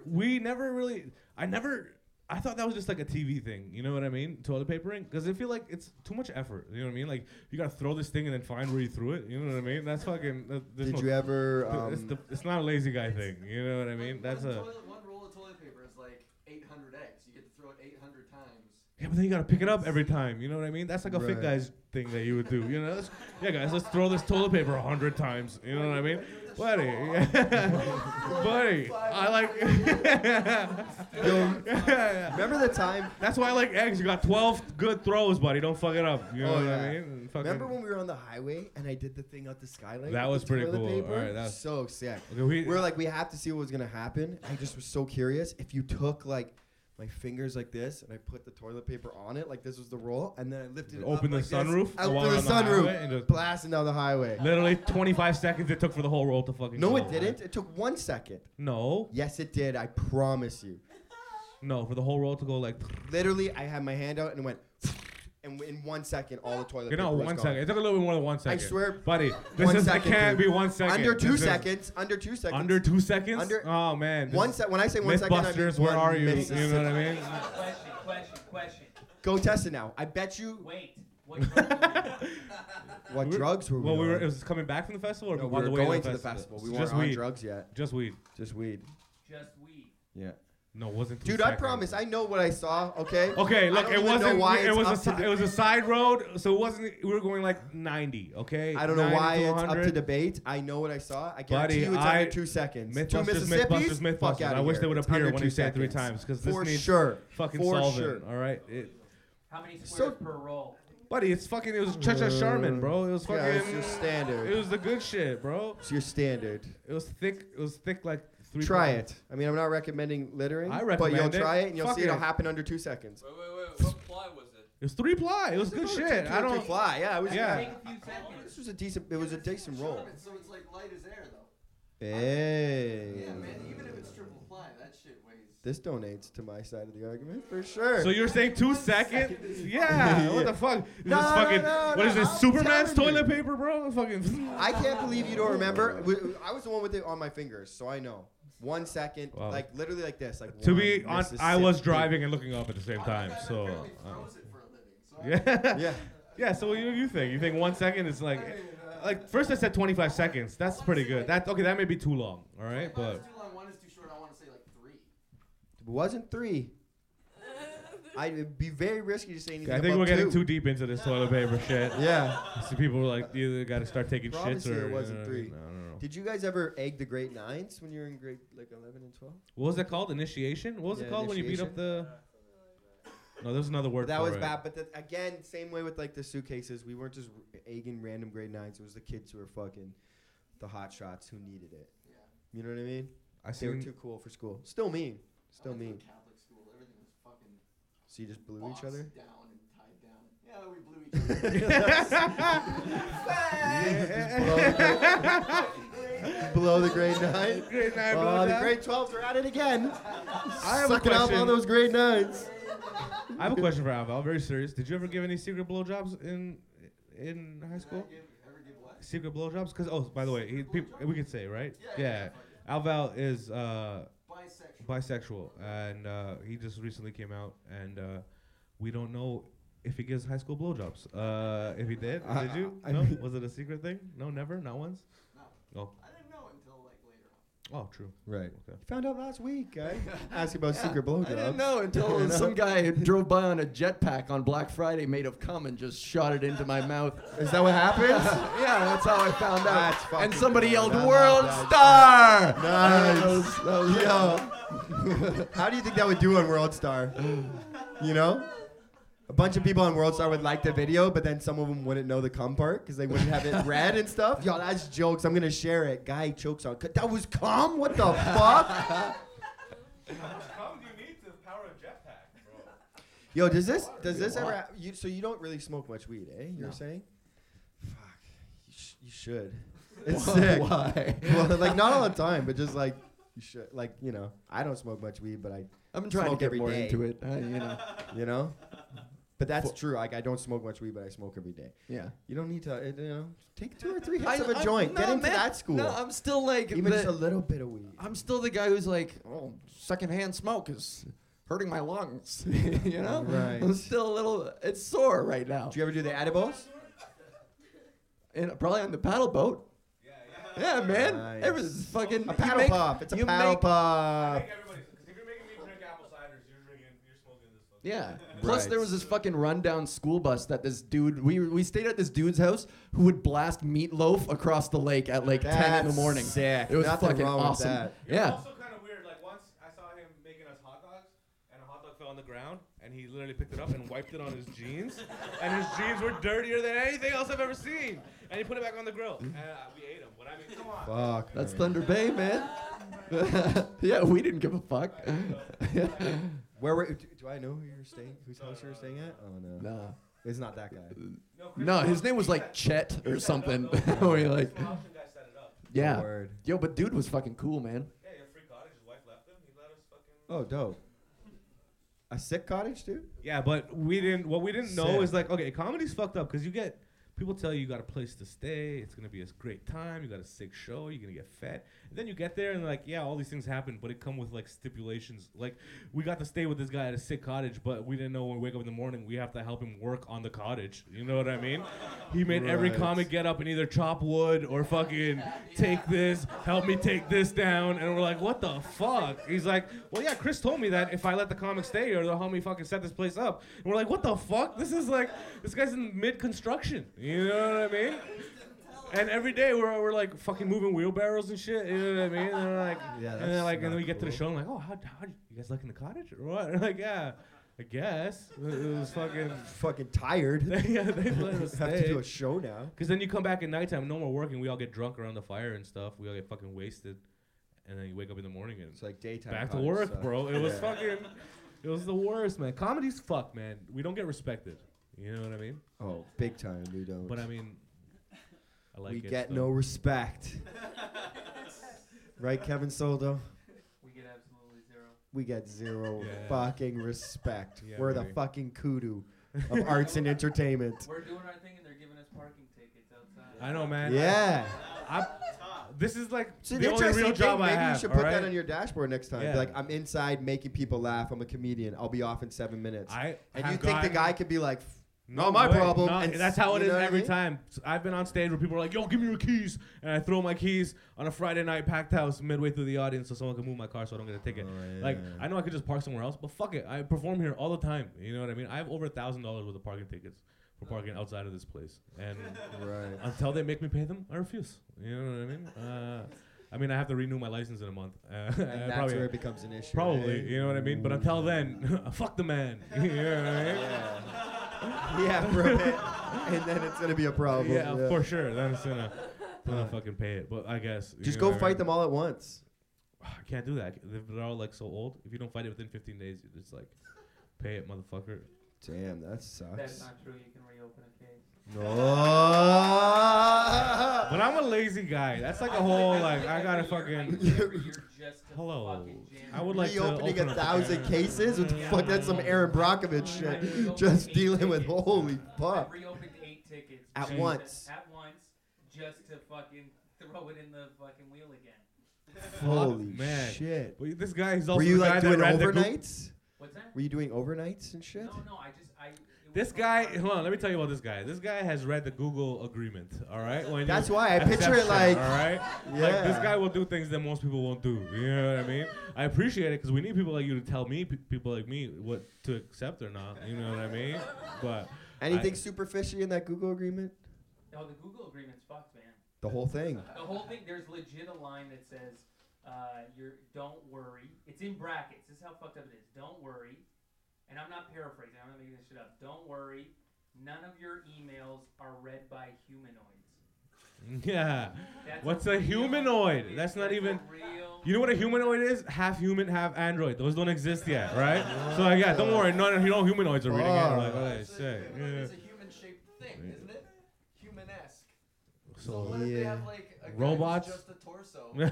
[SPEAKER 3] we never really. I never. I thought that was just like a TV thing. You know what I mean? Toilet papering, because I feel like it's too much effort. You know what I mean? Like you gotta throw this thing and then find where you threw it. You know what I mean? That's fucking. That, there's
[SPEAKER 2] Did
[SPEAKER 3] no-
[SPEAKER 2] you
[SPEAKER 3] [LAUGHS]
[SPEAKER 2] ever?
[SPEAKER 3] th- it's,
[SPEAKER 2] Um,
[SPEAKER 3] the, it's not a lazy guy thing. You know what I mean? That's a.
[SPEAKER 4] Toilet, one roll of toilet paper is like 800 eggs. You get to throw it 800 times.
[SPEAKER 3] Yeah, but then you gotta pick it up every time. You know what I mean? That's like a
[SPEAKER 2] Right.
[SPEAKER 3] fit guy's thing that you would do. You know? Let's- yeah, guys, let's throw this toilet paper a hundred times. You know what I mean, buddy? [LAUGHS] buddy, I [LAUGHS] like.
[SPEAKER 2] yo,
[SPEAKER 3] Yeah.
[SPEAKER 2] remember the time?
[SPEAKER 3] That's why I like eggs. You got 12 good throws, buddy. Don't fuck it up. You know
[SPEAKER 2] Oh,
[SPEAKER 3] what
[SPEAKER 2] yeah.
[SPEAKER 3] I mean? Fucking-
[SPEAKER 2] Remember when we were on the highway and I did the thing out the skylight?
[SPEAKER 3] That
[SPEAKER 2] with
[SPEAKER 3] was
[SPEAKER 2] the
[SPEAKER 3] pretty
[SPEAKER 2] toilet
[SPEAKER 3] cool.
[SPEAKER 2] Paper?
[SPEAKER 3] Alright, that was-
[SPEAKER 2] so sick.
[SPEAKER 3] Okay, we-
[SPEAKER 2] We were like, we have to see what was gonna happen. I just was so curious. If you took like my fingers like this and I put the toilet paper on it, like this was the roll, and then I lifted it
[SPEAKER 3] Open
[SPEAKER 2] up
[SPEAKER 3] the
[SPEAKER 2] like this,
[SPEAKER 3] sunroof.
[SPEAKER 2] out
[SPEAKER 3] while
[SPEAKER 2] through the
[SPEAKER 3] on highway,
[SPEAKER 2] sunroof,
[SPEAKER 3] and just-
[SPEAKER 2] blasting down the highway.
[SPEAKER 3] literally 25 seconds it took for the whole roll to fucking.
[SPEAKER 2] No,
[SPEAKER 3] go,
[SPEAKER 2] it
[SPEAKER 3] right?
[SPEAKER 2] didn't. It took one second.
[SPEAKER 3] No,
[SPEAKER 2] Yes, it did. I promise you.
[SPEAKER 3] no, for the whole roll to go like.
[SPEAKER 2] Literally, I had my hand out and it went, [SNIFFS] and w- in one second, all the toilet
[SPEAKER 3] You know,
[SPEAKER 2] paper was
[SPEAKER 3] one
[SPEAKER 2] gone.
[SPEAKER 3] second. It took a little bit more than one second.
[SPEAKER 2] swear-
[SPEAKER 3] buddy. This
[SPEAKER 2] One
[SPEAKER 3] is
[SPEAKER 2] second,
[SPEAKER 3] it can't
[SPEAKER 2] dude.
[SPEAKER 3] be one second.
[SPEAKER 2] Under two
[SPEAKER 3] This is-
[SPEAKER 2] seconds. Under two seconds.
[SPEAKER 3] Under two seconds.
[SPEAKER 2] Under-
[SPEAKER 3] oh man. this
[SPEAKER 2] one
[SPEAKER 3] is-
[SPEAKER 2] sec. When I say one second, I mean
[SPEAKER 3] MythBusters, where
[SPEAKER 2] one
[SPEAKER 3] are you? You know
[SPEAKER 2] Mississippi.
[SPEAKER 3] what I mean?
[SPEAKER 1] Question, question, question.
[SPEAKER 2] Go test it now. I bet you.
[SPEAKER 1] Wait. What drug were you on?
[SPEAKER 3] [LAUGHS]
[SPEAKER 2] What
[SPEAKER 3] We were-
[SPEAKER 2] drugs were we?
[SPEAKER 3] Well, we were.
[SPEAKER 2] on?
[SPEAKER 3] It was coming back from the festival, or
[SPEAKER 2] No, we
[SPEAKER 3] on
[SPEAKER 2] were
[SPEAKER 3] the way
[SPEAKER 2] going
[SPEAKER 3] to the
[SPEAKER 2] festival.
[SPEAKER 3] festival.
[SPEAKER 2] We
[SPEAKER 3] just
[SPEAKER 2] weren't on
[SPEAKER 3] weed.
[SPEAKER 2] drugs yet.
[SPEAKER 3] Just weed.
[SPEAKER 2] Just weed.
[SPEAKER 1] Just weed.
[SPEAKER 2] Yeah.
[SPEAKER 3] No, it wasn't. two
[SPEAKER 2] Dude, I
[SPEAKER 3] seconds.
[SPEAKER 2] promise. I know what I saw. Okay.
[SPEAKER 3] Okay, look,
[SPEAKER 2] don't
[SPEAKER 3] it
[SPEAKER 2] even know
[SPEAKER 3] wasn't.
[SPEAKER 2] why
[SPEAKER 3] it
[SPEAKER 2] it's
[SPEAKER 3] was a
[SPEAKER 2] up to
[SPEAKER 3] si-
[SPEAKER 2] the-
[SPEAKER 3] it was a side road, so it wasn't. We were going like 90. Okay,
[SPEAKER 2] I don't know
[SPEAKER 3] 90
[SPEAKER 2] why
[SPEAKER 3] to
[SPEAKER 2] it's up
[SPEAKER 3] 100.
[SPEAKER 2] to debate. I I know what I saw. I
[SPEAKER 3] Buddy,
[SPEAKER 2] guarantee you it's
[SPEAKER 3] I-
[SPEAKER 2] under two seconds. two
[SPEAKER 3] Mythbusters,
[SPEAKER 2] Mississippis?
[SPEAKER 3] Mythbusters,
[SPEAKER 2] Fuck
[SPEAKER 3] Mythbusters.
[SPEAKER 2] outta
[SPEAKER 3] I wish
[SPEAKER 2] here.
[SPEAKER 3] they would
[SPEAKER 2] It's
[SPEAKER 3] appear
[SPEAKER 2] under
[SPEAKER 3] when
[SPEAKER 2] two
[SPEAKER 3] you say it three
[SPEAKER 2] seconds.
[SPEAKER 3] times because this
[SPEAKER 2] For
[SPEAKER 3] needs
[SPEAKER 2] sure.
[SPEAKER 3] fucking
[SPEAKER 2] For
[SPEAKER 3] solving.
[SPEAKER 2] sure.
[SPEAKER 3] All right, It-
[SPEAKER 1] How many squares
[SPEAKER 2] So-
[SPEAKER 1] per roll?
[SPEAKER 3] buddy, it's fucking. It was Cha-Cha Sherman, bro. It was fucking.
[SPEAKER 2] Yeah, it's your standard.
[SPEAKER 3] It was the good shit, bro.
[SPEAKER 2] It's your standard.
[SPEAKER 3] It was thick. It was thick like three.
[SPEAKER 2] Try it. I mean, I'm not recommending littering,
[SPEAKER 3] I
[SPEAKER 2] but
[SPEAKER 3] recommend
[SPEAKER 2] you'll
[SPEAKER 3] it.
[SPEAKER 2] try it and you'll
[SPEAKER 3] Fuck
[SPEAKER 2] see it.
[SPEAKER 3] it.
[SPEAKER 2] will happen under two seconds.
[SPEAKER 4] Wait, wait, wait. What ply was it?
[SPEAKER 3] It was three ply. It was good shit. I don't.
[SPEAKER 2] fly. Yeah, it was.
[SPEAKER 3] Yeah.
[SPEAKER 1] Take a few seconds.
[SPEAKER 2] This was a decent. It was a decent roll.
[SPEAKER 4] So it's like light as air, though.
[SPEAKER 2] Hey.
[SPEAKER 4] Yeah, man. Even if it's triple ply, that shit weighs.
[SPEAKER 2] This donates to my side of the argument for sure.
[SPEAKER 3] So you're saying two seconds?
[SPEAKER 2] [LAUGHS]
[SPEAKER 3] Yeah. What the fuck? Is
[SPEAKER 2] No,
[SPEAKER 3] this
[SPEAKER 2] no,
[SPEAKER 3] fucking?
[SPEAKER 2] no,
[SPEAKER 3] what is
[SPEAKER 2] no,
[SPEAKER 3] this?
[SPEAKER 2] I'm
[SPEAKER 3] Superman's
[SPEAKER 2] telling you.
[SPEAKER 3] toilet paper, bro. [LAUGHS] Fucking.
[SPEAKER 2] I can't believe you don't remember. W- w- I was the one with it on my fingers, so I know. One second,
[SPEAKER 3] Wow.
[SPEAKER 2] like literally like this. Like
[SPEAKER 3] To
[SPEAKER 2] one
[SPEAKER 3] be honest, I was
[SPEAKER 2] Mississippi.
[SPEAKER 3] driving and looking up at the same time, so uh, [LAUGHS] yeah,
[SPEAKER 2] Yeah.
[SPEAKER 3] yeah. So what do you think? You think one second is like, like first I said 25 seconds. That's pretty good. That okay? That may be too long. All right,
[SPEAKER 4] One is
[SPEAKER 3] but
[SPEAKER 4] too long, one is too short. I want to say like three.
[SPEAKER 2] It wasn't three. I'd be very risky to say anything.
[SPEAKER 3] I think
[SPEAKER 2] about
[SPEAKER 3] we're getting
[SPEAKER 2] two.
[SPEAKER 3] too deep into this toilet paper shit.
[SPEAKER 2] Yeah.
[SPEAKER 3] So people were like, you either got to start taking
[SPEAKER 2] Promise
[SPEAKER 3] shits
[SPEAKER 2] you
[SPEAKER 3] or
[SPEAKER 2] it wasn't
[SPEAKER 3] you know what I
[SPEAKER 2] three.
[SPEAKER 3] mean? I don't know.
[SPEAKER 2] Did you guys ever egg the grade nines when you were in grade like eleven and twelve?
[SPEAKER 3] What was that called? Initiation? What was
[SPEAKER 2] Yeah,
[SPEAKER 3] it called when you beat up
[SPEAKER 2] initiation.
[SPEAKER 3] the? No, there's another word.
[SPEAKER 2] That
[SPEAKER 3] for
[SPEAKER 2] was
[SPEAKER 3] it.
[SPEAKER 2] bad. But the, again, same way with like the suitcases, we weren't just r- egging random grade nines. It was the kids who were fucking the hot shots who needed it.
[SPEAKER 4] Yeah.
[SPEAKER 2] You know what I mean?
[SPEAKER 3] I
[SPEAKER 2] They were
[SPEAKER 3] seen [LAUGHS]
[SPEAKER 2] [LAUGHS] too cool for school. Still mean. Still
[SPEAKER 4] I went to a
[SPEAKER 2] mean.
[SPEAKER 4] Catholic school. Everything was fucking.
[SPEAKER 2] So you just blew each
[SPEAKER 4] boxed
[SPEAKER 2] other.
[SPEAKER 4] Down and tied down. Yeah, we blew each other.
[SPEAKER 2] [LAUGHS] Blow the grade nine.
[SPEAKER 3] Great night,
[SPEAKER 2] Oh, the
[SPEAKER 3] brother.
[SPEAKER 2] grade twelves are at it again.
[SPEAKER 3] I have a
[SPEAKER 2] Sucking up all
[SPEAKER 3] question.
[SPEAKER 2] those grade nines.
[SPEAKER 3] I have a question for Alval. Very serious. Did you ever give any secret blowjobs in in high school?
[SPEAKER 4] Did I give- ever give what?
[SPEAKER 3] Secret blowjobs? Because oh, by the way, he, peop- we could say right?
[SPEAKER 4] Yeah, yeah, fuck
[SPEAKER 3] Alval is uh,
[SPEAKER 4] Bisexual.
[SPEAKER 3] bisexual, and uh, he just recently came out, and uh, we don't know if he gives high school blowjobs. Uh, if he did,
[SPEAKER 2] I-
[SPEAKER 3] did you?
[SPEAKER 2] I-
[SPEAKER 3] no.
[SPEAKER 2] I-
[SPEAKER 3] Was it a secret thing? No, never, not once.
[SPEAKER 4] No.
[SPEAKER 3] Oh,
[SPEAKER 4] I didn't know until like later on.
[SPEAKER 3] oh, true.
[SPEAKER 2] Right.
[SPEAKER 3] Okay.
[SPEAKER 2] Found out last week,
[SPEAKER 5] [LAUGHS]
[SPEAKER 2] guy. Ask about
[SPEAKER 5] Yeah,
[SPEAKER 2] secret
[SPEAKER 5] I didn't
[SPEAKER 4] [LAUGHS]
[SPEAKER 2] blowjobs.
[SPEAKER 5] know
[SPEAKER 2] [LAUGHS]
[SPEAKER 5] until
[SPEAKER 2] You know?
[SPEAKER 5] some guy drove by on a jetpack on Black Friday made of cum and just shot it into my
[SPEAKER 4] [LAUGHS]
[SPEAKER 5] mouth.
[SPEAKER 2] Is that what happens?
[SPEAKER 5] [LAUGHS] yeah, that's how I found out.
[SPEAKER 2] That's
[SPEAKER 5] and
[SPEAKER 2] fucking
[SPEAKER 5] somebody
[SPEAKER 2] good.
[SPEAKER 5] yelled,
[SPEAKER 2] That's-
[SPEAKER 5] "World
[SPEAKER 2] that's-
[SPEAKER 5] Star!"
[SPEAKER 2] Nice.
[SPEAKER 5] That was- that was-
[SPEAKER 2] Yo, [LAUGHS] how do you think that would do on World Star? You know, a bunch of people on World Star would like the video, but then some of them wouldn't know the cum part because they wouldn't have
[SPEAKER 5] [LAUGHS]
[SPEAKER 2] it read and stuff. Yo, that's jokes. I'm gonna share it. Guy chokes on.
[SPEAKER 5] [LAUGHS]
[SPEAKER 2] That was cum. What the fuck?
[SPEAKER 3] How do you need to power a jetpack?
[SPEAKER 2] Yo, does this does
[SPEAKER 5] Good
[SPEAKER 2] this ever
[SPEAKER 5] water.
[SPEAKER 2] hap- you so you don't really smoke much weed, eh? You're
[SPEAKER 5] No.
[SPEAKER 2] saying? Fuck. You, sh- you
[SPEAKER 5] [LAUGHS]
[SPEAKER 2] should. It's
[SPEAKER 5] Why-
[SPEAKER 2] sick.
[SPEAKER 5] Why?
[SPEAKER 2] well, like not all the time, but just like you should like, you know, I don't smoke much weed, but I,
[SPEAKER 5] I'm trying
[SPEAKER 2] Smoke
[SPEAKER 5] to get
[SPEAKER 2] every
[SPEAKER 5] more
[SPEAKER 2] day.
[SPEAKER 5] into it. I, you know,
[SPEAKER 2] you know? But that's
[SPEAKER 5] For-
[SPEAKER 2] true. Like I don't smoke much weed, but I smoke every day.
[SPEAKER 5] yeah.
[SPEAKER 2] You don't need to, uh, you know, take two or three hits
[SPEAKER 5] I-
[SPEAKER 2] of a
[SPEAKER 5] I'm-
[SPEAKER 2] joint. Get
[SPEAKER 5] no,
[SPEAKER 2] into
[SPEAKER 5] man.
[SPEAKER 2] that school.
[SPEAKER 5] No, I'm still like
[SPEAKER 2] Even
[SPEAKER 5] the-
[SPEAKER 2] just a little bit of weed.
[SPEAKER 5] I'm still the guy who's like, oh, secondhand smoke is hurting my lungs. [LAUGHS] you know,
[SPEAKER 2] Right.
[SPEAKER 5] I'm still a little. It's sore right now.
[SPEAKER 2] Do you ever do the edibles?
[SPEAKER 5] And probably on the paddle boat. Yeah, man.
[SPEAKER 2] Nice.
[SPEAKER 5] Everything's fucking.
[SPEAKER 2] A
[SPEAKER 5] you
[SPEAKER 2] paddle
[SPEAKER 5] make-
[SPEAKER 2] pop. It's a
[SPEAKER 5] you
[SPEAKER 2] paddle
[SPEAKER 5] make- Uh,
[SPEAKER 3] I
[SPEAKER 2] pop.
[SPEAKER 3] think everybody's. 'cause If you're making me drink apple ciders, you're drinking, you're smoking this. fucking-
[SPEAKER 5] Yeah. Plus,
[SPEAKER 2] Right.
[SPEAKER 5] there was this fucking rundown school bus that this dude. We we stayed at this dude's house who would blast meatloaf across the lake at like ten in the
[SPEAKER 2] That's
[SPEAKER 5] morning.
[SPEAKER 2] Sick.
[SPEAKER 5] It was
[SPEAKER 2] Nothing
[SPEAKER 5] fucking
[SPEAKER 2] wrong
[SPEAKER 5] awesome.
[SPEAKER 2] With that.
[SPEAKER 3] It was
[SPEAKER 5] Yeah.
[SPEAKER 3] also kind of weird. Like once I saw him making us hot dogs, and a hot dog fell on the ground, and he literally picked it up and wiped it on his jeans, and his jeans were dirtier than anything else I've ever seen. And he put it back on the grill, and
[SPEAKER 5] Mm-hmm.
[SPEAKER 3] uh, we ate them. But I mean, come on.
[SPEAKER 2] Fuck.
[SPEAKER 5] That's
[SPEAKER 2] man.
[SPEAKER 5] Thunder Bay, man. [LAUGHS] yeah, we didn't give a fuck. [LAUGHS]
[SPEAKER 2] Where were? Do, do I know who you're staying? Whose house you were staying at? Oh no.
[SPEAKER 5] nah.
[SPEAKER 2] It's not that guy.
[SPEAKER 3] Chris
[SPEAKER 5] No, his
[SPEAKER 3] Wilson-
[SPEAKER 5] name was like Chet or something. [LAUGHS] we like,
[SPEAKER 3] Chris Wilson guy set it up.
[SPEAKER 5] yeah.
[SPEAKER 2] Word.
[SPEAKER 5] Yo, but dude was fucking cool, man.
[SPEAKER 3] Yeah, he had free cottage. His wife left him. He let us fucking.
[SPEAKER 2] Oh, dope. A sick cottage, dude.
[SPEAKER 3] Yeah, but we didn't. What we didn't know is
[SPEAKER 2] Sick.
[SPEAKER 3] like, okay, comedy's fucked up because you get people tell you you got a place to stay, it's gonna be a great time, you got a sick show, you're gonna get fed. And then you get there and like, yeah, all these things happen, but it come with like stipulations. Like, we got to stay with this guy at a sick cottage, but we didn't know when we wake up in the morning we have to help him work on the cottage. You know what I mean? He made every
[SPEAKER 2] Right.
[SPEAKER 3] comic get up and either chop wood or fucking take this, help me take this down. And we're like, what the fuck? He's like, well, yeah, Chris told me that if I let the comic stay here, they'll help me fucking set this place up. And we're like, what the fuck? This is like, this guy's in mid construction. You know what I mean? And every day we're, we're like fucking moving wheelbarrows and shit. You know what I mean? And they're like,
[SPEAKER 2] Yeah,
[SPEAKER 3] and then
[SPEAKER 2] that's
[SPEAKER 3] like, and then
[SPEAKER 2] not
[SPEAKER 3] we get to the
[SPEAKER 2] cool.
[SPEAKER 3] show and like, oh, how, how you guys like in the cottage or what? [LAUGHS] like, yeah, I guess it was fucking. [LAUGHS]
[SPEAKER 2] Fucking tired. [LAUGHS]
[SPEAKER 3] yeah, [LAUGHS] they let
[SPEAKER 2] have
[SPEAKER 3] us
[SPEAKER 2] to
[SPEAKER 3] stay.
[SPEAKER 2] do a show now.
[SPEAKER 3] Because then you come back at nighttime, no more working. We all get drunk around the fire and stuff. We all get fucking wasted, and then you wake up in the morning and
[SPEAKER 2] It's like daytime.
[SPEAKER 3] back to
[SPEAKER 2] cottage
[SPEAKER 3] work,
[SPEAKER 2] stuff.
[SPEAKER 3] bro. It was
[SPEAKER 2] Yeah.
[SPEAKER 3] fucking, it was the worst, man. Comedy's fuck, man. We don't get respected. You know what I mean?
[SPEAKER 2] Oh, big time. We don't.
[SPEAKER 3] But I mean, I like
[SPEAKER 2] we
[SPEAKER 3] it.
[SPEAKER 2] get
[SPEAKER 3] so-
[SPEAKER 2] no respect. right, Kevin Soldo?
[SPEAKER 1] [LAUGHS] We get absolutely zero.
[SPEAKER 2] We get zero
[SPEAKER 3] Yeah.
[SPEAKER 2] fucking respect.
[SPEAKER 3] Yeah,
[SPEAKER 2] We're
[SPEAKER 3] buddy.
[SPEAKER 2] the fucking kudu of arts and entertainment.
[SPEAKER 1] We're doing our thing and they're giving us parking tickets outside.
[SPEAKER 3] [LAUGHS] I know, man.
[SPEAKER 2] Yeah. [LAUGHS]
[SPEAKER 3] I, this is like
[SPEAKER 2] It's an
[SPEAKER 3] the only
[SPEAKER 2] interesting
[SPEAKER 3] real
[SPEAKER 2] thing.
[SPEAKER 3] job I
[SPEAKER 2] Maybe
[SPEAKER 3] have.
[SPEAKER 2] you should
[SPEAKER 3] all
[SPEAKER 2] put that
[SPEAKER 3] right?
[SPEAKER 2] on your dashboard next time. Be
[SPEAKER 3] Yeah.
[SPEAKER 2] Like, I'm inside making people laugh. I'm a comedian. I'll be off in seven minutes.
[SPEAKER 3] I
[SPEAKER 2] and
[SPEAKER 3] have
[SPEAKER 2] you think the
[SPEAKER 3] gotten-
[SPEAKER 2] guy could be like, Not my problem.
[SPEAKER 3] No,
[SPEAKER 2] And
[SPEAKER 3] that's how it
[SPEAKER 2] you
[SPEAKER 3] is
[SPEAKER 2] know what I
[SPEAKER 3] every
[SPEAKER 2] mean?
[SPEAKER 3] time. S- I've been on stage where people are like, "Yo, give me your keys," and I throw my keys on a Friday night packed house midway through the audience so someone can move my car so I don't get a ticket.
[SPEAKER 2] Oh,
[SPEAKER 3] Like I know I could just park somewhere else, but fuck it, I perform here all the time. You know what I mean? I have over a thousand dollars worth of parking tickets for parking outside of this place,
[SPEAKER 2] [LAUGHS]
[SPEAKER 3] and [LAUGHS]
[SPEAKER 2] right.
[SPEAKER 3] until they make me pay them, I refuse. You know what I mean? Uh, I mean, I have to renew my license in a month. [LAUGHS] Uh,
[SPEAKER 2] And that's
[SPEAKER 3] probably,
[SPEAKER 2] where it becomes an issue.
[SPEAKER 3] probably.
[SPEAKER 2] eh?
[SPEAKER 3] You know what I mean? But until then, [LAUGHS] fuck the man. you know what I mean?
[SPEAKER 2] [LAUGHS] yeah, for
[SPEAKER 3] [LAUGHS]
[SPEAKER 2] a bit. And then it's going to be a problem.
[SPEAKER 3] Yeah,
[SPEAKER 2] yeah.
[SPEAKER 3] for sure. Then it's
[SPEAKER 2] [LAUGHS]
[SPEAKER 3] gonna, gonna fucking pay it. But I guess you
[SPEAKER 2] Just
[SPEAKER 3] know
[SPEAKER 2] go
[SPEAKER 3] what I
[SPEAKER 2] fight
[SPEAKER 3] mean?
[SPEAKER 2] them all at once.
[SPEAKER 3] [SIGHS] I can't do that. They're- They're all like so old. If you don't fight it within 15 days, it's like, pay it, motherfucker.
[SPEAKER 2] Damn, that
[SPEAKER 1] That's
[SPEAKER 2] sucks.
[SPEAKER 1] not true. You can reopen a case.
[SPEAKER 2] No. [LAUGHS]
[SPEAKER 3] But I'm a lazy guy. That's like a whole like I gotta fucking. Hello.
[SPEAKER 1] Hello.
[SPEAKER 3] I would like to
[SPEAKER 2] Reopening
[SPEAKER 3] open
[SPEAKER 2] a
[SPEAKER 3] up-
[SPEAKER 2] thousand cases? What the fuck? That's some Aaron Brockovich
[SPEAKER 1] Oh
[SPEAKER 2] shit. [LAUGHS] Just dealing with holy
[SPEAKER 1] I
[SPEAKER 2] fuck.
[SPEAKER 1] reopened eight tickets
[SPEAKER 2] At
[SPEAKER 1] just
[SPEAKER 2] once.
[SPEAKER 1] To, at once, just to fucking throw it in the fucking wheel again.
[SPEAKER 2] [LAUGHS] Holy
[SPEAKER 3] man.
[SPEAKER 2] shit.
[SPEAKER 3] But this guy he's also
[SPEAKER 2] Were you
[SPEAKER 3] the
[SPEAKER 2] like
[SPEAKER 3] guy
[SPEAKER 2] doing
[SPEAKER 3] that ran the Goop-
[SPEAKER 2] overnights?
[SPEAKER 1] What's that?
[SPEAKER 2] Were you doing overnights and shit?
[SPEAKER 1] No, no. I just I. it
[SPEAKER 3] This
[SPEAKER 1] was
[SPEAKER 3] guy,
[SPEAKER 1] fucking-
[SPEAKER 3] hold on, let me tell you about this guy. This guy has read the Google agreement, all right? When you
[SPEAKER 2] That's why I
[SPEAKER 3] accept
[SPEAKER 2] picture it
[SPEAKER 3] shit,
[SPEAKER 2] like-
[SPEAKER 3] all right? Like,
[SPEAKER 2] Yeah.
[SPEAKER 3] this guy will do things that most people won't do. You know what I mean? I appreciate it because we need people like you to tell me, pe- people like me, what to accept or not. You know what I mean? But [LAUGHS]
[SPEAKER 2] Anything
[SPEAKER 3] I-
[SPEAKER 2] super fishy in that Google agreement?
[SPEAKER 1] No, Oh, the Google agreement's fucked, man.
[SPEAKER 2] The whole thing.
[SPEAKER 1] The whole thing. There's legit a line that says, uh, "You're don't worry." It's in brackets. This is how fucked up it is. Don't worry, and I'm not paraphrasing. I'm not making this shit up. Don't worry. None of your emails are read by humanoids.
[SPEAKER 3] yeah.
[SPEAKER 1] That's
[SPEAKER 3] What's a
[SPEAKER 1] real-
[SPEAKER 3] humanoid? That's not
[SPEAKER 1] a
[SPEAKER 3] even-
[SPEAKER 1] real
[SPEAKER 3] You know what a humanoid is? Half human, half android. Those don't exist yet, right? So like, yeah, don't worry. None, no humanoids are reading it. Like,
[SPEAKER 2] Wow.
[SPEAKER 3] okay,
[SPEAKER 4] It's a,
[SPEAKER 3] sick. Yeah.
[SPEAKER 4] it's a human-shaped thing, isn't it? Humanesque. So
[SPEAKER 3] So,
[SPEAKER 4] what if they
[SPEAKER 2] Yeah.
[SPEAKER 4] have like a guy who's
[SPEAKER 3] Robots?
[SPEAKER 4] just a
[SPEAKER 2] [LAUGHS]
[SPEAKER 4] torso?
[SPEAKER 3] [LAUGHS]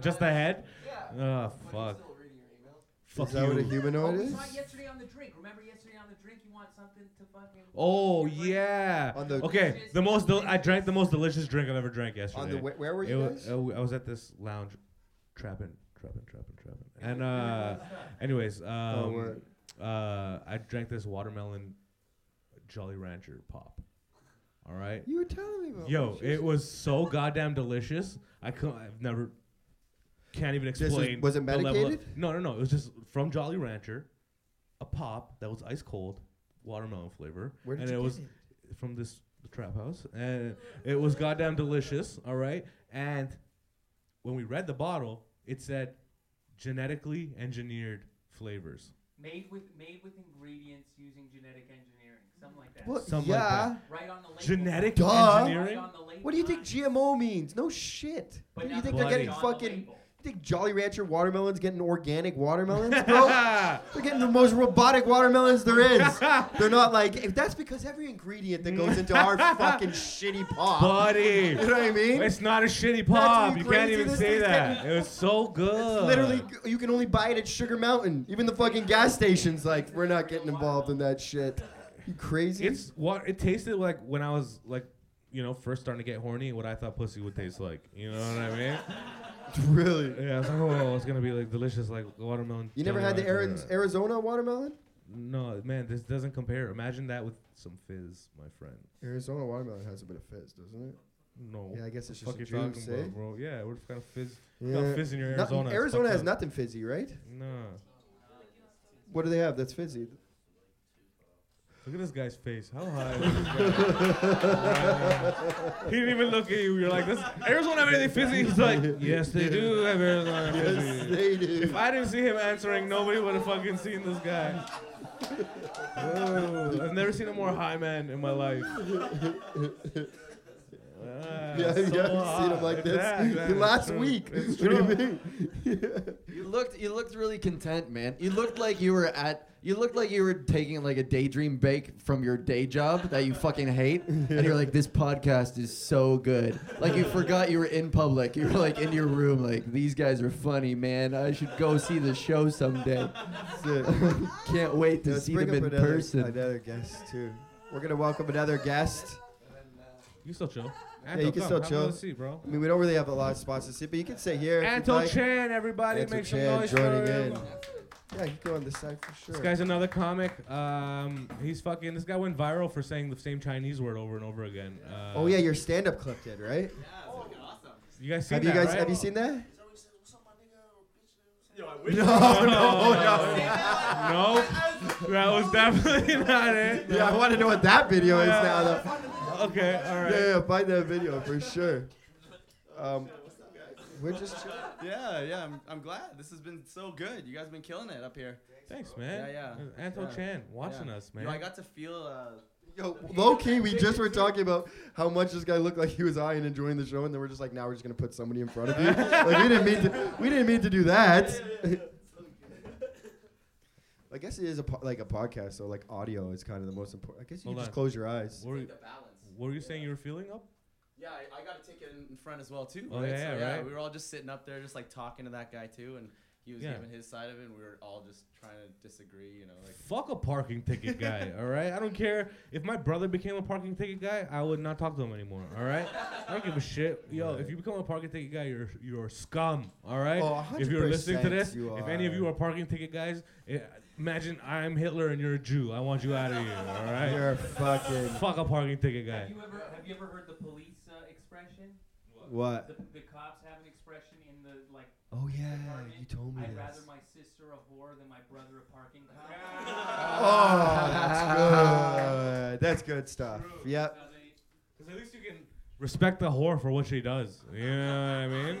[SPEAKER 3] just the head.
[SPEAKER 4] Yeah.
[SPEAKER 3] Oh
[SPEAKER 4] But he's
[SPEAKER 3] fuck.
[SPEAKER 4] still reading your email.
[SPEAKER 3] Fuck
[SPEAKER 2] is that what a
[SPEAKER 3] you.
[SPEAKER 1] Oh,
[SPEAKER 2] humanoid
[SPEAKER 1] we
[SPEAKER 2] is?
[SPEAKER 1] saw it yesterday on the drink. Remember yesterday on the drink? You want something to fucking.
[SPEAKER 3] Oh
[SPEAKER 1] different?
[SPEAKER 3] yeah.
[SPEAKER 2] On the
[SPEAKER 3] Okay, the most del- I drank the most delicious drink I've ever drank yesterday.
[SPEAKER 2] on the wh- where were
[SPEAKER 3] It
[SPEAKER 2] you
[SPEAKER 3] wa-
[SPEAKER 2] guys?
[SPEAKER 3] uh, we- I was at this lounge, trapping, trapping, trapping,
[SPEAKER 2] [LAUGHS]
[SPEAKER 3] trapping. And uh, anyways, um,
[SPEAKER 2] Oh, word.
[SPEAKER 3] uh, I drank this watermelon Jolly Rancher pop. All right.
[SPEAKER 2] you were telling me about.
[SPEAKER 3] Yo,
[SPEAKER 2] this.
[SPEAKER 3] it was so goddamn delicious. I could I've never, can't even
[SPEAKER 2] is-
[SPEAKER 3] explain.
[SPEAKER 2] was it
[SPEAKER 3] the level of-
[SPEAKER 2] medicated?
[SPEAKER 3] no, no, no. It was just from Jolly Rancher, a pop that was ice cold, watermelon flavor,
[SPEAKER 2] Where did
[SPEAKER 3] and
[SPEAKER 2] you
[SPEAKER 3] it
[SPEAKER 2] get
[SPEAKER 3] was
[SPEAKER 2] it?
[SPEAKER 3] from this trap house, and it was goddamn delicious. All right, and when we read the bottle, it said genetically engineered flavors.
[SPEAKER 1] Made with made with ingredients using genetic engineering, something like that.
[SPEAKER 2] Well,
[SPEAKER 3] Something like
[SPEAKER 2] yeah.
[SPEAKER 3] that.
[SPEAKER 1] Right on the label.
[SPEAKER 3] Genetic
[SPEAKER 2] Duh.
[SPEAKER 1] Right
[SPEAKER 3] engineering.
[SPEAKER 1] on the label.
[SPEAKER 2] What do you think
[SPEAKER 1] Not-
[SPEAKER 2] GMO means? No shit.
[SPEAKER 1] but
[SPEAKER 2] Dude, you
[SPEAKER 1] not
[SPEAKER 2] think
[SPEAKER 1] the
[SPEAKER 2] they're
[SPEAKER 3] bloody.
[SPEAKER 2] getting
[SPEAKER 1] on the
[SPEAKER 2] fucking?
[SPEAKER 1] label.
[SPEAKER 2] You think Jolly Rancher watermelons getting
[SPEAKER 4] [LAUGHS]
[SPEAKER 2] organic watermelons, bro?
[SPEAKER 3] [LAUGHS]
[SPEAKER 2] They're getting the most robotic watermelons there is.
[SPEAKER 4] [LAUGHS]
[SPEAKER 2] They're not like eh, that's because every ingredient that goes
[SPEAKER 4] [LAUGHS]
[SPEAKER 2] into our fucking shitty pop.
[SPEAKER 3] Buddy.
[SPEAKER 2] you know what I mean?
[SPEAKER 3] It's not a shitty
[SPEAKER 2] what
[SPEAKER 3] pop.
[SPEAKER 2] you
[SPEAKER 3] You can't
[SPEAKER 2] crazy
[SPEAKER 3] even
[SPEAKER 2] this
[SPEAKER 3] say
[SPEAKER 2] is.
[SPEAKER 3] that. It was so good.
[SPEAKER 2] It's literally, you can only buy it at Sugar Mountain. Even the fucking gas stations, like, we're not getting involved in that shit. You crazy?
[SPEAKER 3] It's what it tasted like when I was like, you know, first starting to get horny. What I thought pussy would taste like. You know what I mean?
[SPEAKER 2] [LAUGHS] really.
[SPEAKER 3] Yeah. I was like, oh, it's gonna be like delicious, like watermelon.
[SPEAKER 2] You never had the
[SPEAKER 3] jelly
[SPEAKER 2] Aaron's,
[SPEAKER 3] ranch.
[SPEAKER 2] Arizona watermelon?
[SPEAKER 3] No, man, this doesn't compare. Imagine that with some fizz, my friend.
[SPEAKER 2] Arizona watermelon has a bit of fizz, doesn't it?
[SPEAKER 3] No.
[SPEAKER 2] Yeah, I guess
[SPEAKER 3] Oh, The
[SPEAKER 2] it's just
[SPEAKER 3] fuck
[SPEAKER 2] a
[SPEAKER 3] you
[SPEAKER 2] Drew
[SPEAKER 3] talking
[SPEAKER 2] say.
[SPEAKER 3] about, bro? Yeah, what kind of fizz?
[SPEAKER 2] Yeah.
[SPEAKER 3] Got fizz in your
[SPEAKER 2] Nothing-
[SPEAKER 3] Arizona. it's
[SPEAKER 2] Arizona
[SPEAKER 3] fucked
[SPEAKER 2] has
[SPEAKER 3] up.
[SPEAKER 2] nothing fizzy, right?
[SPEAKER 3] No.
[SPEAKER 2] What do they have that's fizzy?
[SPEAKER 3] Look at this guy's face. How high is this guy? he didn't even look at you. You're like, this Arizona have anything fizzy? He's like, yes, they do have Arizona
[SPEAKER 2] Yes,
[SPEAKER 3] fizzy.
[SPEAKER 2] they do.
[SPEAKER 3] If I didn't see him answering, nobody would have fucking seen this guy. Whoa, I've never seen a more high man in my life. Ah,
[SPEAKER 2] Yeah,
[SPEAKER 3] so
[SPEAKER 2] you haven't seen
[SPEAKER 3] high.
[SPEAKER 2] him like
[SPEAKER 3] It's that,
[SPEAKER 2] this
[SPEAKER 3] man.
[SPEAKER 2] [LAUGHS]
[SPEAKER 3] It's
[SPEAKER 2] last
[SPEAKER 3] true.
[SPEAKER 2] week.
[SPEAKER 3] It's
[SPEAKER 2] What do [LAUGHS] you
[SPEAKER 3] true.
[SPEAKER 2] mean?
[SPEAKER 5] You looked you looked really content, man. You looked like you were at you looked like you were taking like a daydream break from your day job that you fucking
[SPEAKER 2] [LAUGHS]
[SPEAKER 5] hate. And you're like, this podcast is so good. Like you forgot you were in public. You were like in your room, like, these guys are funny, man. I should go see the show someday.
[SPEAKER 2] That's [LAUGHS] it.
[SPEAKER 5] Can't wait to
[SPEAKER 2] Let's
[SPEAKER 5] see
[SPEAKER 2] bring
[SPEAKER 5] them
[SPEAKER 2] up
[SPEAKER 5] in
[SPEAKER 2] another,
[SPEAKER 5] person.
[SPEAKER 2] Another guest, too. We're going to welcome another guest.
[SPEAKER 3] You still chill.
[SPEAKER 2] Yeah, you can
[SPEAKER 3] come,
[SPEAKER 2] still
[SPEAKER 3] have
[SPEAKER 2] chill.
[SPEAKER 3] another seat, bro.
[SPEAKER 2] I mean, we don't really have a lot of spots to sit, but you can sit here. if you'd
[SPEAKER 3] Anto
[SPEAKER 2] like.
[SPEAKER 3] Chan, everybody,
[SPEAKER 2] Anto
[SPEAKER 3] make some
[SPEAKER 2] Chan
[SPEAKER 3] noise
[SPEAKER 2] joining
[SPEAKER 3] for him.
[SPEAKER 2] in. Yeah, you go on this side for sure.
[SPEAKER 3] This guy's another comic. Um, he's fucking. This guy went viral for saying the same Chinese word over and over again. Uh,
[SPEAKER 2] oh yeah, your stand-up clip did right.
[SPEAKER 3] You guys
[SPEAKER 2] Have
[SPEAKER 3] seen that?
[SPEAKER 2] you guys
[SPEAKER 3] right?
[SPEAKER 2] have you seen that? [LAUGHS]
[SPEAKER 4] No.
[SPEAKER 2] no,
[SPEAKER 3] Nope. That was definitely [LAUGHS] not it.
[SPEAKER 2] Yeah, I want to know what that video is
[SPEAKER 3] Yeah.
[SPEAKER 2] now. Though.
[SPEAKER 3] Okay. All right.
[SPEAKER 2] Yeah, yeah, find that video for sure. Um, we're just chilling.
[SPEAKER 6] Yeah, yeah, I'm, I'm glad. This has been so good. You guys been killing it up here.
[SPEAKER 3] Thanks, man.
[SPEAKER 6] Yeah, yeah.
[SPEAKER 3] Anto
[SPEAKER 6] Yeah.
[SPEAKER 3] Chan watching
[SPEAKER 6] Yeah.
[SPEAKER 3] us,
[SPEAKER 6] You
[SPEAKER 3] man.
[SPEAKER 6] know, I got to feel. Uh,
[SPEAKER 2] Yo, low key, we just were talking about how much this guy looked like he was high and enjoying the show, and then we're just like, now we're just gonna put somebody in front of you. like we didn't mean to, we didn't mean to do that.
[SPEAKER 3] [LAUGHS]
[SPEAKER 2] I guess it is a po- like a podcast, so like audio is kind of the most important. I guess you
[SPEAKER 3] Hold
[SPEAKER 2] can
[SPEAKER 3] on.
[SPEAKER 2] just close your eyes.
[SPEAKER 3] what, were you,
[SPEAKER 6] the balance.
[SPEAKER 3] what were you saying you were feeling up?
[SPEAKER 6] Yeah, I, I got to take it in- in front as well too.
[SPEAKER 3] Oh,
[SPEAKER 6] right?
[SPEAKER 3] yeah,
[SPEAKER 6] so,
[SPEAKER 3] yeah,
[SPEAKER 6] yeah.
[SPEAKER 3] right.
[SPEAKER 6] We were all just sitting up there, just like talking to that guy too, and he was
[SPEAKER 3] Yeah.
[SPEAKER 6] giving his side of it. and We were all just trying to disagree. You know, like
[SPEAKER 3] Fuck a parking
[SPEAKER 2] [LAUGHS]
[SPEAKER 3] ticket guy, all right? I don't care. If my brother became a parking ticket guy, I would not talk to him anymore, all right? I don't give a shit. Yo, if you become a parking ticket guy, you're you're scum, all right?
[SPEAKER 2] Oh,
[SPEAKER 3] if you're listening to
[SPEAKER 2] 100%
[SPEAKER 3] this,
[SPEAKER 2] you
[SPEAKER 3] if any of you
[SPEAKER 2] are.
[SPEAKER 3] are parking ticket guys, i imagine I'm Hitler and you're a Jew. I want you out of here, all right?
[SPEAKER 2] You're fucking
[SPEAKER 3] Fuck a parking ticket
[SPEAKER 1] Have
[SPEAKER 3] guy.
[SPEAKER 1] you ever have you ever heard the police uh, expression?
[SPEAKER 2] what?
[SPEAKER 3] [LAUGHS]
[SPEAKER 1] The, the cops have an expression in the like.
[SPEAKER 2] Oh yeah, you told me
[SPEAKER 1] I'd rather
[SPEAKER 2] this.
[SPEAKER 1] my sister a whore than my brother a parking cop.
[SPEAKER 2] Oh, that's good. That's good stuff. Yep.
[SPEAKER 1] Now they-
[SPEAKER 3] Because at least you can respect the whore for what she does. You know what I mean?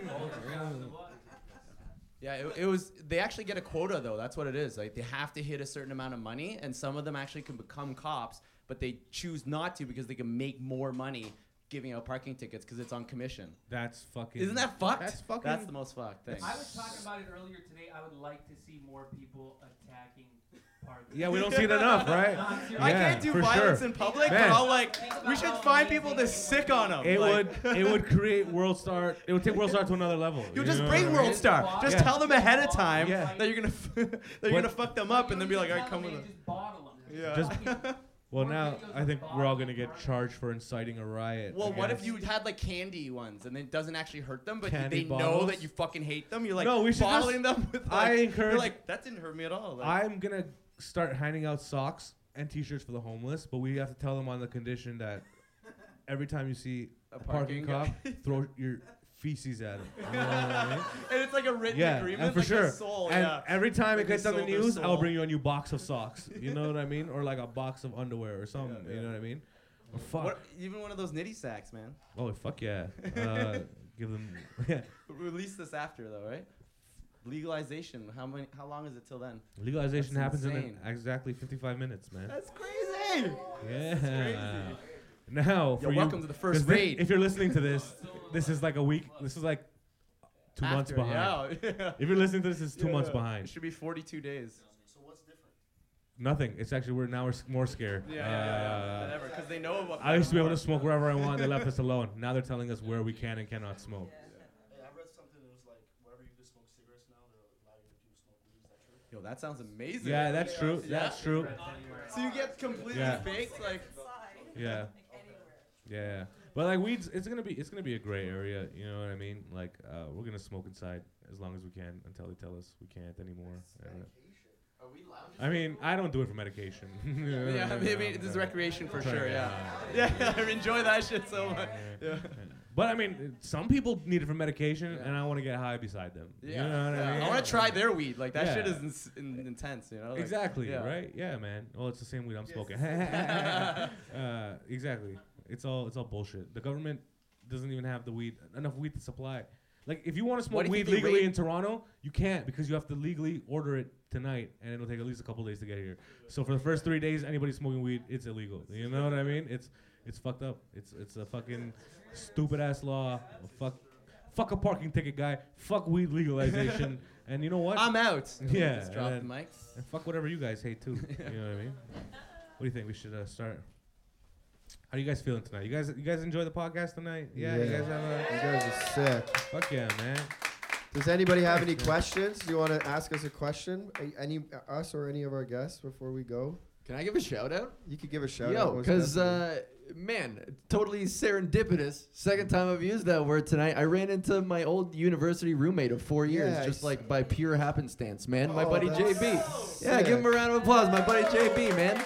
[SPEAKER 6] Yeah, it, it was. They actually get a quota though. That's what it is. Like they have to hit a certain amount of money, and some of them actually can become cops, but they choose not to because they can make more money
[SPEAKER 5] giving out parking tickets because it's on commission.
[SPEAKER 3] That's fucking.
[SPEAKER 5] Isn't that fucked?
[SPEAKER 3] That's fucking.
[SPEAKER 5] That's the most fucked thing.
[SPEAKER 1] I was talking about it earlier today. I would like to see more people attacking parking.
[SPEAKER 3] yeah, we don't see it
[SPEAKER 1] [LAUGHS]
[SPEAKER 3] enough,
[SPEAKER 1] No,
[SPEAKER 3] right?
[SPEAKER 1] I'm serious.
[SPEAKER 5] I
[SPEAKER 3] Yeah,
[SPEAKER 5] can't do
[SPEAKER 3] for
[SPEAKER 5] violence
[SPEAKER 3] sure.
[SPEAKER 5] in public,
[SPEAKER 3] Man.
[SPEAKER 5] but I'll like.
[SPEAKER 1] Think about
[SPEAKER 5] We should
[SPEAKER 1] how
[SPEAKER 5] find
[SPEAKER 1] amazing
[SPEAKER 5] people to
[SPEAKER 1] it
[SPEAKER 5] sick
[SPEAKER 1] would
[SPEAKER 5] on
[SPEAKER 1] be.
[SPEAKER 5] them.
[SPEAKER 3] It
[SPEAKER 5] like,
[SPEAKER 3] would it would create world star. It would take world star to another level.
[SPEAKER 5] You just
[SPEAKER 3] know
[SPEAKER 5] bring
[SPEAKER 3] what I
[SPEAKER 5] World
[SPEAKER 3] mean?
[SPEAKER 5] Star. Just
[SPEAKER 3] Yeah.
[SPEAKER 5] tell them ahead of time
[SPEAKER 1] Yeah.
[SPEAKER 5] that you're gonna f- [LAUGHS] that you're
[SPEAKER 3] What-
[SPEAKER 5] gonna fuck them up
[SPEAKER 1] You
[SPEAKER 5] and then
[SPEAKER 1] don't
[SPEAKER 5] be
[SPEAKER 1] even
[SPEAKER 5] like,
[SPEAKER 1] tell
[SPEAKER 5] all right, come
[SPEAKER 1] them,
[SPEAKER 5] with
[SPEAKER 1] you
[SPEAKER 5] us.
[SPEAKER 1] Just bottle them.
[SPEAKER 5] Yeah.
[SPEAKER 3] Just-
[SPEAKER 1] Fucking-
[SPEAKER 3] Well,
[SPEAKER 1] More
[SPEAKER 3] now
[SPEAKER 1] videos
[SPEAKER 3] I
[SPEAKER 1] of
[SPEAKER 3] think
[SPEAKER 1] Bob
[SPEAKER 3] we're all gonna
[SPEAKER 1] and
[SPEAKER 3] get
[SPEAKER 1] Mark.
[SPEAKER 3] charged for inciting a riot.
[SPEAKER 5] Well,
[SPEAKER 3] I
[SPEAKER 5] what
[SPEAKER 3] guess.
[SPEAKER 5] if you had like candy ones and it doesn't actually hurt them, but
[SPEAKER 3] Candy
[SPEAKER 5] they know
[SPEAKER 3] bottles?
[SPEAKER 5] that you fucking hate them? You're like
[SPEAKER 3] No, we should
[SPEAKER 5] bottling them with like,
[SPEAKER 3] I
[SPEAKER 5] you're
[SPEAKER 3] encourage-
[SPEAKER 5] like that didn't hurt me at all. Like,
[SPEAKER 3] I'm gonna start handing out socks and T-shirts for the homeless, but we have to tell them on the condition that every time you see
[SPEAKER 5] a
[SPEAKER 3] a parking,
[SPEAKER 5] guy.
[SPEAKER 3] cop, [LAUGHS] throw your feces at him. You know what I
[SPEAKER 5] [LAUGHS]
[SPEAKER 3] mean?
[SPEAKER 5] and it's like a written
[SPEAKER 3] Yeah,
[SPEAKER 5] agreement,
[SPEAKER 3] and for
[SPEAKER 5] like
[SPEAKER 3] sure.
[SPEAKER 5] a soul.
[SPEAKER 3] And
[SPEAKER 5] yeah.
[SPEAKER 3] every time
[SPEAKER 5] Like
[SPEAKER 3] it
[SPEAKER 5] they
[SPEAKER 3] gets on the
[SPEAKER 5] sold their
[SPEAKER 3] news, I'll
[SPEAKER 5] soul.
[SPEAKER 3] bring you a new box of socks. You know what I mean? Or like a box of underwear or something. You
[SPEAKER 5] yeah.
[SPEAKER 3] know what I mean? Or fuck.
[SPEAKER 5] What, even one of those nitty sacks, man.
[SPEAKER 3] Oh fuck yeah.
[SPEAKER 5] [LAUGHS]
[SPEAKER 3] Uh, give them. [LAUGHS] Yeah.
[SPEAKER 5] Release this after though, right? Legalization. How many? How long is it till then?
[SPEAKER 3] Legalization
[SPEAKER 5] That's
[SPEAKER 3] happens
[SPEAKER 5] insane.
[SPEAKER 3] in exactly 55 minutes, man.
[SPEAKER 5] That's crazy.
[SPEAKER 3] yeah.
[SPEAKER 5] crazy.
[SPEAKER 3] Now
[SPEAKER 5] Yo,
[SPEAKER 3] for you,
[SPEAKER 5] welcome to the
[SPEAKER 3] 'cause
[SPEAKER 5] first
[SPEAKER 3] thi-
[SPEAKER 5] raid.
[SPEAKER 3] if you're listening to this, this is like a week. This is like two months
[SPEAKER 5] After,
[SPEAKER 3] behind.
[SPEAKER 5] Yeah. yeah.
[SPEAKER 3] If you're listening to this, it's two months
[SPEAKER 5] Yeah. [LAUGHS] It
[SPEAKER 3] behind.
[SPEAKER 5] should be 42 days.
[SPEAKER 3] Nothing. It's actually we're now we're s- more scared.
[SPEAKER 5] Yeah, yeah, yeah.
[SPEAKER 3] Uh,
[SPEAKER 5] Whatever, because they know about.
[SPEAKER 3] I used to be able to smoke wherever I want. They left us alone. Now they're telling us where we can and cannot smoke.
[SPEAKER 7] Hey, I read something that was like, wherever you can smoke cigarettes now, they'll allow you to smoke weed. Is that true?
[SPEAKER 5] Yo, that sounds amazing.
[SPEAKER 3] Yeah, that's true.
[SPEAKER 5] Yeah.
[SPEAKER 3] That's true.
[SPEAKER 5] So you get completely
[SPEAKER 3] Yeah.
[SPEAKER 5] baked, like.
[SPEAKER 3] Yeah. Yeah. But like weeds, it's gonna be it's gonna be a gray area. You know what I mean? Like uh, we're gonna smoke inside as long as we can until they tell us we can't anymore. Uh,
[SPEAKER 8] Are we lounging?
[SPEAKER 3] I mean, I don't do it for medication. [LAUGHS]
[SPEAKER 5] Yeah, maybe this is recreation for
[SPEAKER 3] Sorry,
[SPEAKER 5] sure. Yeah.
[SPEAKER 3] yeah.
[SPEAKER 5] Yeah, I enjoy that shit [LAUGHS] so much.
[SPEAKER 3] Yeah. But I mean, some people need it for medication,
[SPEAKER 5] Yeah.
[SPEAKER 3] and I want to get high beside them.
[SPEAKER 5] Yeah.
[SPEAKER 3] You know what
[SPEAKER 5] yeah.
[SPEAKER 3] I mean?
[SPEAKER 5] want to try their weed. Like that shit
[SPEAKER 3] Yeah.
[SPEAKER 5] is ins- in- intense, you know. Like,
[SPEAKER 3] Exactly,
[SPEAKER 5] yeah.
[SPEAKER 3] right? Yeah, man. Well, it's the same weed I'm
[SPEAKER 5] [LAUGHS]
[SPEAKER 3] smoking. [LAUGHS] uh, exactly. It's all it's all bullshit. The government doesn't even have the weed enough weed to supply. Like if you want to
[SPEAKER 5] Why
[SPEAKER 3] smoke
[SPEAKER 5] do you
[SPEAKER 3] weed
[SPEAKER 5] think they
[SPEAKER 3] legally
[SPEAKER 5] rate-
[SPEAKER 3] in Toronto, you can't because you have to legally order it tonight and it'll take at least a couple days to get here. So for the first 3 days anybody smoking weed, it's illegal. You know what I mean? It's it's fucked up. It's it's a fucking stupid ass law. Fuck fuck a parking ticket guy. Fuck weed
[SPEAKER 5] [LAUGHS]
[SPEAKER 3] legalization. and you know what?
[SPEAKER 5] I'm out.
[SPEAKER 3] Yeah,
[SPEAKER 5] Just drop the
[SPEAKER 3] and
[SPEAKER 5] mic.
[SPEAKER 3] And fuck whatever you guys hate
[SPEAKER 5] [LAUGHS]
[SPEAKER 3] too. You know what I mean? What do you think we should uh, start? How you guys feeling tonight? You guys, you guys enjoy the podcast tonight? Yeah, you
[SPEAKER 2] Yeah.
[SPEAKER 3] guys have a
[SPEAKER 2] You guys are sick.
[SPEAKER 3] fuck yeah, man.
[SPEAKER 2] Does anybody have any questions? Do you want to ask us a question? A- Any us or any of our guests before we go?
[SPEAKER 9] Can I give a shout out?
[SPEAKER 2] You could give a shout out.
[SPEAKER 9] Yo,
[SPEAKER 2] most
[SPEAKER 9] because
[SPEAKER 2] definitely.
[SPEAKER 9] uh, man, totally serendipitous. Second time I've used that word tonight. I ran into my old university roommate of four years,
[SPEAKER 2] Yeah, I
[SPEAKER 9] just
[SPEAKER 2] see.
[SPEAKER 9] like by pure happenstance, man. my
[SPEAKER 2] Oh,
[SPEAKER 9] buddy
[SPEAKER 2] that's
[SPEAKER 9] JB. Yeah, give him a
[SPEAKER 2] sick.
[SPEAKER 9] round of applause, my buddy JB, man.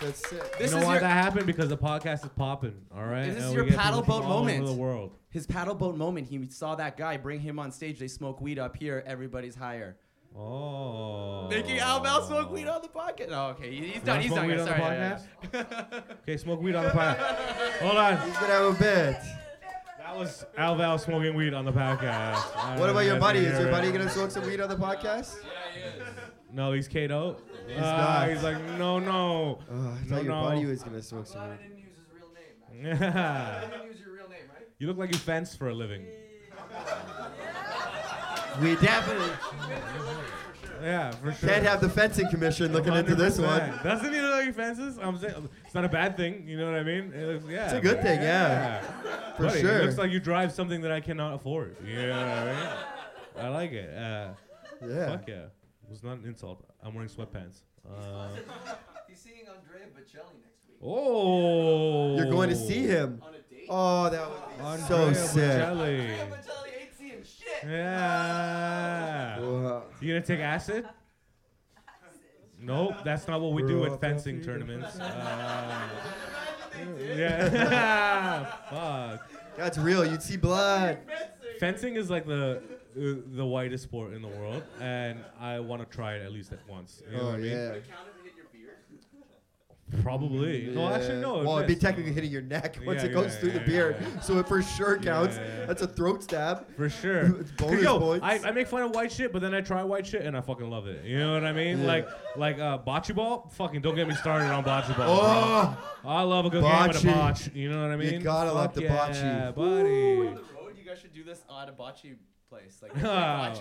[SPEAKER 2] that's sick.
[SPEAKER 5] This
[SPEAKER 3] you know
[SPEAKER 5] is
[SPEAKER 3] why
[SPEAKER 5] your-
[SPEAKER 3] that happened because the podcast is popping. All right,
[SPEAKER 5] This is
[SPEAKER 3] And we
[SPEAKER 5] your
[SPEAKER 3] get people
[SPEAKER 5] paddle
[SPEAKER 3] from
[SPEAKER 5] boat
[SPEAKER 3] all
[SPEAKER 5] moment.
[SPEAKER 3] Over the world.
[SPEAKER 5] His paddle boat moment. He saw that guy. Bring him on stage. They smoke weed up here. Everybody's higher.
[SPEAKER 3] Oh.
[SPEAKER 5] Thinking how about smoke weed on the podcast? Oh, okay. he- He's
[SPEAKER 3] You
[SPEAKER 5] done.
[SPEAKER 3] wanna
[SPEAKER 5] He's
[SPEAKER 3] smoke
[SPEAKER 5] done.
[SPEAKER 3] weed on the
[SPEAKER 5] Sorry. yeah, [LAUGHS]
[SPEAKER 3] Okay, smoke weed on the podcast. Hold on.
[SPEAKER 2] He's gonna have a bit.
[SPEAKER 3] That was Al Val smoking weed on the podcast. I don't
[SPEAKER 2] What about
[SPEAKER 3] know if
[SPEAKER 2] your
[SPEAKER 3] you guys
[SPEAKER 2] buddy?
[SPEAKER 3] can
[SPEAKER 2] Is
[SPEAKER 3] hear
[SPEAKER 2] your
[SPEAKER 3] it. Uh,
[SPEAKER 2] buddy gonna smoke some weed on the podcast?
[SPEAKER 3] No, he's Kato. He's
[SPEAKER 2] not.
[SPEAKER 3] He's like, no, no.
[SPEAKER 2] Oh, I
[SPEAKER 3] No,
[SPEAKER 2] thought your
[SPEAKER 3] no.
[SPEAKER 2] buddy was gonna smoke
[SPEAKER 8] I'm glad
[SPEAKER 2] some
[SPEAKER 8] I
[SPEAKER 2] weed.
[SPEAKER 8] didn't use his real name. Actually. I
[SPEAKER 3] [LAUGHS] you
[SPEAKER 8] didn't use your real name, right?
[SPEAKER 3] look like you fence for a living.
[SPEAKER 2] We definitely
[SPEAKER 3] Yeah, for sure.
[SPEAKER 2] can't have the fencing commission looking into this one.
[SPEAKER 3] 100%. Doesn't he look like he fences? I'm saying it's not a bad thing. You know what I mean? It looks, yeah,
[SPEAKER 2] It's a good thing, yeah. For
[SPEAKER 3] Buddy,
[SPEAKER 2] sure.
[SPEAKER 3] It looks like you drive something that I cannot afford. You know what I mean? I like it. Uh,
[SPEAKER 2] yeah.
[SPEAKER 3] Fuck yeah. It was not an insult. I'm wearing sweatpants. Uh,
[SPEAKER 8] He's seeing Andrea Bocelli next week
[SPEAKER 3] oh.
[SPEAKER 2] You're going to see him.
[SPEAKER 8] on a date.
[SPEAKER 2] Oh, that would be
[SPEAKER 3] Andrea
[SPEAKER 2] so sick.
[SPEAKER 3] Bocelli.
[SPEAKER 8] Andrea Bocelli ain't seeing shit.
[SPEAKER 3] Yeah.
[SPEAKER 2] Wow.
[SPEAKER 3] You gonna take acid? Nope, that's not what we do at
[SPEAKER 2] [LAUGHS]
[SPEAKER 3] fencing tournaments. Uh, yeah. [LAUGHS] Fuck.
[SPEAKER 2] That's real. You'd see blood.
[SPEAKER 3] Fencing is like the uh, the whitest sport in the world, and I want to try it at least at once. You know
[SPEAKER 2] Oh
[SPEAKER 3] what I mean?
[SPEAKER 2] yeah.
[SPEAKER 8] Count if you hit your beard.
[SPEAKER 3] Probably. No, actually, no.
[SPEAKER 2] Well, it'd be
[SPEAKER 3] missed.
[SPEAKER 2] technically hitting your neck once
[SPEAKER 3] Yeah,
[SPEAKER 2] it goes
[SPEAKER 3] yeah,
[SPEAKER 2] through
[SPEAKER 3] yeah,
[SPEAKER 2] the beard,
[SPEAKER 3] yeah.
[SPEAKER 2] so it for sure counts.
[SPEAKER 3] Yeah, yeah.
[SPEAKER 2] That's a throat stab.
[SPEAKER 3] For sure.
[SPEAKER 2] [LAUGHS] It's
[SPEAKER 3] 'Cause,
[SPEAKER 2] bonus
[SPEAKER 3] yo,
[SPEAKER 2] points.
[SPEAKER 3] I, I make fun of white shit, but then I try white shit and I fucking love it. You know what I mean?
[SPEAKER 2] Yeah.
[SPEAKER 3] Like like uh, bocce ball. Fucking don't get me started on bocce ball.
[SPEAKER 2] Oh,
[SPEAKER 3] bro. I love a good game with a
[SPEAKER 2] Bocce.
[SPEAKER 3] botch. You know what I
[SPEAKER 2] You
[SPEAKER 3] mean?
[SPEAKER 2] gotta
[SPEAKER 3] Fuck
[SPEAKER 2] like the
[SPEAKER 3] yeah,
[SPEAKER 2] bocce.
[SPEAKER 3] [LAUGHS] buddy.
[SPEAKER 6] the road, you guys should do this at a bocce place. Like
[SPEAKER 3] [LAUGHS] Ah, bot-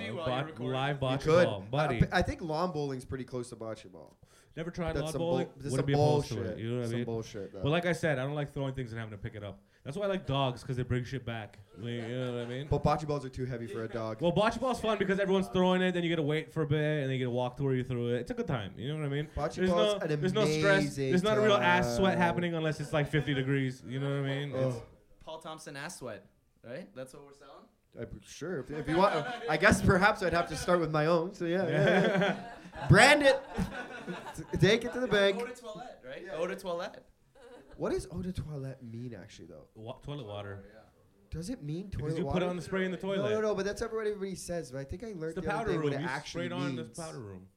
[SPEAKER 3] live
[SPEAKER 2] you
[SPEAKER 3] bocce
[SPEAKER 2] could.
[SPEAKER 3] ball, buddy.
[SPEAKER 2] I, I think lawn bowling's pretty close to bocce ball.
[SPEAKER 3] Never tried
[SPEAKER 2] That's
[SPEAKER 3] lawn
[SPEAKER 2] some,
[SPEAKER 3] bowling.
[SPEAKER 2] bull- that's some
[SPEAKER 3] Wouldn't be opposed to
[SPEAKER 2] bullshit.
[SPEAKER 3] it. You know what I
[SPEAKER 2] some
[SPEAKER 3] mean?
[SPEAKER 2] bullshit. Though.
[SPEAKER 3] But like I said, I don't like throwing things and having to pick it up. That's why I like dogs because they bring shit back. Like, you know what I mean?
[SPEAKER 2] but bocce balls are too heavy for a dog.
[SPEAKER 3] Well, bocce ball's fun because everyone's throwing it, then you gotta wait for a bit, and then you gotta walk to where you threw it. It's a good time. You know what I mean?
[SPEAKER 2] Bocce
[SPEAKER 3] there's
[SPEAKER 2] ball's
[SPEAKER 3] no,
[SPEAKER 2] an
[SPEAKER 3] there's no stress.
[SPEAKER 2] amazing
[SPEAKER 3] There's not a real ass sweat
[SPEAKER 2] time.
[SPEAKER 3] happening unless it's like 50 degrees. You know what I mean? It's-
[SPEAKER 2] Oh,
[SPEAKER 6] Paul Thompson ass sweat, right? That's what we're selling.
[SPEAKER 2] I- Uh, sure. If, if you want, I guess perhaps I'd have to start with my own. So yeah, yeah, yeah. [LAUGHS]
[SPEAKER 3] yeah.
[SPEAKER 2] brand it. Take it to the bank.
[SPEAKER 6] Eau de toilette, right? Eau de toilette.
[SPEAKER 2] What does eau de toilette mean actually though?
[SPEAKER 3] [LAUGHS] Wa- toilet water.
[SPEAKER 2] Does it mean toilet
[SPEAKER 3] Because you
[SPEAKER 2] water?
[SPEAKER 3] put it on the spray in the toilet.
[SPEAKER 2] no, no, no. But that's not what everybody says. But I think I learned
[SPEAKER 3] It's the
[SPEAKER 2] the other
[SPEAKER 3] powder
[SPEAKER 2] day
[SPEAKER 3] room.
[SPEAKER 2] what
[SPEAKER 3] You
[SPEAKER 2] it actually
[SPEAKER 3] spray it on the
[SPEAKER 2] means.
[SPEAKER 3] powder room.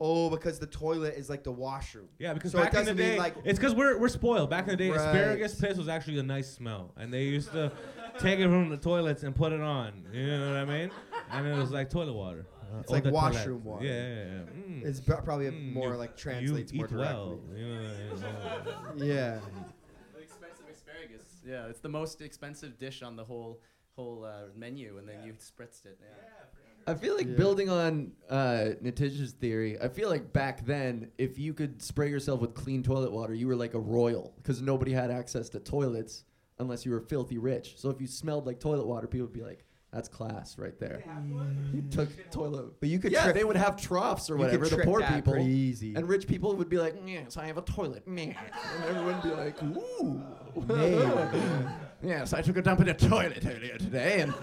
[SPEAKER 2] Oh, because the toilet is like the washroom.
[SPEAKER 3] Yeah, because
[SPEAKER 2] So it
[SPEAKER 3] back in the
[SPEAKER 2] doesn't mean,
[SPEAKER 3] day,
[SPEAKER 2] like-
[SPEAKER 3] it's because we're, we're spoiled. Back in the day,
[SPEAKER 2] Right.
[SPEAKER 3] asparagus piss was actually a nice smell, and they used to take it from the toilets and put it on. You know what I mean? And it was like toilet water. Uh,
[SPEAKER 2] It's
[SPEAKER 3] eau
[SPEAKER 2] like
[SPEAKER 3] de toilette.
[SPEAKER 2] washroom water.
[SPEAKER 3] Yeah, yeah, yeah. Mm.
[SPEAKER 2] It's pro- probably a
[SPEAKER 3] Mm,
[SPEAKER 2] more
[SPEAKER 3] you-
[SPEAKER 2] like translates
[SPEAKER 3] you
[SPEAKER 2] more
[SPEAKER 3] eat well.
[SPEAKER 2] directly.
[SPEAKER 3] You know what I mean?
[SPEAKER 2] Yeah.
[SPEAKER 6] The expensive asparagus. Yeah, it's the most expensive dish on the whole whole uh, menu, and then you spritzed it. Yeah.
[SPEAKER 5] I feel like
[SPEAKER 2] Yeah.
[SPEAKER 5] building on uh, Natisha's theory, I feel like back then, if you could spray yourself with clean toilet water, you were like a royal because nobody had access to toilets unless you were filthy rich. So if you smelled like toilet water, people would be like, that's class right there. You took toilet.
[SPEAKER 2] But you could
[SPEAKER 5] yeah,
[SPEAKER 2] trick-
[SPEAKER 5] they would have troughs or
[SPEAKER 2] you could
[SPEAKER 5] whatever, the
[SPEAKER 2] trick
[SPEAKER 5] poor
[SPEAKER 2] that
[SPEAKER 5] people.
[SPEAKER 2] pretty easy.
[SPEAKER 5] And rich people would be like, yes, I have a toilet. [LAUGHS] Meh." And everyone would be like, ooh.
[SPEAKER 2] Meh.
[SPEAKER 5] yes, I took a dump in a toilet earlier today and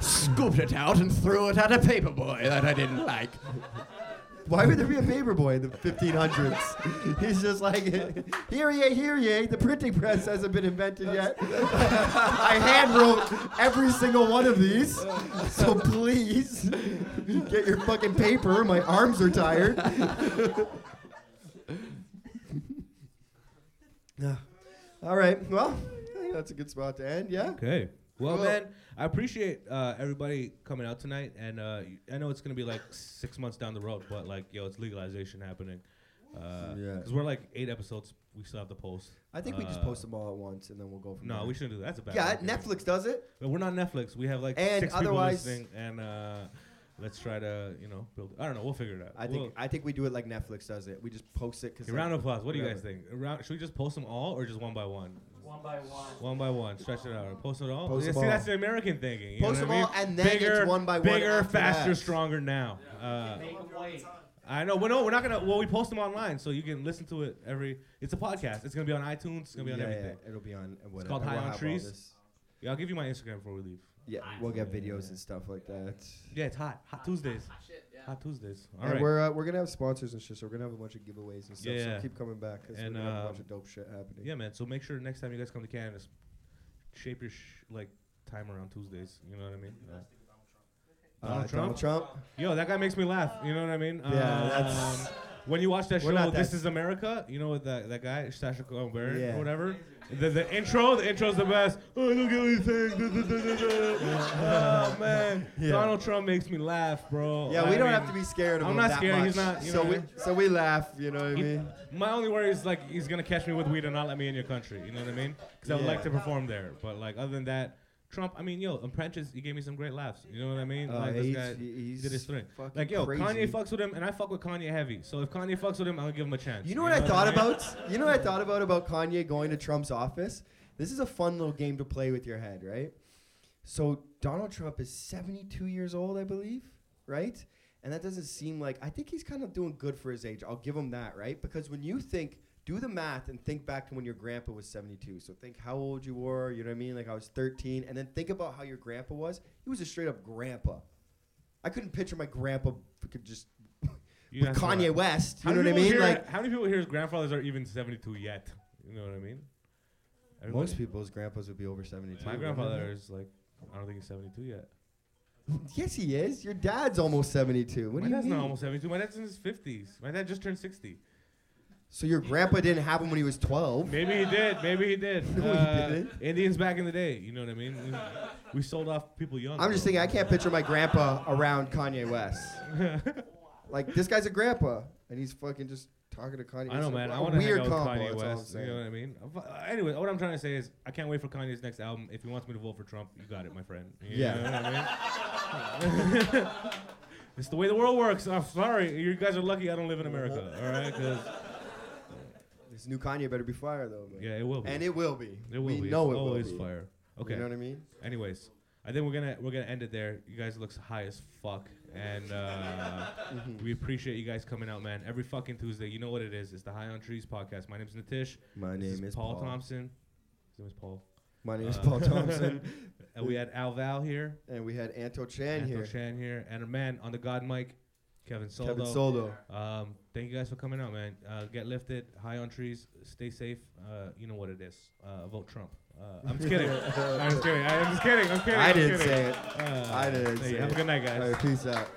[SPEAKER 5] scooped it out and threw it at a paperboy that I didn't like.
[SPEAKER 2] Why would there be a paper boy in the 1500s? [LAUGHS] He's just like, [LAUGHS] here ye, here ye. The printing press hasn't been invented yet. [LAUGHS] I hand wrote every single one of these, [LAUGHS] so please [LAUGHS] get your fucking paper. My arms are tired. [LAUGHS] [SIGHS] Yeah. All right. Well, I think that's a good spot to end. Yeah.
[SPEAKER 3] Okay. Well,
[SPEAKER 2] Cool.
[SPEAKER 3] man, I appreciate uh, everybody coming out tonight, and uh, y- I know it's gonna be like six months down the road, but like, yo, it's legalization happening. Uh
[SPEAKER 2] Yeah.
[SPEAKER 3] Because we're like eight episodes, we still have to post.
[SPEAKER 2] I think we just
[SPEAKER 3] Uh,
[SPEAKER 2] post them all at once and then we'll go from
[SPEAKER 3] No,
[SPEAKER 2] there.
[SPEAKER 3] we shouldn't do that. That's a bad.
[SPEAKER 2] Yeah,
[SPEAKER 3] idea.
[SPEAKER 2] Netflix does it.
[SPEAKER 3] But we're not Netflix. We have like
[SPEAKER 2] And
[SPEAKER 3] six
[SPEAKER 2] otherwise-
[SPEAKER 3] people listening, and uh, let's try to you know build. I don't know. We'll figure it out.
[SPEAKER 2] I think
[SPEAKER 3] We'll-
[SPEAKER 2] I think we do it like Netflix does it. We just post it because
[SPEAKER 3] Okay, round of applause. What do you guys think? A Round, should we just post them all or just one by one?
[SPEAKER 1] One by one.
[SPEAKER 3] One by one, stretch it out. Post it all.
[SPEAKER 2] Post
[SPEAKER 3] yeah,
[SPEAKER 2] them
[SPEAKER 3] see, that's
[SPEAKER 2] all.
[SPEAKER 3] the American thinking. You
[SPEAKER 2] Post them
[SPEAKER 3] know what I mean?
[SPEAKER 2] all and then it's one by one
[SPEAKER 3] Bigger,
[SPEAKER 2] after
[SPEAKER 3] faster,
[SPEAKER 2] that.
[SPEAKER 3] stronger now. Uh,
[SPEAKER 1] Make 'em wait.
[SPEAKER 3] I know. Well, no, we're not gonna. Well, we post them online, so you can listen to it every. It's a podcast. It's gonna be on iTunes. It's gonna be on everything.
[SPEAKER 2] it'll be on. Whatever.
[SPEAKER 3] called High
[SPEAKER 2] We'll
[SPEAKER 3] on
[SPEAKER 2] have all
[SPEAKER 3] Trees.
[SPEAKER 2] this.
[SPEAKER 3] Yeah, I'll give you my Instagram before we leave.
[SPEAKER 2] Yeah, we'll get
[SPEAKER 3] Yeah, yeah,
[SPEAKER 2] videos
[SPEAKER 3] yeah.
[SPEAKER 2] and stuff like that.
[SPEAKER 3] Yeah, it's hot. Hot Tuesdays.
[SPEAKER 6] Ah, shit, yeah.
[SPEAKER 3] Hot Tuesdays. All
[SPEAKER 2] and
[SPEAKER 3] right.
[SPEAKER 2] we're uh, we're gonna have sponsors and shit, so we're gonna have a bunch of giveaways and stuff.
[SPEAKER 3] Yeah.
[SPEAKER 2] So keep coming back because we're
[SPEAKER 3] And,
[SPEAKER 2] gonna have a
[SPEAKER 3] uh,
[SPEAKER 2] bunch of dope shit happening.
[SPEAKER 3] Yeah, man. So make sure next time you guys come to Canada, s- shape your sh- like time around Tuesdays. You know what I mean? Uh,
[SPEAKER 2] Uh,
[SPEAKER 3] Donald
[SPEAKER 2] Donald Trump.
[SPEAKER 3] Yo, that guy makes me laugh. You know what I mean?
[SPEAKER 2] Yeah, that's-
[SPEAKER 3] Um, when you watch that
[SPEAKER 2] We're
[SPEAKER 3] show,
[SPEAKER 2] not
[SPEAKER 3] This
[SPEAKER 2] that-
[SPEAKER 3] Is America. You know what that that guy, Sacha Baron
[SPEAKER 2] Yeah.
[SPEAKER 3] or whatever. The, the intro, the intro's the best. Oh, look at what he's saying. Da, da, da, da, da.
[SPEAKER 2] [LAUGHS]
[SPEAKER 3] Oh man,
[SPEAKER 2] Yeah.
[SPEAKER 3] Donald Trump makes me laugh, bro.
[SPEAKER 2] Yeah,
[SPEAKER 3] oh, I
[SPEAKER 2] we don't
[SPEAKER 3] mean,
[SPEAKER 2] have to be scared of
[SPEAKER 3] I'm
[SPEAKER 2] him
[SPEAKER 3] not
[SPEAKER 2] that
[SPEAKER 3] scared, he's
[SPEAKER 2] much.
[SPEAKER 3] not, you
[SPEAKER 2] so
[SPEAKER 3] know.
[SPEAKER 2] we so we laugh. You know what I
[SPEAKER 3] He-
[SPEAKER 2] mean?
[SPEAKER 3] My only worry is like he's gonna catch me with weed and not let me in your country. You know what I mean? Because I would
[SPEAKER 2] Yeah.
[SPEAKER 3] like to perform there, but like other than that, Trump. I mean, yo, Apprentice, he gave me some great laughs. You know what I mean?
[SPEAKER 2] Uh,
[SPEAKER 3] like this
[SPEAKER 2] he's,
[SPEAKER 3] guy
[SPEAKER 2] he's
[SPEAKER 3] did his thing.
[SPEAKER 2] fucking
[SPEAKER 3] Like yo,
[SPEAKER 2] crazy.
[SPEAKER 3] Kanye fucks with him, and I fuck with Kanye heavy. So if Kanye fucks with him, I'll give him a chance.
[SPEAKER 2] You know what I thought
[SPEAKER 3] mean?
[SPEAKER 2] about? You know what I thought about about Kanye going to Trump's office? This is a fun little game to play with your head, right? So Donald Trump is 72 years old, I believe, right? And that doesn't seem like I think he's kind of doing good for his age. I'll give him that, right? Because when you think do the math and think back to when your grandpa was 72. So think how old you were, you know what I mean? Like I was 13 and then think about how your grandpa was. He was a straight up grandpa. I couldn't picture my grandpa could just
[SPEAKER 3] You
[SPEAKER 2] with
[SPEAKER 3] asked about-
[SPEAKER 2] Kanye West,
[SPEAKER 3] How
[SPEAKER 2] you know what I
[SPEAKER 3] many people
[SPEAKER 2] mean?
[SPEAKER 3] here-
[SPEAKER 2] Like
[SPEAKER 3] how many people here's grandfathers are even 72 yet? You know what I mean? Everybody?
[SPEAKER 2] Most people's grandpas would be over 72.
[SPEAKER 3] My
[SPEAKER 2] wouldn't [LAUGHS]
[SPEAKER 3] grandfather is like, I don't think he's 72 yet.
[SPEAKER 2] they? Yes, he is. Your dad's almost 72. What
[SPEAKER 3] My
[SPEAKER 2] do you
[SPEAKER 3] dad's
[SPEAKER 2] mean?
[SPEAKER 3] not almost 72. My dad's in his 50s. My dad just turned 60.
[SPEAKER 2] So your grandpa didn't have them when he was 12.
[SPEAKER 3] Maybe he did. Maybe he
[SPEAKER 2] [LAUGHS]
[SPEAKER 3] did.
[SPEAKER 2] No, he
[SPEAKER 3] Uh,
[SPEAKER 2] didn't.
[SPEAKER 3] Indians back in the day. You know what I mean? We, we sold off people young.
[SPEAKER 2] I'm just
[SPEAKER 3] bro.
[SPEAKER 2] thinking, I can't picture my grandpa around Kanye
[SPEAKER 3] [LAUGHS]
[SPEAKER 2] West. like, this guy's a grandpa, and he's fucking just talking to Kanye
[SPEAKER 3] I know,
[SPEAKER 2] It's
[SPEAKER 3] man.
[SPEAKER 2] a
[SPEAKER 3] I want to hang
[SPEAKER 2] weird
[SPEAKER 3] out with
[SPEAKER 2] combo,
[SPEAKER 3] Kanye
[SPEAKER 2] that's all I'm
[SPEAKER 3] West. You
[SPEAKER 2] saying.
[SPEAKER 3] know what I mean? But uh, Anyway, what I'm trying to say is, I can't wait for Kanye's next album. If he wants me to vote for Trump, you got it, my friend. You
[SPEAKER 2] Yeah.
[SPEAKER 3] know what I mean? [LAUGHS] it's the way the world works. I'm sorry. You guys are lucky I don't live in America.
[SPEAKER 2] [LAUGHS]
[SPEAKER 3] All right? 'Cause-
[SPEAKER 2] This new Kanye better be fire, though. Man.
[SPEAKER 3] yeah, it will be.
[SPEAKER 2] And it will be.
[SPEAKER 3] It will
[SPEAKER 2] we
[SPEAKER 3] be.
[SPEAKER 2] know
[SPEAKER 3] It's
[SPEAKER 2] it will
[SPEAKER 3] always
[SPEAKER 2] be.
[SPEAKER 3] fire. Okay.
[SPEAKER 2] You know what I
[SPEAKER 3] [LAUGHS]
[SPEAKER 2] mean?
[SPEAKER 3] Anyways, I think we're gonna we're gonna end it there. You guys looks high as fuck, and uh,
[SPEAKER 2] Mm-hmm.
[SPEAKER 3] we appreciate you guys coming out, man. Every fucking Tuesday, you know what it is? It's the High on Trees podcast. My name's Natish.
[SPEAKER 2] My
[SPEAKER 3] This
[SPEAKER 2] name is Paul.
[SPEAKER 3] Thompson. His name is Paul.
[SPEAKER 2] My name is
[SPEAKER 3] Uh, [LAUGHS]
[SPEAKER 2] Paul Thompson,
[SPEAKER 3] and we had Al Val here,
[SPEAKER 2] and we had Anto Chan
[SPEAKER 3] Anto
[SPEAKER 2] here.
[SPEAKER 3] Chan here, and a man on the God mic, Kevin Soldo.
[SPEAKER 2] Kevin Soldo.
[SPEAKER 3] Um, thank you guys for coming out, man. Uh, get lifted, high on trees, stay safe. Uh, you know what it is. Uh, vote Trump. Uh, I'm just
[SPEAKER 2] [LAUGHS]
[SPEAKER 3] kidding. I'm just kidding. I'm just kidding. I'm kidding.
[SPEAKER 2] I
[SPEAKER 3] I'm
[SPEAKER 2] didn't
[SPEAKER 3] kidding.
[SPEAKER 2] say it.
[SPEAKER 3] Uh,
[SPEAKER 2] I didn't
[SPEAKER 3] hey,
[SPEAKER 2] say
[SPEAKER 3] Have a
[SPEAKER 2] it.
[SPEAKER 3] good night, guys.
[SPEAKER 2] All right, peace out.